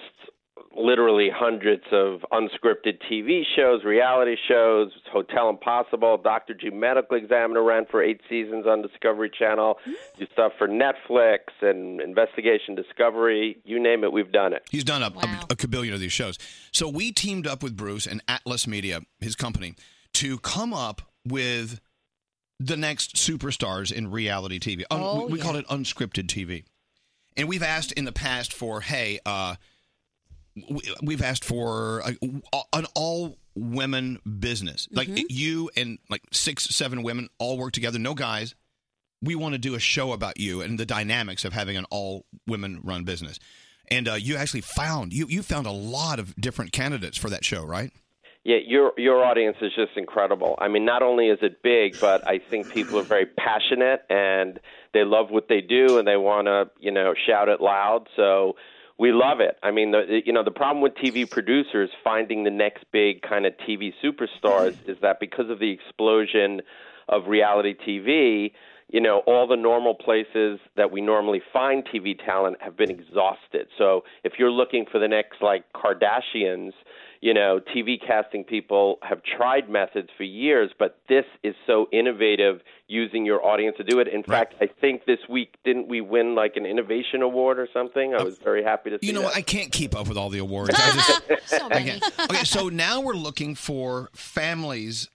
[SPEAKER 20] literally hundreds of unscripted TV shows, reality shows, Hotel Impossible, Dr. G Medical Examiner ran for eight seasons on Discovery Channel, do stuff for Netflix and Investigation Discovery, you name it, we've done it.
[SPEAKER 1] He's done a, a, a cabillion of these shows. So we teamed up with Bruce and Atlas Media, his company, to come up with the next superstars in reality TV. Un-
[SPEAKER 25] Oh,
[SPEAKER 1] we we
[SPEAKER 25] yeah.
[SPEAKER 1] called it unscripted TV. And we've asked in the past for, hey, uh, we- we've asked for a, an all women business. Like you and like six, seven women all work together, no guys. We want to do a show about you and the dynamics of having an all women run business. And uh, you actually found you you found a lot of different candidates for that show, right?
[SPEAKER 20] Yeah, your your audience is just incredible. I mean, not only is it big, but I think people are very passionate and they love what they do and they want to, you know, shout it loud. So we love it. I mean, the, you know, the problem with TV producers finding the next big kind of TV superstars is that because of the explosion of reality TV, you know, all the normal places that we normally find TV talent have been exhausted. So if you're looking for the next like Kardashians, you know, TV casting people have tried methods for years, but this is so innovative using your audience to do it. In fact, I think this week didn't we win like an innovation award or something? I was very happy to see
[SPEAKER 1] You know,
[SPEAKER 20] that.
[SPEAKER 1] what? I can't keep up with all the awards. I just, I can't. Okay, so now we're looking for families,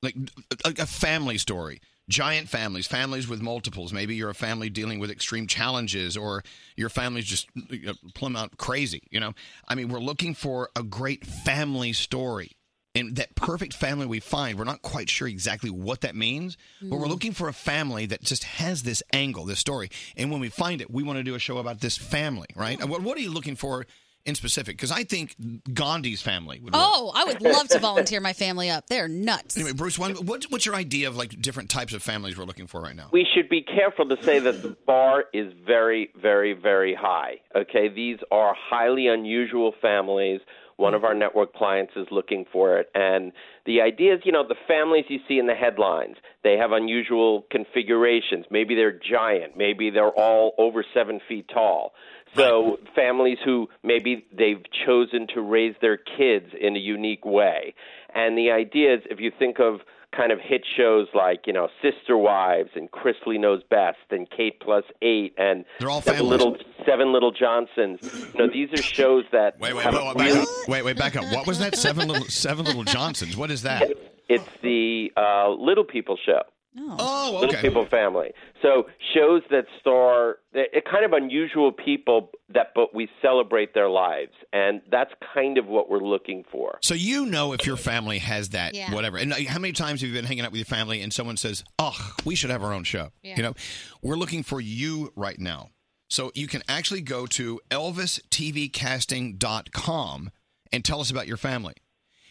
[SPEAKER 1] like like a family story. Giant families, families with multiples. Maybe you're a family dealing with extreme challenges, or your family's just you know, plumb out crazy. You know, I mean, we're looking for a great family story, and that perfect family we find. We're not quite sure exactly what that means, but we're
[SPEAKER 25] Mm.
[SPEAKER 1] looking for a family that just has this angle, this story. And when we find it, we want to do a show about this family, right? And What, what are you looking for in specific? Because I think Gandhi's family would. work.
[SPEAKER 27] Oh, I would love to volunteer my family up. They're nuts.
[SPEAKER 1] Anyway, Bruce, why- what, what's your idea of like different types of families we're looking for right now?
[SPEAKER 20] We should be careful to say that the bar is very, very, very high. Okay, these are highly unusual families. One of our network clients is looking for it. And the idea is, you know, the families you see in the headlines, they have unusual configurations. Maybe they're giant, maybe they're all over seven feet tall. So families who maybe they've chosen to raise their kids in a unique way. And the idea is if you think of kind of hit shows like, you know, Sister Wives and Chrisley Knows Best and Kate Plus Eight and
[SPEAKER 1] They're all
[SPEAKER 20] Seven
[SPEAKER 1] families.
[SPEAKER 20] Little Seven Little Johnsons. You know, these are shows that
[SPEAKER 1] Wait, wait,
[SPEAKER 20] have
[SPEAKER 1] whoa, back
[SPEAKER 20] really
[SPEAKER 1] up. wait, wait, back up. What was that? Seven little, seven little Johnsons. What is that?
[SPEAKER 20] it's the uh, Little People show.
[SPEAKER 1] Oh,
[SPEAKER 20] Little People Family. So shows that star they're kind of unusual people that but we celebrate their lives and that's kind of what we're looking for.
[SPEAKER 1] So you know if your family has that
[SPEAKER 20] Yeah.
[SPEAKER 1] whatever. And uh, how many times have you been hanging out with your family and someone says, "Oh, we should have our own show."
[SPEAKER 25] Yeah.
[SPEAKER 1] You know, we're looking for you right now. So you can actually go to elvistvcasting.com and tell us about your family.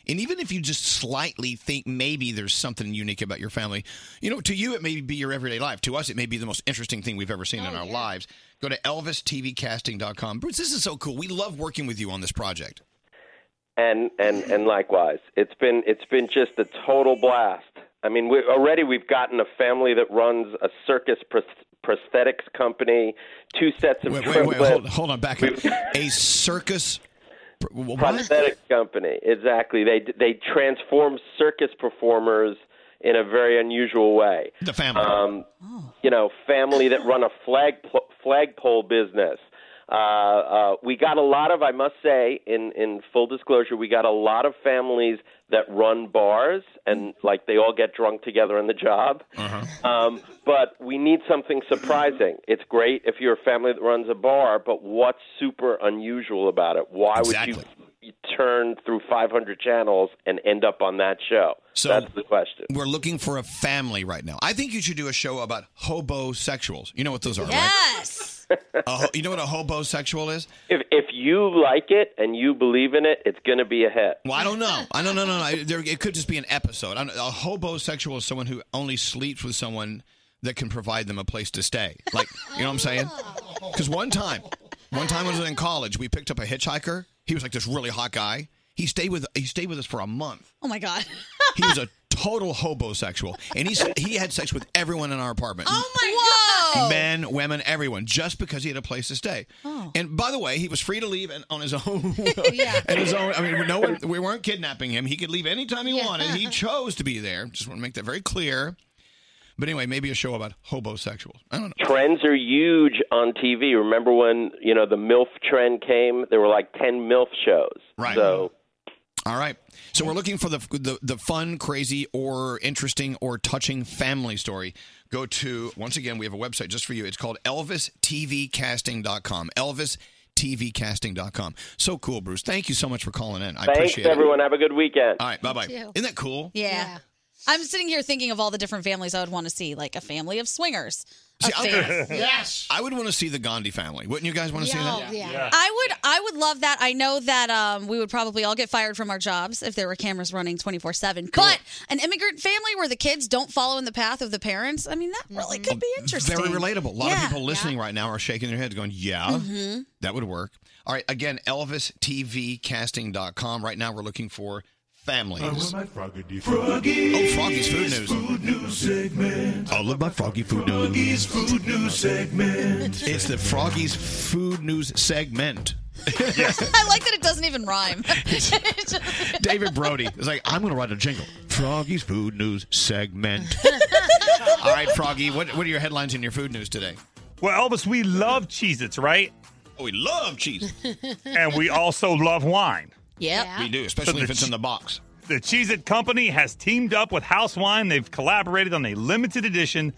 [SPEAKER 1] And even if you just slightly think maybe there's something unique about your family, you know, to you it may be your everyday life. To us, it may be the most interesting thing we've ever seen in our lives. Go to elvistvcasting.com. Bruce, this is so cool. We love working with you on this project.
[SPEAKER 20] and and and likewise it's been it's been just a total blast i mean we already we've gotten a family that runs a circus pros- prosthetics company two sets of
[SPEAKER 1] Wait, wait,
[SPEAKER 20] triplets.
[SPEAKER 1] hold, hold on, back up. A circus. pr- wh- What?
[SPEAKER 20] prosthetic company exactly they they transform circus performers in a very unusual way
[SPEAKER 1] the family
[SPEAKER 20] um, you know family that run a flag pl- flagpole business Uh, uh, we got a lot of, I must say, in, in full disclosure, we got a lot of families that run bars and like they all get drunk together on the job.
[SPEAKER 5] Uh-huh.
[SPEAKER 20] Um, but we need something surprising. It's great if you're a family that runs a bar, but what's super unusual about it? Why would you, you turn through 500 channels and end up on that show?
[SPEAKER 28] So-
[SPEAKER 20] That's the question.
[SPEAKER 1] We're looking for a family right now. I think you should do a show about hobosexuals. You know what those are,
[SPEAKER 3] Yes.
[SPEAKER 1] right? A ho- you know what a hobosexual is?
[SPEAKER 20] If if you like it and you believe in it, it's going to be a hit.
[SPEAKER 1] Well, I don't know. I don't know. No, no. I, there, it could just be an episode. I don't, a hobosexual is someone who only sleeps with someone that can provide them a place to stay. Like, you know what I'm saying? Because one time, one time when I was in college, we picked up a hitchhiker. He was like this really hot guy. He stayed with he stayed with us for a month.
[SPEAKER 3] Oh my god.
[SPEAKER 1] He was a total hobosexual, and he he had sex with everyone in our apartment.
[SPEAKER 3] my
[SPEAKER 6] Oh.
[SPEAKER 3] god.
[SPEAKER 1] Men, women, everyone, just because he had a place to stay.
[SPEAKER 6] Oh.
[SPEAKER 1] And by the way, he was free to leave and on his own.
[SPEAKER 28] Yeah.
[SPEAKER 1] and his own. I mean, no one. We weren't kidnapping him. He could leave anytime he wanted. He chose to be there. Just want to make that very clear. But anyway, maybe a show about hobosexuals. I don't know.
[SPEAKER 20] Trends are huge on TV. Remember when you know the MILF trend came? There were like ten MILF shows.
[SPEAKER 1] Right.
[SPEAKER 20] So
[SPEAKER 1] All right. So we're looking for the, the the fun, crazy, or interesting or touching family story. Go to once again, we have a website just for you. It's called ElvisTVCasting.com. ElvisTVCasting.com. So cool, Bruce. Thank you so much for calling in. I
[SPEAKER 20] thanks,
[SPEAKER 1] appreciate
[SPEAKER 20] everyone.
[SPEAKER 1] it.
[SPEAKER 20] Have a good weekend.
[SPEAKER 1] All right. Bye bye.
[SPEAKER 3] You too.
[SPEAKER 1] Isn't that cool?
[SPEAKER 3] Yeah. I'm sitting here thinking of all the different families I would want to see, like a family of swingers. A
[SPEAKER 1] See, I-
[SPEAKER 3] fam-
[SPEAKER 1] I would want to see the Gandhi family. Wouldn't you guys want to see that?
[SPEAKER 3] I would I would love that. I know that um, we would probably all get fired from our jobs if there were cameras running 24/7. But an immigrant family where the kids don't follow in the path of the parents, I mean that really could be interesting.
[SPEAKER 1] Mm-hmm. Very relatable. A lot
[SPEAKER 3] Yeah.
[SPEAKER 1] of people listening right now are shaking their heads, going, Yeah,
[SPEAKER 3] Mhm.
[SPEAKER 1] that would work. All right, again, ElvisTVCasting.com. Right now, we're looking for families.
[SPEAKER 6] I want my Froggy
[SPEAKER 1] Oh, Froggy's Food News.
[SPEAKER 6] segment.
[SPEAKER 1] I love my Froggy Food News.
[SPEAKER 6] Froggy's Food News segment.
[SPEAKER 1] It's the Froggy's Food News segment.
[SPEAKER 3] I like that it doesn't even rhyme.
[SPEAKER 1] David Brody is like, I'm going to write a jingle. Froggy's Food News segment. All right, Froggy, what, what are your headlines in your food news today?
[SPEAKER 9] Well, Elvis, we love Cheez Its, right?
[SPEAKER 1] Oh, we love cheese.
[SPEAKER 9] and we also love wine.
[SPEAKER 1] We do, especially if it's in the box.
[SPEAKER 9] The Cheez It Company has teamed up with House Wine. They've collaborated on a limited edition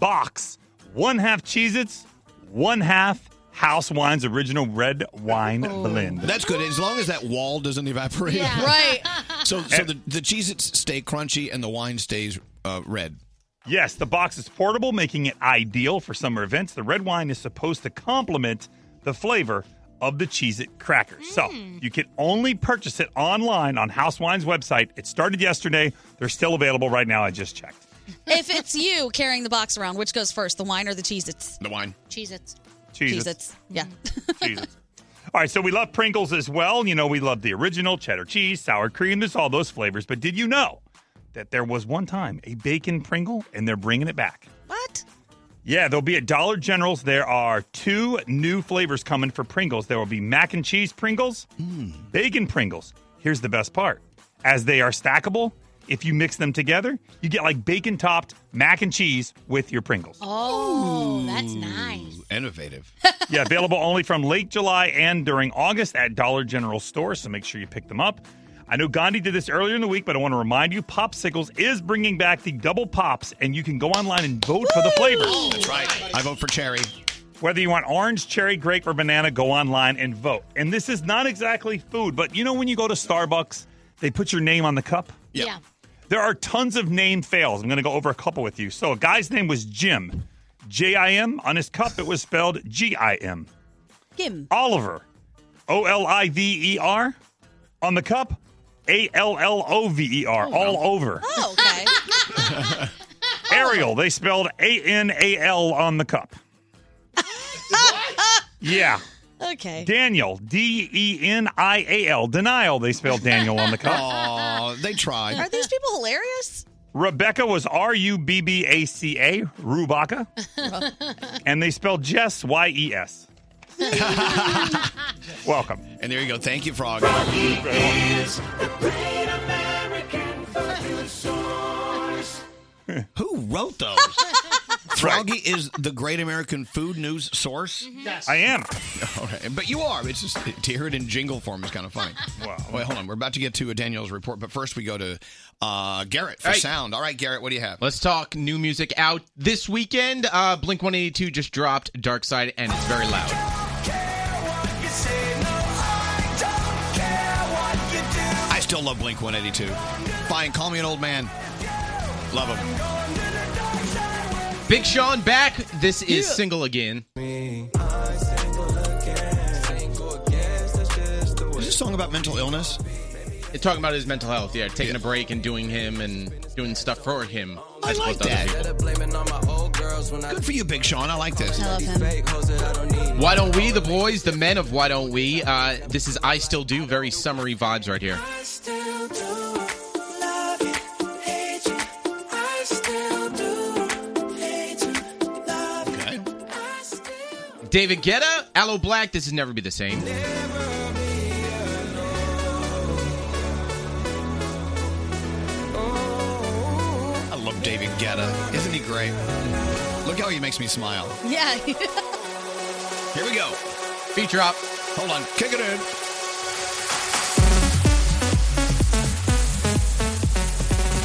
[SPEAKER 9] box. One half Cheez Its, one half House Wine's original red wine blend.
[SPEAKER 1] That's good, as long as that wall doesn't evaporate.
[SPEAKER 3] Right.
[SPEAKER 1] So, so the, the Cheez Its stay crunchy and the wine stays uh, red.
[SPEAKER 9] Yes, the box is portable, making it ideal for summer events. The red wine is supposed to complement the flavor of the Cheez It crackers. So
[SPEAKER 1] Mm.
[SPEAKER 9] you can only purchase it online on House Wine's website. It started yesterday. They're still available right now. I just checked.
[SPEAKER 3] if it's you carrying the box around, which goes first, the wine or the Cheez-Its?
[SPEAKER 1] The wine.
[SPEAKER 3] Cheez-Its.
[SPEAKER 9] Cheez-Its.
[SPEAKER 3] Cheez-Its. Yeah.
[SPEAKER 9] All right, so we love Pringles as well. You know, we love the original cheddar cheese, sour cream, there's all those flavors. But did you know that there was one time a bacon Pringle and they're bringing it back?
[SPEAKER 3] What?
[SPEAKER 9] Yeah, there'll be at Dollar General's. There are two new flavors coming for Pringles. There will be mac and cheese Pringles, bacon Pringles. Here's the best part as they are stackable, if you mix them together, you get like bacon topped mac and cheese with your Pringles.
[SPEAKER 29] Oh, that's nice.
[SPEAKER 1] Innovative.
[SPEAKER 9] yeah, available only from late July and during August at Dollar General stores, so make sure you pick them up. I know Gandhi did this earlier in the week, but I want to remind you Popsicles is bringing back the double pops, and you can go online and vote for the flavors.
[SPEAKER 1] Oh, That's right. I vote for cherry.
[SPEAKER 9] Whether you want orange, cherry, grape, or banana, go online and vote. And this is not exactly food, but you know when you go to Starbucks, they put your name on the cup?
[SPEAKER 29] Yeah.
[SPEAKER 9] There are tons of name fails. I'm going to go over a couple with you. So, a guy's name was Jim. J I M. On his cup, it was spelled G I M.
[SPEAKER 3] Jim.
[SPEAKER 9] Oliver. O L I V E R. On the cup, A L L O V E R. All over.
[SPEAKER 3] Oh, okay.
[SPEAKER 9] Mm-hmm. Ariel, they spelled A N A L on the cup. Yeah.
[SPEAKER 3] okay.
[SPEAKER 9] Daniel, D E N I A L. Denial, they spelled Daniel on the cup.
[SPEAKER 1] Oh, they tried.
[SPEAKER 3] Are these people hilarious?
[SPEAKER 9] Rebecca was R U B B A C A, Rubaca, and they spelled Jess Y E S. Welcome.
[SPEAKER 1] And there you go. Thank you, Frog. Who wrote those? Froggy is the great American food news source.
[SPEAKER 9] I am.
[SPEAKER 1] Okay, but you are. It's just to hear it in jingle form is kind of funny. wow. Wait, hold on. We're about to get to a Daniel's report, but first we go to uh, Garrett for
[SPEAKER 30] All right.
[SPEAKER 1] sound. All right, Garrett, what do you have?
[SPEAKER 30] Let's talk new music out this weekend. Uh, Blink 182 just dropped Dark Side, and it's very loud.
[SPEAKER 1] I still love Blink 182. Fine, call me an old man. Love him.
[SPEAKER 30] Big Sean back. This is single again.
[SPEAKER 1] Is this song about mental illness?
[SPEAKER 30] It's talking about his mental health. Yeah, taking a break and doing him and doing stuff for him. I like
[SPEAKER 1] Good for you, Big Sean. I like this.
[SPEAKER 30] Why don't we, the boys, the men of Why Don't We? Uh, this is I Still Do. Very summery vibes right here. David Guetta, Aloe Black. This is Never Be the Same.
[SPEAKER 1] I love David Guetta. Isn't he great? Look how he makes me smile.
[SPEAKER 3] Yeah.
[SPEAKER 1] Here we go.
[SPEAKER 30] Beat drop.
[SPEAKER 1] Hold on. Kick it in.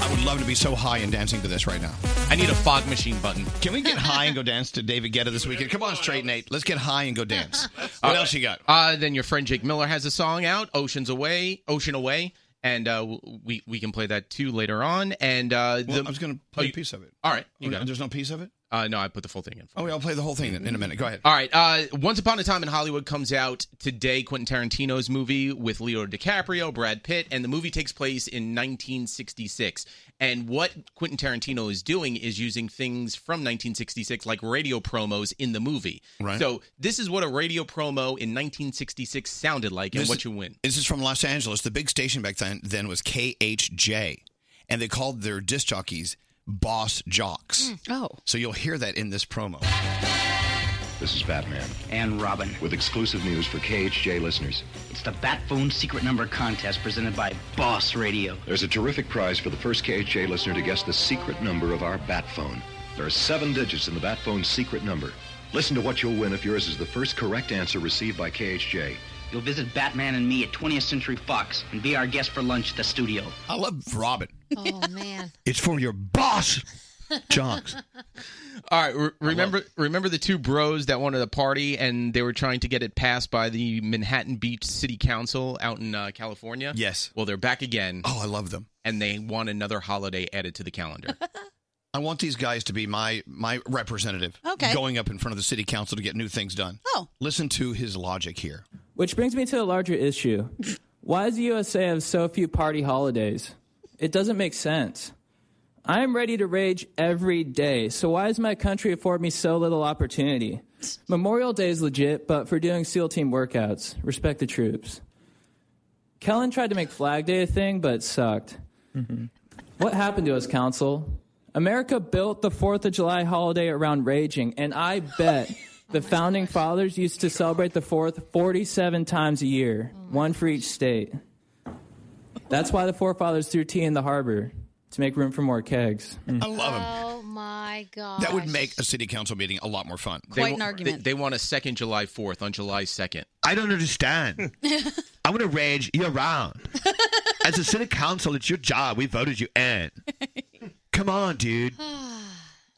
[SPEAKER 1] I would love to be so high and dancing to this right now.
[SPEAKER 30] I need a fog machine button.
[SPEAKER 1] Can we get high and go dance to David Guetta this weekend? Come on, straight Nate. Let's get high and go dance. What
[SPEAKER 30] Uh,
[SPEAKER 1] else you got?
[SPEAKER 30] Uh, then your friend Jake Miller has a song out, "Oceans Away," "Ocean Away," and uh, w- we we can play that too later on. And uh, the,
[SPEAKER 1] I was going to play a piece of it.
[SPEAKER 30] All right, you
[SPEAKER 1] Okay,
[SPEAKER 30] got it.
[SPEAKER 1] There's no piece of it?
[SPEAKER 30] Uh, no, I put the full thing in.
[SPEAKER 1] Oh, yeah, I'll play the whole thing then in a minute. Go ahead.
[SPEAKER 30] All right. Uh, Once Upon a Time in Hollywood comes out today. Quentin Tarantino's movie with Leo DiCaprio, Brad Pitt, and the movie takes place in 1966. And what Quentin Tarantino is doing is using things from 1966, like radio promos in the movie.
[SPEAKER 1] Right.
[SPEAKER 30] So this is what a radio promo in 1966 sounded like, and
[SPEAKER 1] This-
[SPEAKER 30] what you win.
[SPEAKER 1] This is from Los Angeles. The big station back then, then was KHJ, and they called their disc jockeys boss jocks.
[SPEAKER 3] Oh.
[SPEAKER 1] So you'll hear that in this promo.
[SPEAKER 21] This is Batman. And Robin. With exclusive news for KHJ listeners. It's the Batphone Secret Number Contest presented by Boss Radio. There's a terrific prize for the first KHJ listener to guess the secret number of our bat phone. There are seven digits in the bat phone's secret number. Listen to what you'll win if yours is the first correct answer received by KHJ. You'll visit Batman and me at 20th Century Fox and be our guest for lunch at the studio.
[SPEAKER 1] I love Robin.
[SPEAKER 30] Oh man.
[SPEAKER 1] It's for your boss, Jonks.
[SPEAKER 30] All right, re- remember remember the two bros that wanted a party and they were trying to get it passed by the Manhattan Beach City Council out in uh, California?
[SPEAKER 1] Yes.
[SPEAKER 30] Well, they're back again.
[SPEAKER 1] Oh, I love them.
[SPEAKER 30] And they want another holiday added to the calendar.
[SPEAKER 1] I want these guys to be my my representative.
[SPEAKER 21] Okay.
[SPEAKER 1] Going up in front of the city council to get new things done.
[SPEAKER 21] Oh.
[SPEAKER 1] Listen to his logic here.
[SPEAKER 22] Which brings me to a larger issue. Why does the USA have so few party holidays? It doesn't make sense. I am ready to rage every day, so why does my country afford me so little opportunity? Memorial Day is legit, but for doing SEAL team workouts, respect the troops. Kellen tried to make Flag Day a thing, but it sucked. What happened to us, Council? America built the 4th of July holiday around raging, and I bet the founding fathers used to celebrate the 4th 47 times a year, one for each state. That's why the forefathers threw tea in the harbor to make room for more kegs.
[SPEAKER 1] I love him.
[SPEAKER 4] Oh my god.
[SPEAKER 1] That would make a city council meeting a lot more fun.
[SPEAKER 30] They wa- They, they want a second July 4th on July 2nd.
[SPEAKER 31] I don't understand. I'm going to rage year round. As a city council, it's your job. We voted you in. Come on, dude.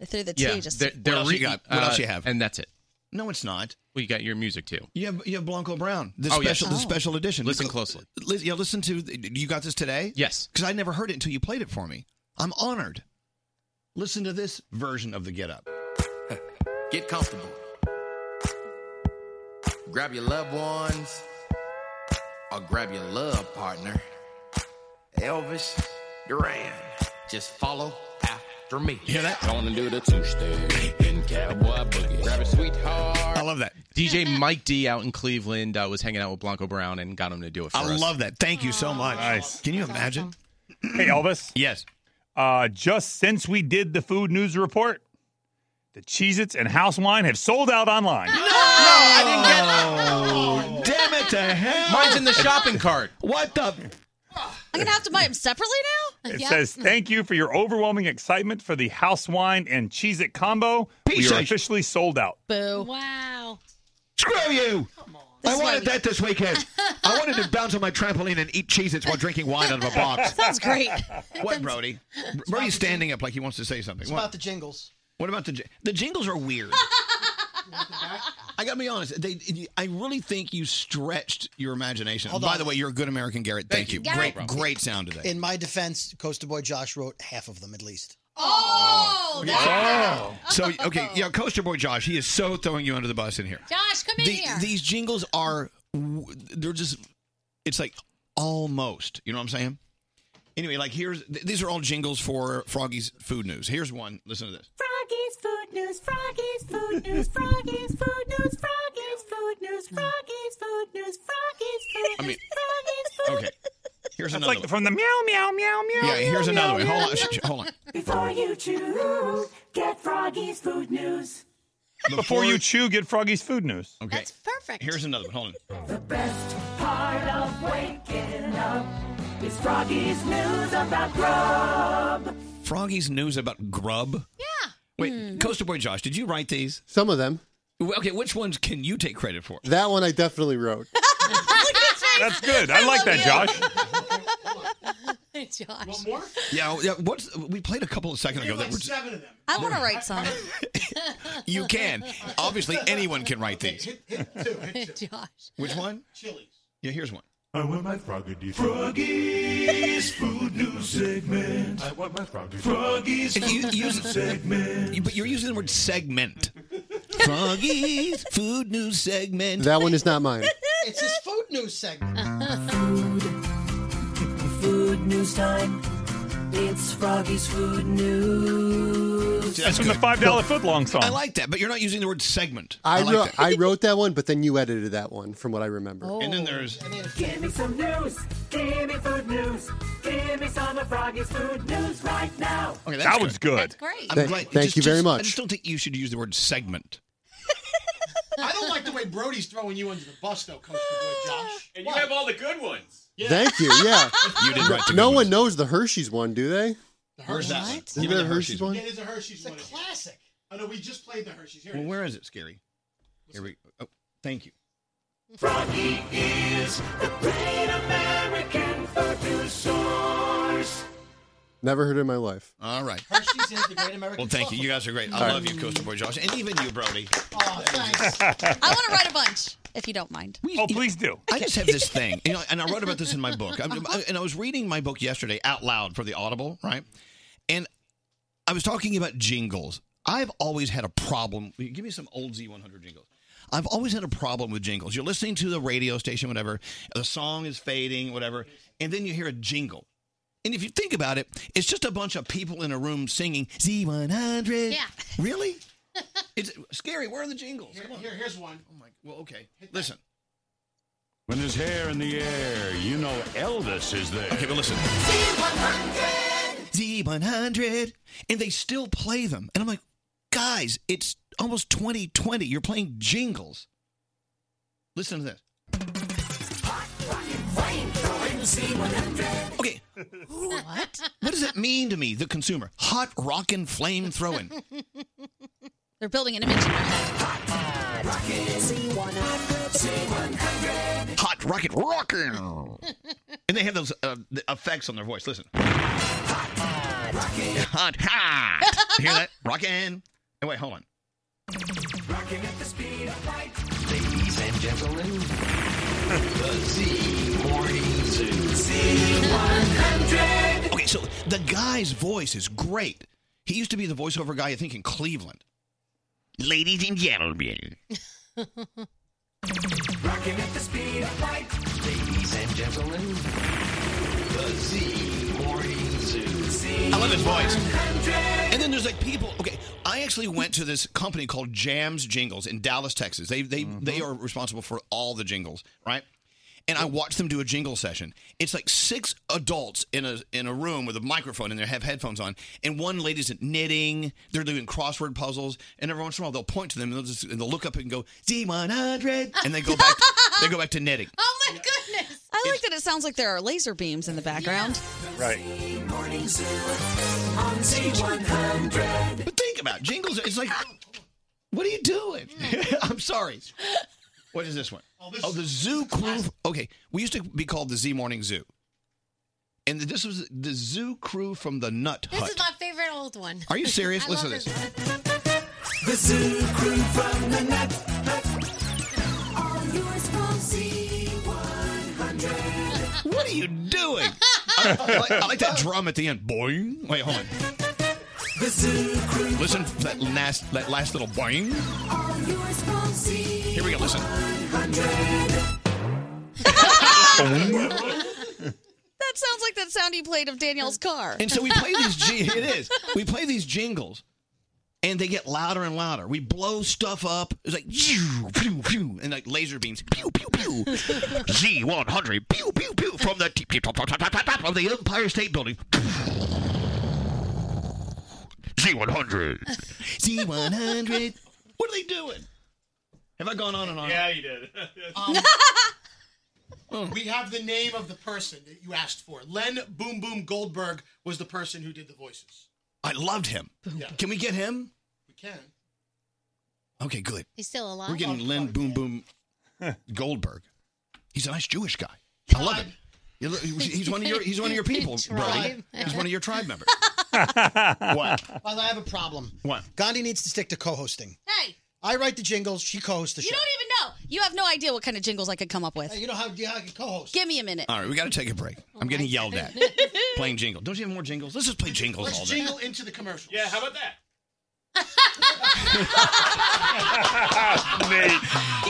[SPEAKER 3] Through the
[SPEAKER 30] yeah.
[SPEAKER 3] tea, just
[SPEAKER 30] they're- they're
[SPEAKER 1] What else you
[SPEAKER 30] re- uh,
[SPEAKER 1] got? What else you have?
[SPEAKER 30] And that's it.
[SPEAKER 1] No, it's not.
[SPEAKER 30] Well, you got your music too.
[SPEAKER 1] You have you have Blanco Brown, the
[SPEAKER 30] Oh, yes.
[SPEAKER 1] special the
[SPEAKER 30] Oh.
[SPEAKER 1] special edition.
[SPEAKER 30] Listen closely.
[SPEAKER 1] Li- yeah, listen to you got this today?
[SPEAKER 30] Yes.
[SPEAKER 1] Because I never heard it until you played it for me. I'm honored. Listen to this version of the Get Up.
[SPEAKER 18] Get comfortable. Grab your loved ones or grab your love partner. Elvis Duran. Just follow after me. Hear that? Gonna do the two step in cowboy boogie. Grab a sweetheart.
[SPEAKER 1] I love that.
[SPEAKER 30] DJ Mike D out in Cleveland uh, was hanging out with Blanco Brown and got him to do it for
[SPEAKER 1] I
[SPEAKER 30] us.
[SPEAKER 1] love that. Thank you so much. Nice. Can you imagine?
[SPEAKER 9] Hey, Elvis.
[SPEAKER 1] Yes.
[SPEAKER 9] Uh, just since we did the food news report, the Cheez Its and House Wine have sold out online.
[SPEAKER 30] I
[SPEAKER 1] didn't get it. Damn it to hell.
[SPEAKER 30] Mine's in the shopping cart.
[SPEAKER 1] What the?
[SPEAKER 3] I'm gonna have to buy them separately now.
[SPEAKER 9] It
[SPEAKER 32] Yep.
[SPEAKER 9] says, Thank you for your overwhelming excitement for the house wine and Cheez It combo. we are officially sold out.
[SPEAKER 32] Boo. Wow.
[SPEAKER 33] Screw you! I
[SPEAKER 32] is why
[SPEAKER 33] wanted
[SPEAKER 32] we-
[SPEAKER 33] that this weekend. I wanted to bounce on my trampoline and eat cheese its while drinking wine out of a box.
[SPEAKER 2] Sounds great.
[SPEAKER 1] What, Brody? Brody's standing up like he wants to say something.
[SPEAKER 2] It's
[SPEAKER 1] What,
[SPEAKER 2] about the jingles.
[SPEAKER 1] what about the jing- the jingles are weird? I gotta be honest. They, I really think you stretched your imagination.
[SPEAKER 2] Hold
[SPEAKER 1] By
[SPEAKER 2] on.
[SPEAKER 1] the way, you're a good American, Garrett. Thank, you.
[SPEAKER 2] you. Garrett.
[SPEAKER 1] Great, great sound today.
[SPEAKER 2] In my defense, Coaster Boy Josh wrote half of them at least.
[SPEAKER 32] Oh,
[SPEAKER 1] Yeah. Oh. So okay, yeah, Coaster Boy Josh, he is so throwing you under the bus in here.
[SPEAKER 32] Josh, come in
[SPEAKER 1] The-
[SPEAKER 32] here.
[SPEAKER 1] These jingles are, w- they're just, it's like almost. You know what I'm saying? Anyway, like here's th- these are all jingles for Froggy's food news. Here's one. Listen to this.
[SPEAKER 6] Froggy's food news, Froggy's food news, Froggy's food news, Froggy's food news, Froggy's food news, Froggy's food news,
[SPEAKER 1] I mean-
[SPEAKER 6] Froggy's food
[SPEAKER 1] Okay. Here's
[SPEAKER 9] That's
[SPEAKER 1] another
[SPEAKER 9] like
[SPEAKER 1] one.
[SPEAKER 9] from the meow, meow, meow, meow.
[SPEAKER 1] yeah, here's
[SPEAKER 9] meow,
[SPEAKER 1] another one.
[SPEAKER 9] meow,
[SPEAKER 1] Hold on,
[SPEAKER 9] meow,
[SPEAKER 1] sh- sh- hold on.
[SPEAKER 6] Before you chew, get Froggy's food news.
[SPEAKER 9] Before you chew, get Froggy's food news.
[SPEAKER 1] Okay.
[SPEAKER 6] Perfect.
[SPEAKER 1] Here's another one. Hold on.
[SPEAKER 6] The best part of waking up is Froggy's news about grub.
[SPEAKER 1] Froggy's news about grub. Yeah. Wait,
[SPEAKER 32] Hmm.
[SPEAKER 1] Coaster Boy Josh, did you write these?
[SPEAKER 12] Some of them.
[SPEAKER 1] Okay, which ones can you take credit for?
[SPEAKER 12] That one I definitely wrote.
[SPEAKER 9] That's good. I like that, Josh.
[SPEAKER 32] Josh.
[SPEAKER 1] Yeah, yeah. What's we played a couple of seconds ago that were
[SPEAKER 2] Seven of them.
[SPEAKER 3] I want to write some.
[SPEAKER 1] you can. Obviously, anyone can write these.
[SPEAKER 32] Josh.
[SPEAKER 1] Which one? Chili's. Yeah, here's one.
[SPEAKER 18] I want my Froggy Froggy's food news segment. I want my Froggy Froggy's
[SPEAKER 1] And you-
[SPEAKER 18] food
[SPEAKER 1] you-
[SPEAKER 18] news segment.
[SPEAKER 1] You- But you're using the word segment. Froggy's food news segment.
[SPEAKER 12] That one is not mine.
[SPEAKER 2] It's his food news segment.
[SPEAKER 6] Food news time. It's Froggy's food news.
[SPEAKER 9] That's from the five dollar footlong song.
[SPEAKER 1] I like that, but you're not using the word segment.
[SPEAKER 12] I,
[SPEAKER 1] like
[SPEAKER 12] wrote,
[SPEAKER 1] that.
[SPEAKER 12] I wrote that one, but then you edited that one from what I remember.
[SPEAKER 1] And then there's
[SPEAKER 6] Give me some news. Give me food news. Give me some of Froggy's food news right now.
[SPEAKER 1] okay,
[SPEAKER 12] That was good. That's
[SPEAKER 6] great.
[SPEAKER 1] I'm
[SPEAKER 12] Th-
[SPEAKER 1] glad-
[SPEAKER 12] thank
[SPEAKER 1] just-
[SPEAKER 12] you very
[SPEAKER 1] just- I
[SPEAKER 12] much.
[SPEAKER 1] just don't think you should use the word segment.
[SPEAKER 2] I don't like the way Brody's throwing you under the bus, though, Coaster Boy Josh.
[SPEAKER 34] And you have all the good ones.
[SPEAKER 12] Thank you. Yeah.
[SPEAKER 1] You did write the
[SPEAKER 12] no
[SPEAKER 1] good
[SPEAKER 12] one knows the Hershey's one, do they?
[SPEAKER 1] Where's that one?
[SPEAKER 12] Isn't there a Hershey's one?
[SPEAKER 2] Yeah, there's a Hershey's one. It's a classic. Oh, no, we just played the Hershey's. Here
[SPEAKER 1] Well, where is it, Scary? Here we. Oh, thank you.
[SPEAKER 6] Froggy is the great American food news source.
[SPEAKER 12] Never heard it in my life.
[SPEAKER 1] All right.
[SPEAKER 2] Hershey's is the great American
[SPEAKER 1] Well, thank you. You guys are great. I
[SPEAKER 12] All
[SPEAKER 1] love
[SPEAKER 12] right.
[SPEAKER 1] you, Coaster Boy Josh, and even you, Brody.
[SPEAKER 3] I want to write a bunch, if you don't mind.
[SPEAKER 9] Oh, please do.
[SPEAKER 1] I just have this thing, you know, and I wrote about this in my book. I, I, and I was reading my book yesterday out loud for the Audible, right? And I was talking about jingles. I've always had a problem. will you Give me some old Z100 jingles. I've always had a problem with jingles. You're listening to the radio station, whatever. The song is fading, whatever, and then you hear a jingle. And if you think about it, it's just a bunch of people in a room singing Z100.
[SPEAKER 2] Yeah.
[SPEAKER 1] Really? It's scary. Where are the jingles?
[SPEAKER 2] Here, here- here's one.
[SPEAKER 1] Oh my. Well, okay. Listen.
[SPEAKER 18] When there's hair in the air, you know Elvis is there. Okay,
[SPEAKER 1] but listen. Z100, E and they still play them. And I'm like, guys, it's almost 2020. You're playing jingles. Listen to this. Okay,
[SPEAKER 32] what?
[SPEAKER 1] what does that mean to me, the consumer? Hot rockin' flame throwing.
[SPEAKER 3] They're building an image in my head.
[SPEAKER 1] Hot rocket rockin'. And they have those uh, the effects on their voice. Listen. Hot, hot. Hear that? Rockin'. Oh, wait, hold on.
[SPEAKER 6] Rocking at the speed of light. Ladies and gentlemen, the Z Morning Zoo. Z100.
[SPEAKER 1] Okay, so the guy's voice is great. He used to be the voiceover guy, I think, in Cleveland. Ladies and gentlemen.
[SPEAKER 6] Rocking at the speed of light. Ladies and gentlemen, the Z Morning Zoo.
[SPEAKER 1] I love his voice.
[SPEAKER 6] Z100.
[SPEAKER 1] And then there's like people. Okay, I actually went to this company called Jams Jingles in Dallas, Texas. They they they are responsible for all the jingles, right? And I watched them do a jingle session. It's like six adults in a in a room with a microphone and they have headphones on. And one lady's knitting. They're doing crossword puzzles. And every once in a while, they'll point to them and they'll just and they'll look up and go Z100, and they go back. they go back to knitting.
[SPEAKER 32] Oh my goodness.
[SPEAKER 3] I like that it sounds like there are laser beams in the background.
[SPEAKER 9] Right.
[SPEAKER 6] Morning Zoo on Z100.
[SPEAKER 1] But think about it. jingles. It's like, what are you doing? I'm sorry. What is this one? Oh, the Zoo Crew. Okay, we used to be called the Z Morning Zoo, and this was the Zoo Crew from the Nut
[SPEAKER 4] This
[SPEAKER 1] Hut.
[SPEAKER 4] is my favorite old one.
[SPEAKER 1] Are you serious?
[SPEAKER 4] I
[SPEAKER 1] Listen
[SPEAKER 4] love
[SPEAKER 1] to this.
[SPEAKER 6] The Zoo Crew from the Nut Hut. All yours from Z100.
[SPEAKER 1] What are you doing? I, I like, I like that drum at the end. Boing. Wait, hold on.
[SPEAKER 6] The Zoo Crew.
[SPEAKER 1] Listen for that last that last little boing.
[SPEAKER 6] All yours from Z100.
[SPEAKER 1] Here we go. Listen.
[SPEAKER 3] That sounds like that sound he played of Danielle's car.
[SPEAKER 1] And so we play these. ji- It is. We play these jingles, and they get louder and louder. We blow stuff up. It's like pew pew pew, and like laser beams. Pew pew pew. Z one hundred. Pew pew pew from the tip tip top top top top top, top of the Empire State Building. Z one hundred. Z one hundred. What are they doing? Have I gone on and on?
[SPEAKER 25] Yeah,
[SPEAKER 1] you did. Um,
[SPEAKER 25] Um,
[SPEAKER 1] Hmm.
[SPEAKER 25] We have the name of the person that you asked for. Len Boom Boom Goldberg was the person who did the voices.
[SPEAKER 1] I loved him. Can we get him?
[SPEAKER 25] We can.
[SPEAKER 1] Okay, good.
[SPEAKER 4] He's still alive.
[SPEAKER 1] We're getting Len Boom Boom Goldberg. He's a nice Jewish guy. I love it. You look- He's one of your he's one of your people, Brody.
[SPEAKER 2] Tribe.
[SPEAKER 1] He's one of your tribe members.
[SPEAKER 2] what?
[SPEAKER 1] What?
[SPEAKER 2] Well, I have a problem.
[SPEAKER 1] What?
[SPEAKER 2] Gandhi needs to stick to co-hosting.
[SPEAKER 3] Hey,
[SPEAKER 2] I write the jingles. She co-hosts the
[SPEAKER 3] you
[SPEAKER 2] show.
[SPEAKER 3] don't even know. You have no idea what kind of jingles I could come up with.
[SPEAKER 2] you know how, I can co-host.
[SPEAKER 3] Give me a minute.
[SPEAKER 1] All right, we got to take a break. I'm getting yelled at. Playing jingle. Don't you have more jingles? Let's just play jingles all
[SPEAKER 25] Let's
[SPEAKER 1] day.
[SPEAKER 25] jingle into the commercials.
[SPEAKER 11] Yeah, how about that?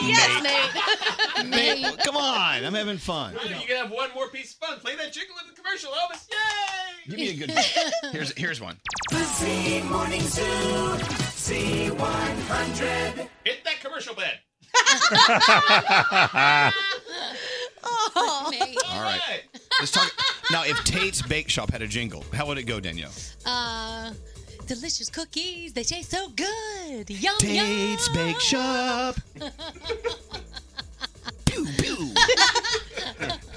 [SPEAKER 3] Yes, Nate.
[SPEAKER 1] Nate, come on. I'm having fun.
[SPEAKER 11] You can have one more piece of fun. Play that jingle in the commercial, Elvis. Yay!
[SPEAKER 1] Give me a good one. Here's here's one.
[SPEAKER 6] The Z Morning Zoo. Z100.
[SPEAKER 11] Hit that commercial bed.
[SPEAKER 4] Oh, man.
[SPEAKER 1] All right. Let's talk now if Tate's Bake Shop had a jingle, how would it go, Danielle?
[SPEAKER 4] Uh, delicious cookies. They taste so good. Yum yum.
[SPEAKER 1] Tate's Bake Shop.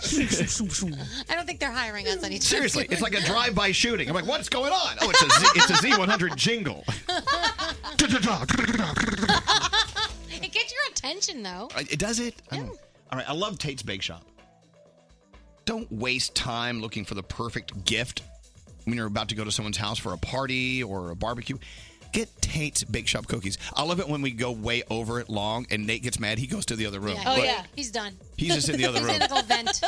[SPEAKER 4] I don't think they're hiring us anytime.
[SPEAKER 1] Seriously,
[SPEAKER 4] soon.
[SPEAKER 1] it's like a drive-by shooting. I'm like, what's going on? Oh, it's a Z, it's a Z100 jingle.
[SPEAKER 4] It gets your attention though.
[SPEAKER 1] I- It Uh, does it. I don't- All right, I love Tate's Bake Shop. Don't waste time looking for the perfect gift when you're about to go to someone's house for a party or a barbecue. Get Tate's Bake Shop cookies. I love it when we go way over it long and Nate gets mad. He goes to the other room.
[SPEAKER 4] Oh
[SPEAKER 1] But
[SPEAKER 4] yeah, he's done.
[SPEAKER 1] He's just in the other
[SPEAKER 4] he's
[SPEAKER 1] room.
[SPEAKER 4] in a little vent.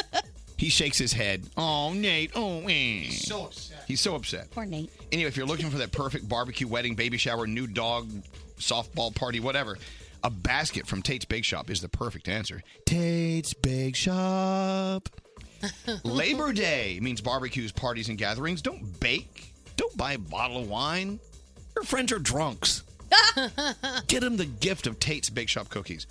[SPEAKER 1] He shakes his head. Oh, Nate. Oh, he's
[SPEAKER 25] so upset.
[SPEAKER 1] He's so upset.
[SPEAKER 3] Poor Nate.
[SPEAKER 1] Anyway, if you're looking for that perfect barbecue, wedding, baby shower, new dog, softball party, whatever, a basket from Tate's Bake Shop is the perfect answer. Tate's Bake Shop. Labor Day means barbecues, parties, and gatherings. Don't bake. Don't buy a bottle of wine. Your friends are drunks. Get them the gift of Tate's Bake Shop cookies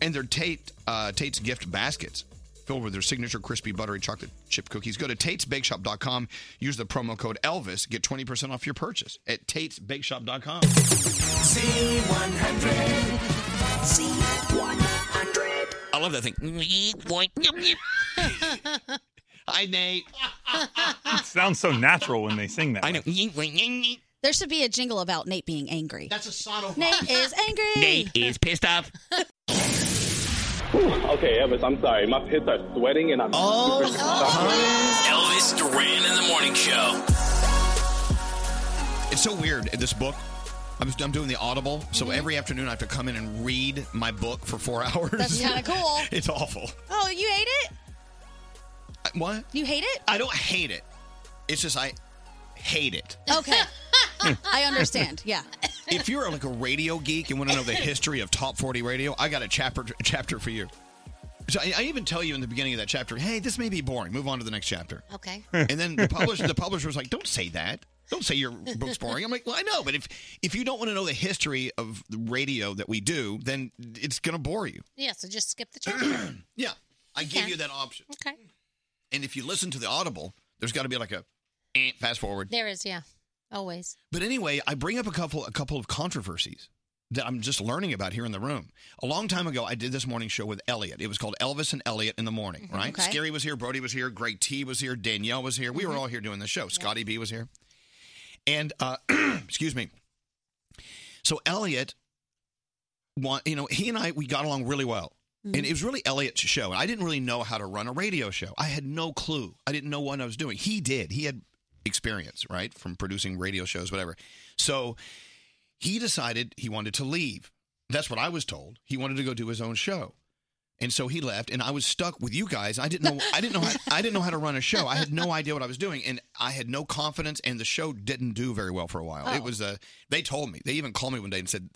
[SPEAKER 1] and their Tate uh, Tate's gift baskets filled with their signature crispy buttery chocolate chip cookies. Go to tatesbakeshop.com. Use the promo code Elvis. Get 20% off your purchase at tatesbakeshop.com.
[SPEAKER 6] Z100. Z100.
[SPEAKER 1] I love that thing. Hi, Nate.
[SPEAKER 9] It sounds so natural when they sing that. I know.
[SPEAKER 3] There should be a jingle about Nate being angry. That's
[SPEAKER 25] a sono.
[SPEAKER 3] Nate is angry.
[SPEAKER 1] is pissed off.
[SPEAKER 11] okay, Elvis, I'm sorry. My pits are sweating and I'm oh, super
[SPEAKER 5] Elvis Duran in the Morning Show.
[SPEAKER 1] It's so weird. This book. I'm, I'm doing the Audible, so
[SPEAKER 3] Mm-hmm.
[SPEAKER 1] every afternoon I have to come in and read my book for four hours.
[SPEAKER 3] That's kinda cool.
[SPEAKER 1] it's awful.
[SPEAKER 3] Oh, you hate it?
[SPEAKER 1] I- What?
[SPEAKER 3] You hate it?
[SPEAKER 1] I don't hate it. It's just I hate it.
[SPEAKER 3] Okay. I understand. Yeah.
[SPEAKER 1] if you're like a radio geek and want to know the history of top 40 radio, I got a chapter chapter for you. So I, I even tell you in the beginning of that chapter, hey, this may be boring. Move on to the next chapter.
[SPEAKER 4] Okay.
[SPEAKER 1] And then the publisher, the publisher was like, don't say that. Don't say your book's boring. I'm like, well, I know, but if if you don't want to know the history of the radio that we do, then it's gonna bore you.
[SPEAKER 4] Yeah, so just skip the chapter.
[SPEAKER 1] yeah, I give
[SPEAKER 4] can.
[SPEAKER 1] you that option.
[SPEAKER 4] Okay.
[SPEAKER 1] And if you listen to the Audible, there's got to be like a eh, fast forward.
[SPEAKER 4] There is, yeah. Always.
[SPEAKER 1] But anyway, I bring up a couple a couple of controversies that I'm just learning about here in the room. A long time ago, I did this morning show with Elliot. It was called Elvis and Elliot in the Morning, right?
[SPEAKER 21] okay.
[SPEAKER 1] Scary was here, Brody was here, Greg T was here, Danielle was here. We were all here doing the show. Scotty B was here. And, uh, excuse me. So Elliot, want, you know, he and I, we got along really well. And it was really Elliot's show. And I didn't really know how to run a radio show. I had no clue. I didn't know what I was doing. He did. He had experience, right? From producing radio shows, whatever. So he decided he wanted to leave. That's what I was told. He wanted to go do his own show. And so he left and I was stuck with you guys. I didn't know I didn't know how, I didn't know how to run a show. I had no idea what I was doing and I had no confidence and the show didn't do very well for a while.
[SPEAKER 21] Oh.
[SPEAKER 1] It was a they told me. They even called me one day and said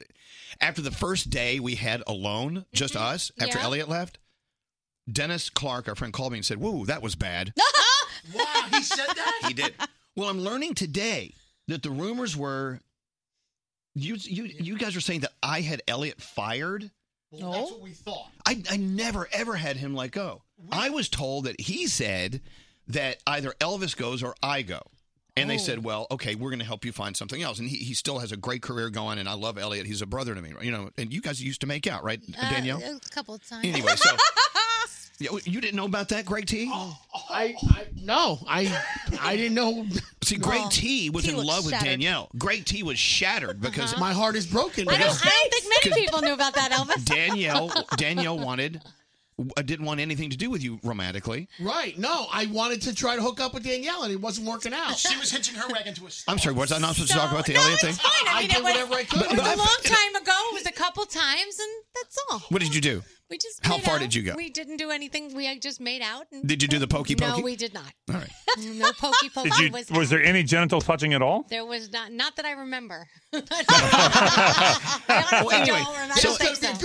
[SPEAKER 1] after the first day we had alone, just us, after
[SPEAKER 21] Mm-hmm. Yeah.
[SPEAKER 1] Elliot left, Dennis Clark, our friend called me and said, "Whoa, that was bad."
[SPEAKER 25] wow, he said that?
[SPEAKER 1] he did. Well, I'm learning today that the rumors were you you you guys were saying that I had Elliot fired.
[SPEAKER 25] Well, that's what we thought.
[SPEAKER 1] I I never ever had him let go. I was told that he said that either Elvis goes or I go. And they
[SPEAKER 21] Oh.
[SPEAKER 1] said, "Well, okay, we're going to help you find something else." And he, he still has a great career going, and I love Elliot. He's a brother to me, you know. And you guys used to make out, right,
[SPEAKER 4] Uh,
[SPEAKER 1] Danielle?
[SPEAKER 4] a couple of times.
[SPEAKER 1] Anyway, so Yeah, you didn't know about that, Greg T?
[SPEAKER 25] Oh, I, I no, I I didn't know.
[SPEAKER 1] See, Greg
[SPEAKER 25] Well,
[SPEAKER 1] T was
[SPEAKER 25] he
[SPEAKER 1] in
[SPEAKER 25] looks
[SPEAKER 1] love with
[SPEAKER 25] shattered.
[SPEAKER 1] Danielle. Greg T was shattered because
[SPEAKER 25] my heart is broken.
[SPEAKER 4] Uh-huh. I don't, I don't think many people knew about that, Elvis.
[SPEAKER 1] Danielle Danielle wanted uh, didn't want anything to do with you romantically.
[SPEAKER 25] Right? No, I wanted to try to hook up with Danielle, and it wasn't working out. She was hitching her wagon to a.
[SPEAKER 1] I'm sorry, was I not supposed to talk about the
[SPEAKER 25] no,
[SPEAKER 1] Elliot thing?
[SPEAKER 25] it's fine. I
[SPEAKER 4] mean,
[SPEAKER 25] did
[SPEAKER 4] it was-
[SPEAKER 25] whatever I could.
[SPEAKER 4] It was
[SPEAKER 1] But I-
[SPEAKER 4] a long time ago. It was a couple times, and that's all.
[SPEAKER 1] What did you do?
[SPEAKER 4] We just
[SPEAKER 1] How
[SPEAKER 4] made
[SPEAKER 1] far
[SPEAKER 4] out.
[SPEAKER 1] did you go?
[SPEAKER 4] We didn't do anything. We just made out. And
[SPEAKER 1] Did you do the pokey
[SPEAKER 4] No,
[SPEAKER 9] pokey?
[SPEAKER 4] we did not.
[SPEAKER 1] All right.
[SPEAKER 4] No pokey pokey
[SPEAKER 9] Did you?
[SPEAKER 4] was.
[SPEAKER 9] Was there any genital touching at all?
[SPEAKER 4] There was not. Not that I remember.
[SPEAKER 1] Well, anyway, so-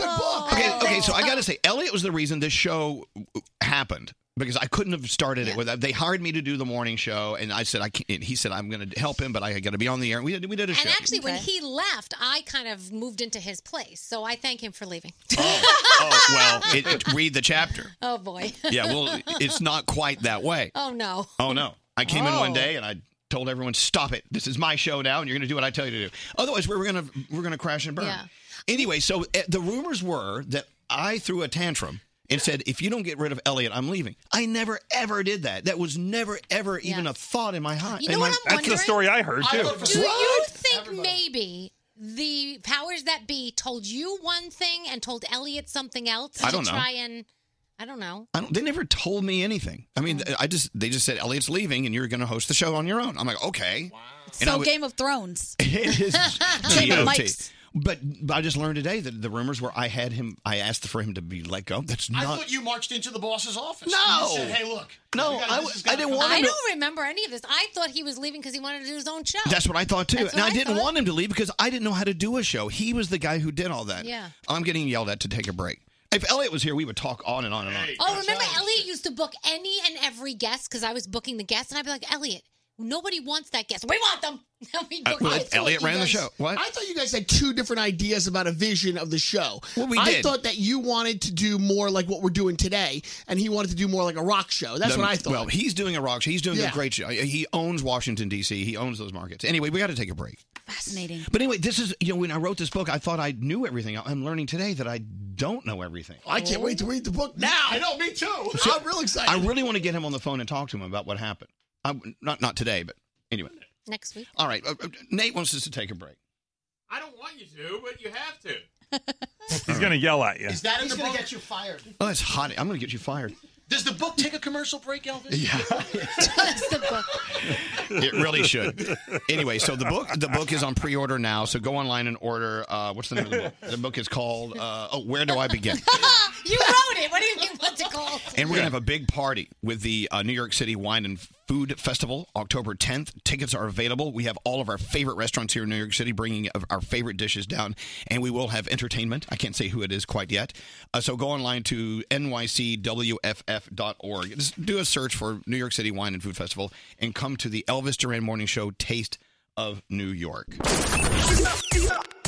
[SPEAKER 4] Oh.
[SPEAKER 1] okay, okay, so I got to say, Elliot was the reason this show w- happened because I couldn't have started it without. They hired me to do the morning show, and I said I can't. and He said I'm going to help him, but I got to be on the air. We did, we did a show.
[SPEAKER 4] And actually, when he left, I kind of moved into his place. So I thank him for leaving.
[SPEAKER 1] oh well, it, it- read the chapter.
[SPEAKER 4] Oh boy.
[SPEAKER 1] Yeah, well, it's not quite that way.
[SPEAKER 4] Oh no.
[SPEAKER 1] Oh no! I came in one
[SPEAKER 4] Oh.
[SPEAKER 1] day and I told everyone, "Stop it! This is my show now, and you're going to do what I tell you to do. Otherwise, we're going to we're going to crash and burn."
[SPEAKER 4] Yeah.
[SPEAKER 1] Anyway, so eh, the rumors were that I threw a tantrum and said, "If you don't get rid of Elliot, I'm leaving." I never ever did that. That was never ever even a thought in Uh, my heart.
[SPEAKER 4] You know what I'm
[SPEAKER 9] That's the story I heard too.
[SPEAKER 4] Do you think maybe the powers that be told you one thing and told Elliot something else
[SPEAKER 1] I don't
[SPEAKER 4] to
[SPEAKER 1] know.
[SPEAKER 4] try and I don't know.
[SPEAKER 1] I don't, Mm. they never told me anything. I mean, I just they just said Elliot's leaving, and you're going to host the show on your own. I'm like, okay. Wow.
[SPEAKER 3] So Game of Thrones.
[SPEAKER 1] It is
[SPEAKER 3] Chamber of
[SPEAKER 1] GOT.
[SPEAKER 3] Mikes.
[SPEAKER 1] But, but I just learned today that the rumors were I had him. I asked for him to be let go. That's
[SPEAKER 25] I
[SPEAKER 1] not.
[SPEAKER 25] thought you marched into the boss's office.
[SPEAKER 1] No.
[SPEAKER 25] You said, hey, look.
[SPEAKER 1] No,
[SPEAKER 25] we gotta- this
[SPEAKER 1] I w-
[SPEAKER 25] is gonna
[SPEAKER 1] I didn't
[SPEAKER 25] come
[SPEAKER 1] want
[SPEAKER 25] out."
[SPEAKER 4] I
[SPEAKER 1] him to-
[SPEAKER 4] don't remember any of this. I thought he was leaving because he wanted to do his own show.
[SPEAKER 1] That's what I thought too.
[SPEAKER 4] That's
[SPEAKER 1] And
[SPEAKER 4] what
[SPEAKER 1] I
[SPEAKER 4] I
[SPEAKER 1] didn't
[SPEAKER 4] thought.
[SPEAKER 1] want him to leave because I didn't know how to do a show. He was the guy who did all that.
[SPEAKER 4] Yeah.
[SPEAKER 1] I'm getting yelled at to take a break. If Elliot was here, we would talk on and on and on.
[SPEAKER 4] Oh, remember Elliot used to book any and every guest because I was booking the guests, and I'd be like, Elliot, nobody wants that guest. We want them. And we'd book
[SPEAKER 1] well,
[SPEAKER 4] them.
[SPEAKER 1] that's- Uh, Elliot
[SPEAKER 25] you
[SPEAKER 1] ran the
[SPEAKER 25] guys-
[SPEAKER 1] show. What?
[SPEAKER 25] I thought you guys had two different ideas about a vision of the show. Well,
[SPEAKER 1] we
[SPEAKER 25] I
[SPEAKER 1] did.
[SPEAKER 25] thought that you wanted to do more like what we're doing today, and he wanted to do more like a rock show. That's
[SPEAKER 1] Then-
[SPEAKER 25] what I thought.
[SPEAKER 1] Well, he's doing a rock show. He's doing
[SPEAKER 25] Yeah.
[SPEAKER 1] a great show. He owns Washington D.C. He owns those markets. Anyway, we got to take a break.
[SPEAKER 3] Fascinating.
[SPEAKER 1] But anyway, this is you know when I wrote this book, I thought I knew everything. I'm learning today that I don't know everything.
[SPEAKER 25] I can't wait to read the book now. I know, me too. I'm real excited.
[SPEAKER 1] I really want to get him on the phone and talk to him about what happened. I, not not today, but anyway.
[SPEAKER 4] Next week.
[SPEAKER 1] All right, uh, uh, Nate wants us to take a break.
[SPEAKER 11] I don't want you to, but you have to.
[SPEAKER 9] He's going to yell at you.
[SPEAKER 25] that He's going to get you fired.
[SPEAKER 1] Oh, it's hot. I'm going to get you fired.
[SPEAKER 25] Does the book take a commercial break, Elvis?
[SPEAKER 1] Yeah.
[SPEAKER 25] Does the book.
[SPEAKER 1] It really should. anyway, so the book the book is on pre order now. So go online and order. Uh, what's the name of the book? The book is called uh, Oh, Where Do I Begin?
[SPEAKER 4] you wrote it. What do you mean? What's it called?
[SPEAKER 1] And we're going to have a big party with the uh, New York City Wine and Food Festival, October 10th. Tickets are available. We have all of our favorite restaurants here in New York City bringing of our favorite dishes down, and we will have entertainment. I can't say who it is quite yet. Uh, so go online to nycwff.org. Just do a search for New York City Wine and Food Festival and come to the Elvis Duran Morning Show Taste of New York.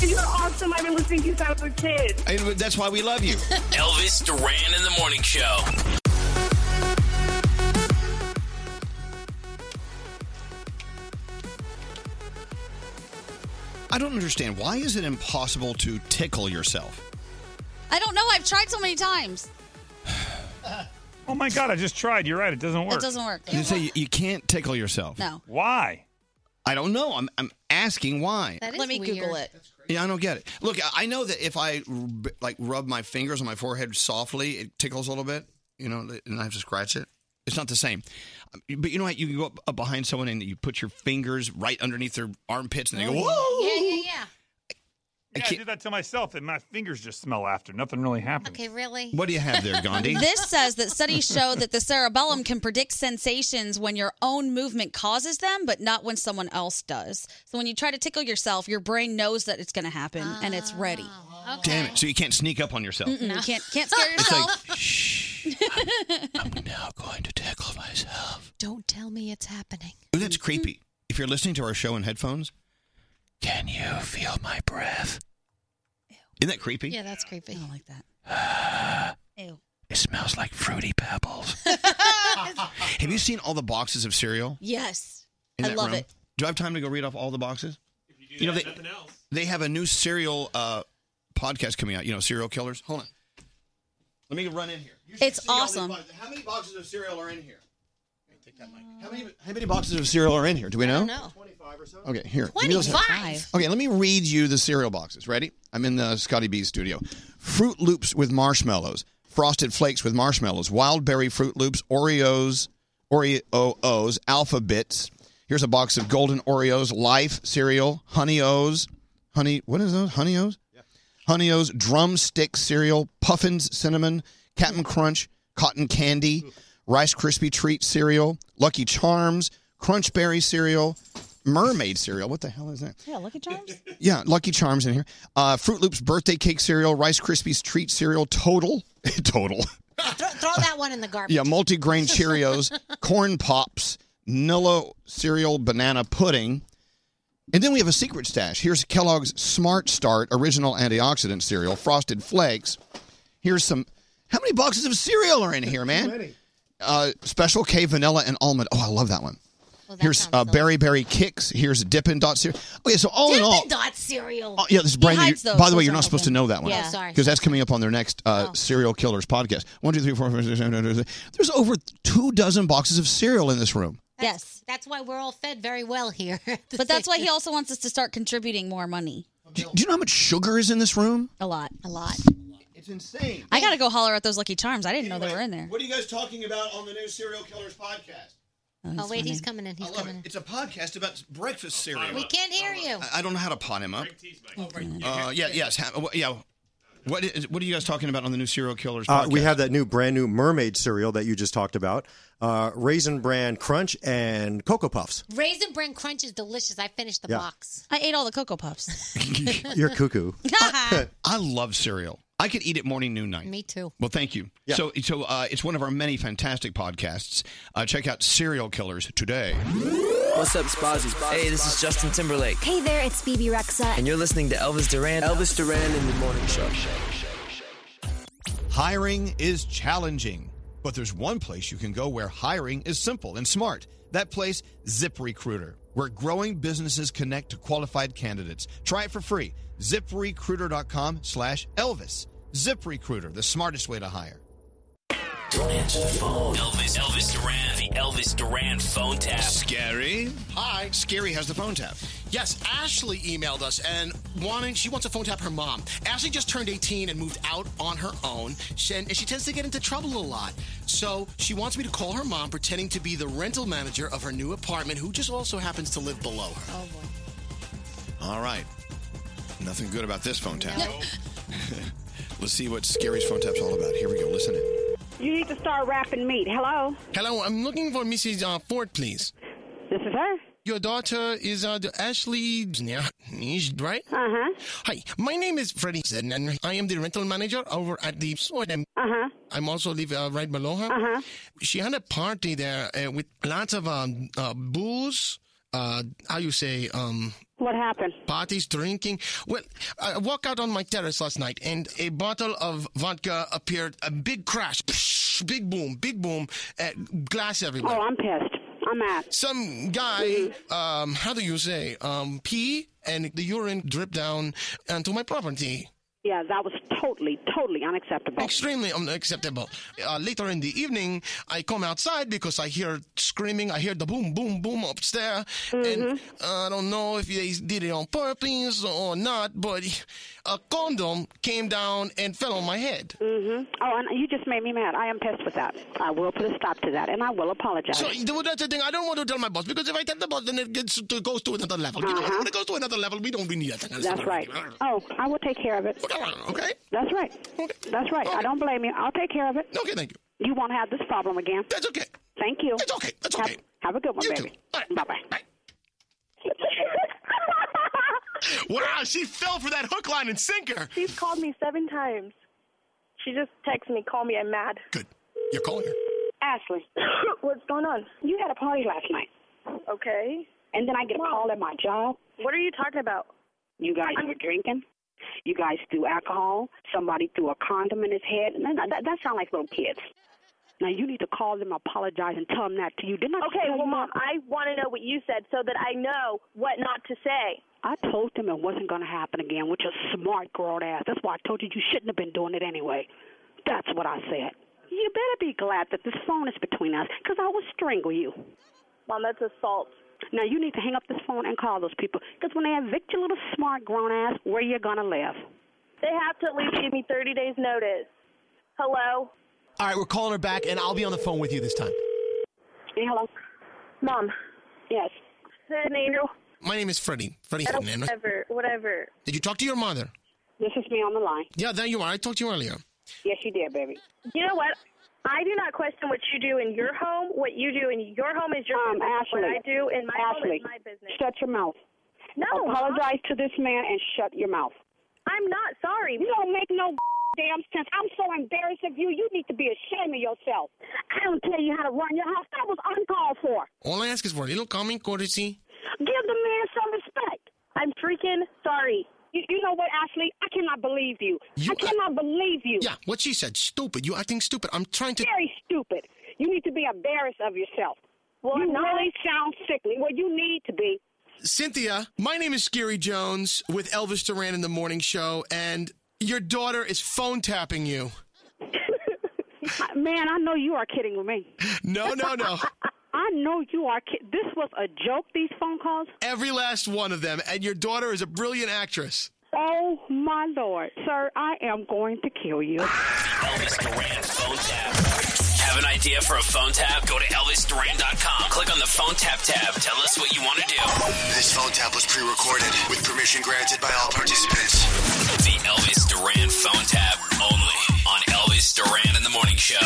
[SPEAKER 16] You're awesome. I've been listening to you since I was a kid.
[SPEAKER 1] And that's why we love you.
[SPEAKER 5] Elvis Duran in the Morning Show.
[SPEAKER 1] I don't understand. Why is it impossible to tickle yourself?
[SPEAKER 3] I don't know. I've tried so many times.
[SPEAKER 9] Oh my God! I just tried. You're right. It doesn't work.
[SPEAKER 3] It doesn't work.
[SPEAKER 1] You say you, you can't tickle yourself.
[SPEAKER 3] No.
[SPEAKER 9] Why?
[SPEAKER 1] I don't know. I'm I'm asking why.
[SPEAKER 3] Let me Google it.
[SPEAKER 1] Yeah, I don't get it. Look, I- I know that if I r- like rub my fingers on my forehead softly, it tickles a little bit, you know, and I have to scratch it. It's not the same. Um, But you know what? You can go up, up behind someone and you put your fingers right underneath their armpits
[SPEAKER 3] Oh,
[SPEAKER 1] and they go, whoa.
[SPEAKER 4] Yeah, yeah, yeah.
[SPEAKER 9] Yeah, I, do that to myself, and my fingers just smell after. Nothing really happens.
[SPEAKER 4] Okay, really?
[SPEAKER 1] What do you have there, Gandhi?
[SPEAKER 3] This says that studies show that the cerebellum can predict sensations when your own movement causes them, but not when someone else does. So when you try to tickle yourself, your brain knows that it's going to happen and it's ready.
[SPEAKER 1] Damn it. So you can't sneak up on yourself.
[SPEAKER 3] Mm-mm, you can't can't scare
[SPEAKER 1] It's like,
[SPEAKER 3] yourself.
[SPEAKER 4] Don't tell me it's happening.
[SPEAKER 1] Ooh, that's creepy. If you're listening to our show in headphones, can you feel my breath? Isn't that creepy?
[SPEAKER 4] Yeah, that's creepy. I
[SPEAKER 3] don't like that. Ew.
[SPEAKER 1] It smells like fruity pebbles. have you seen all the boxes of cereal
[SPEAKER 3] yes,
[SPEAKER 1] in
[SPEAKER 3] I
[SPEAKER 1] that
[SPEAKER 3] love
[SPEAKER 1] room?
[SPEAKER 3] it.
[SPEAKER 1] Do I have time to go read off all the boxes? If you do know, they, they have a new cereal uh, podcast coming out. You know, serial killers. Hold on. Let me run in here.
[SPEAKER 3] It's awesome.
[SPEAKER 1] How many boxes of cereal are in here? How many, how many boxes of cereal are in here? Do we know? Okay, here. give me those-
[SPEAKER 4] 25?
[SPEAKER 1] Okay, let me read you the cereal boxes. Ready? I'm in the Scotty B studio. Fruit Loops with marshmallows, Frosted Flakes with marshmallows, Wild Berry Fruit Loops, Oreos, Oreos, Alpha Bits. Here's a box of Golden Oreos, Life cereal, Honey O's, Honey. What is those? Honey O's. Honey O's, Drumstick cereal, Puffins cinnamon, Captain Crunch, Cotton Candy, Rice Krispie treat cereal, Lucky Charms, Crunch Berry cereal, Mermaid cereal. What the hell is that?
[SPEAKER 3] Yeah, look at Charms.
[SPEAKER 1] Yeah, Lucky Charms in here. Uh, Fruit Loops birthday cake cereal, Rice Krispies treat cereal, total, total.
[SPEAKER 4] throw, throw that one in the garbage.
[SPEAKER 1] Yeah, multigrain Cheerios, corn pops, Nilla cereal banana pudding. And then we have a secret stash. Here's Kellogg's Smart Start original antioxidant cereal, Frosted Flakes. Here's some How many boxes of cereal are in here, man? Uh, Special K vanilla and almond. Oh, I love that one. Here's uh, Berry Berry Kicks. Here's Dippin' Dot cereal. Okay, so all in all,
[SPEAKER 4] Dot cereal.
[SPEAKER 1] Oh, yeah, this is brand new. By the way, you're not supposed to know that one.
[SPEAKER 4] Yeah, sorry. Oh.
[SPEAKER 1] Because that's coming up on their next uh, Serial Killers podcast. One, two, three, four, five, six, seven, eight, nine, ten. There's over two dozen boxes of cereal in this room.
[SPEAKER 3] yes,
[SPEAKER 4] that's why we're all fed very well here.
[SPEAKER 3] But that's why he also wants us to start contributing more money.
[SPEAKER 1] Do, do you know how much sugar is in this room?
[SPEAKER 3] A lot. A lot.
[SPEAKER 1] It's insane.
[SPEAKER 3] I got to go holler at those Lucky Charms. I didn't know they were in there.
[SPEAKER 1] What are you guys talking about on the new Serial Killers podcast?
[SPEAKER 4] Oh, wait, he's coming in. He's coming in.
[SPEAKER 1] It's a podcast about breakfast cereal.
[SPEAKER 4] We can't hear you.
[SPEAKER 1] I I don't know how to pot him up.
[SPEAKER 4] Oh,
[SPEAKER 1] Uh, yeah, yes, ha- wh- yeah. What is, what are you guys talking about on the new Serial Killers?
[SPEAKER 21] Uh,
[SPEAKER 1] podcast?
[SPEAKER 21] we have that new brand new mermaid cereal that you just talked about, uh, Raisin Bran Crunch and Cocoa Puffs.
[SPEAKER 4] Raisin Bran Crunch is delicious. I finished the
[SPEAKER 21] Yeah.
[SPEAKER 4] box.
[SPEAKER 3] I ate all the Cocoa Puffs.
[SPEAKER 21] You're cuckoo.
[SPEAKER 4] Uh,
[SPEAKER 1] I love cereal. I could eat it morning, noon, night.
[SPEAKER 4] Me too.
[SPEAKER 1] Well, thank you. So, so uh, it's one of our many fantastic podcasts. Uh, check out Serial Killers today.
[SPEAKER 35] What's up, Spazzies? Hey, this is Justin Timberlake.
[SPEAKER 36] Hey there, it's BB Rexa.
[SPEAKER 35] And you're listening to Elvis Duran. Elvis Duran in the morning show.
[SPEAKER 1] Hiring is challenging, but there's one place you can go where hiring is simple and smart. That place, ZipRecruiter, where growing businesses connect to qualified candidates. Try it for free. ZipRecruiter.com slash Elvis. ZipRecruiter, the smartest way to hire.
[SPEAKER 5] Don't answer the phone. Elvis, Elvis Duran, the Elvis Duran phone tap.
[SPEAKER 1] Scary.
[SPEAKER 13] Hi.
[SPEAKER 1] Scary has the phone tap.
[SPEAKER 13] Yes, Ashley emailed us and wanting she wants to phone tap her mom. Ashley just turned 18 and moved out on her own, She- and she tends to get into trouble a lot. So she wants me to call her mom, pretending to be the rental manager of her new apartment, who just also happens to live below her.
[SPEAKER 4] Oh boy.
[SPEAKER 1] All right. Nothing good about this phone tap. Let's see what Scary's phone tap's all about. Here we go. Listen in.
[SPEAKER 13] You need to start wrapping meat. Hello. Hello, I'm looking for Mrs. Uh, Ford, please. This is her. Your daughter is uh, the Ashley, yeah, is- right? Uh
[SPEAKER 16] Uh-huh.
[SPEAKER 13] huh. Hi, my name is Freddie, Zen, and I am the rental manager over at the store. Uh
[SPEAKER 16] Uh-huh.
[SPEAKER 13] huh. I'm also live uh, right below her. Uh huh. She had a party there uh, with lots of um, uh, booze. Uh, how you say? Um, what happened? Parties, drinking. Well, I walked out on my terrace last night, and a bottle of vodka appeared. A big crash, Psh, big boom, big boom. Uh, glass everywhere.
[SPEAKER 37] Oh, I'm pissed.
[SPEAKER 13] I'm at. Some guy, um, how do you say, um, pee and the urine dripped down onto my property.
[SPEAKER 16] Yeah, that was totally, totally unacceptable.
[SPEAKER 13] Extremely unacceptable. Uh, later in the evening, I come outside because I hear screaming. I hear the boom, boom, boom upstairs.
[SPEAKER 16] Mm-hmm.
[SPEAKER 13] And I don't know if they did it on purpose or not, but a condom came down and fell on my head.
[SPEAKER 16] hmm Oh, and you just made me mad. I am pissed with that. I will put a stop to that, and I will apologize.
[SPEAKER 13] So th- that's the thing. I don't want to tell my boss because if I tell the boss, then it gets to, goes to another level. You know, when it goes to another level, we don't we need that. kind of
[SPEAKER 16] Mm-hmm. That's
[SPEAKER 13] stuff.
[SPEAKER 16] right. Oh, I will take care of it.
[SPEAKER 13] Okay.
[SPEAKER 16] That's right. That's right. I don't blame you. I'll take care of it.
[SPEAKER 13] Okay, thank
[SPEAKER 16] you. You won't have this problem again.
[SPEAKER 13] That's okay.
[SPEAKER 16] Thank you.
[SPEAKER 13] That's okay. That's
[SPEAKER 16] okay. Have, a good one, baby. Bye bye.
[SPEAKER 13] Wow, she fell for that hook, line, and sinker.
[SPEAKER 24] She's called me seven times. She just texts me, call me, I'm mad.
[SPEAKER 13] Good. You're calling her.
[SPEAKER 16] Ashley, what's going on? You had a party last night,
[SPEAKER 24] Okay.
[SPEAKER 16] and then I get a call at my job.
[SPEAKER 24] What are you talking about?
[SPEAKER 16] You guys were drinking. You guys threw alcohol. Somebody threw a condom in his head. No, no, that, that sounds like little kids. Now you need to call them, apologize, and tell them that to you. Didn't I
[SPEAKER 24] Okay,
[SPEAKER 16] tell
[SPEAKER 24] well,
[SPEAKER 16] you
[SPEAKER 24] Mom,
[SPEAKER 16] that?
[SPEAKER 24] I want to know what you said so that I know what not to say.
[SPEAKER 16] I told them it wasn't going to happen again, which is smart, grown ass. That's why I told you you shouldn't have been doing it anyway. That's what I said. You better be glad that this phone is between us, because I will strangle you.
[SPEAKER 24] Mom, that's assault.
[SPEAKER 16] Now you need to hang up this phone and call those people, because when they evict your little smart, grown ass, where you going to live?
[SPEAKER 24] They have to at least give me 30 days' notice. Hello?
[SPEAKER 25] All right, we're calling her back, and I'll be on the phone with you this time.
[SPEAKER 16] hello?
[SPEAKER 24] Mom.
[SPEAKER 16] Yes.
[SPEAKER 24] Angel.
[SPEAKER 13] My name is Freddie. Freddie Hernandez.
[SPEAKER 24] Whatever, whatever.
[SPEAKER 13] Did you talk to your mother?
[SPEAKER 16] This is me on the line.
[SPEAKER 13] Yeah, there you are. I talked to you earlier.
[SPEAKER 16] Yes, you did, baby.
[SPEAKER 24] You know what? I do not question what you do in your home. What you do in your home is your
[SPEAKER 16] Um,
[SPEAKER 24] business.
[SPEAKER 16] Ashley.
[SPEAKER 24] what I do in my home
[SPEAKER 16] Ashley,
[SPEAKER 24] is my business.
[SPEAKER 16] shut your mouth.
[SPEAKER 24] No,
[SPEAKER 16] Apologize to this man and shut your mouth.
[SPEAKER 24] I'm not sorry.
[SPEAKER 16] You don't make no damn sense. I'm so embarrassed of you. You need to be ashamed of yourself. I don't tell you how to run your house. That was uncalled for.
[SPEAKER 13] All I ask is for a little common courtesy.
[SPEAKER 16] Give the man some respect. I'm freaking sorry. You, you know what, Ashley? I cannot believe you. I cannot believe you.
[SPEAKER 13] Yeah, what she said. Stupid. You acting stupid. I'm trying to.
[SPEAKER 16] Very stupid. You need to be embarrassed of yourself. Well, you really sound sickly. Well, you need to be.
[SPEAKER 13] Cynthia, my name is Scary Jones with Elvis Duran in the morning show, and your daughter is phone tapping you.
[SPEAKER 16] Man, I know you are kidding with me.
[SPEAKER 13] No, no, no.
[SPEAKER 16] I know you are kidding. This was a joke, these phone calls.
[SPEAKER 13] Every last one of them, and your daughter is a brilliant actress.
[SPEAKER 16] Oh, my Lord. Sir, I am going to kill you.
[SPEAKER 5] Elvis Duran phone tap. Have an idea for a phone tap? Go to ElvisDuran.com. Click on the phone tap tab. Tell us what you want to do.
[SPEAKER 38] This phone tap was pre-recorded with permission granted by all participants.
[SPEAKER 5] The Elvis Duran phone tap only on Elvis Duran in the Morning Show.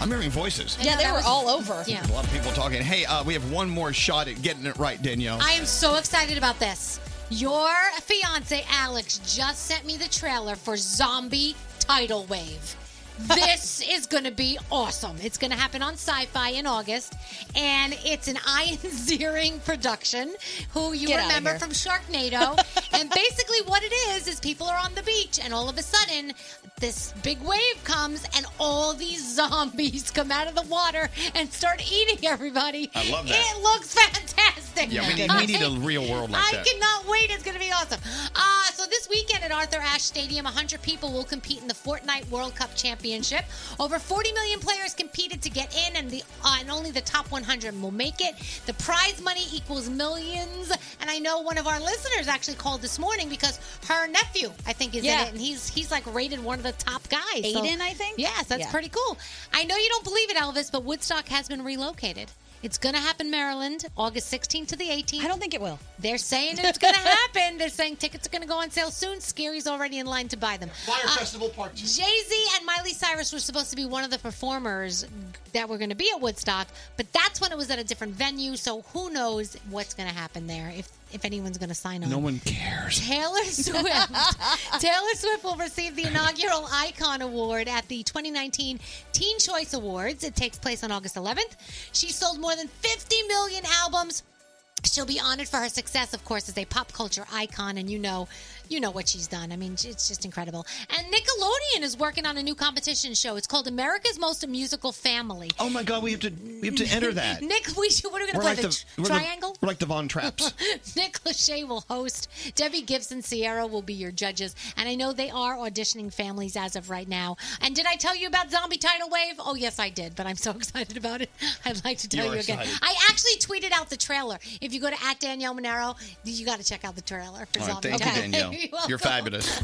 [SPEAKER 1] I'm hearing voices.
[SPEAKER 3] Yeah, they were all over.
[SPEAKER 4] Yeah.
[SPEAKER 1] A lot of people talking. Hey, uh, we have one more shot at getting it right, Danielle.
[SPEAKER 4] I am so excited about this. Your fiance Alex just sent me the trailer for Zombie Tidal Wave. This is going to be awesome. It's going to happen on Sci Fi in August, and it's an Ian Ziering production, who you
[SPEAKER 3] Get outta
[SPEAKER 4] remember
[SPEAKER 3] here.
[SPEAKER 4] from Sharknado. and basically, what it is is people are on the beach, and all of a sudden, this big wave comes, and all these zombies come out of the water and start eating everybody.
[SPEAKER 1] I love that.
[SPEAKER 4] It looks fantastic.
[SPEAKER 1] yeah, we need, we need a real world like
[SPEAKER 4] I
[SPEAKER 1] that.
[SPEAKER 4] cannot wait. It's going to be awesome. Uh, so this weekend at Arthur Ashe Stadium, 100 people will compete in the Fortnite World Cup Championship. Over 40 million players competed to get in, and the uh, and only the top 100 will make it. The prize money equals millions. And I know one of our listeners actually called this morning because her nephew, I think, is
[SPEAKER 3] Yeah.
[SPEAKER 4] in it, and he's he's like rated one of the top guys. So-
[SPEAKER 3] Aiden, I think?
[SPEAKER 4] Yes, that's
[SPEAKER 3] Yeah.
[SPEAKER 4] pretty cool. I know you don't believe it, Elvis, but Woodstock has been relocated. It's going to happen Maryland, August 16th to the 18th. I don't think it will. They're saying it's going to happen. They're saying tickets are going to go on sale soon. Scary's already in line to buy them.
[SPEAKER 39] Fire Festival Part
[SPEAKER 4] Jay Z and Miley Cyrus were supposed to be one of the performers that were going to be at Woodstock, but that's when it was at a different venue. So who knows what's going to happen there if if anyone's going to sign on.
[SPEAKER 1] No one cares.
[SPEAKER 4] Taylor Swift. Taylor Swift will receive the inaugural Icon Award at the 2019 Teen Choice Awards. It takes place on August 11th. She sold more than 50 million albums. She'll be honored for her success, of course, as a pop culture icon, and you know you know what she's done. I mean, it's just incredible. And Nickelodeon is working on a new competition show. It's called America's Most Musical Family.
[SPEAKER 1] Oh my God, we have to we have to enter that.
[SPEAKER 4] Nick, we should, what are we going to
[SPEAKER 1] We're
[SPEAKER 4] play?
[SPEAKER 1] like
[SPEAKER 4] the,
[SPEAKER 1] the- we're the-
[SPEAKER 4] triangle?
[SPEAKER 1] We're like the Von Traps.
[SPEAKER 4] Nick Lachey will host. Debbie Gibson Sierra will be your judges. And I know they are auditioning families as of right now. And did I tell you about Zombie Tidal Wave? Oh, yes, I did. But I'm so excited about it. I'd like to tell
[SPEAKER 6] You
[SPEAKER 4] you,
[SPEAKER 6] are
[SPEAKER 4] again.
[SPEAKER 6] excited.
[SPEAKER 4] I actually tweeted out the trailer. If you go to at Danielle Monero, you got to check out the trailer for
[SPEAKER 5] All right,
[SPEAKER 4] Zombie
[SPEAKER 5] thank you,
[SPEAKER 4] Tidal
[SPEAKER 5] Danielle.
[SPEAKER 4] Wave. welcome.
[SPEAKER 5] You're fabulous.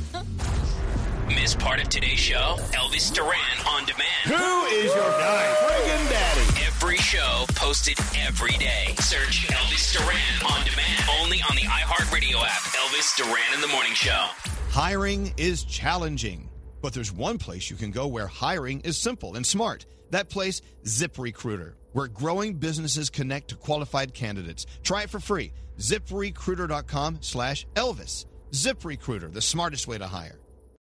[SPEAKER 5] Miss part of today's show? Elvis Duran on demand.
[SPEAKER 40] Who is your friggin' daddy?
[SPEAKER 5] Every show posted every day. Search Elvis Duran on demand only on the iHeartRadio app. Elvis Duran in the Morning Show.
[SPEAKER 1] Hiring is challenging, but there's one place you can go where hiring is simple and smart. That place, ZipRecruiter, where growing businesses connect to qualified candidates. Try it for free. ZipRecruiter.com slash Elvis. ZipRecruiter, the smartest way to hire.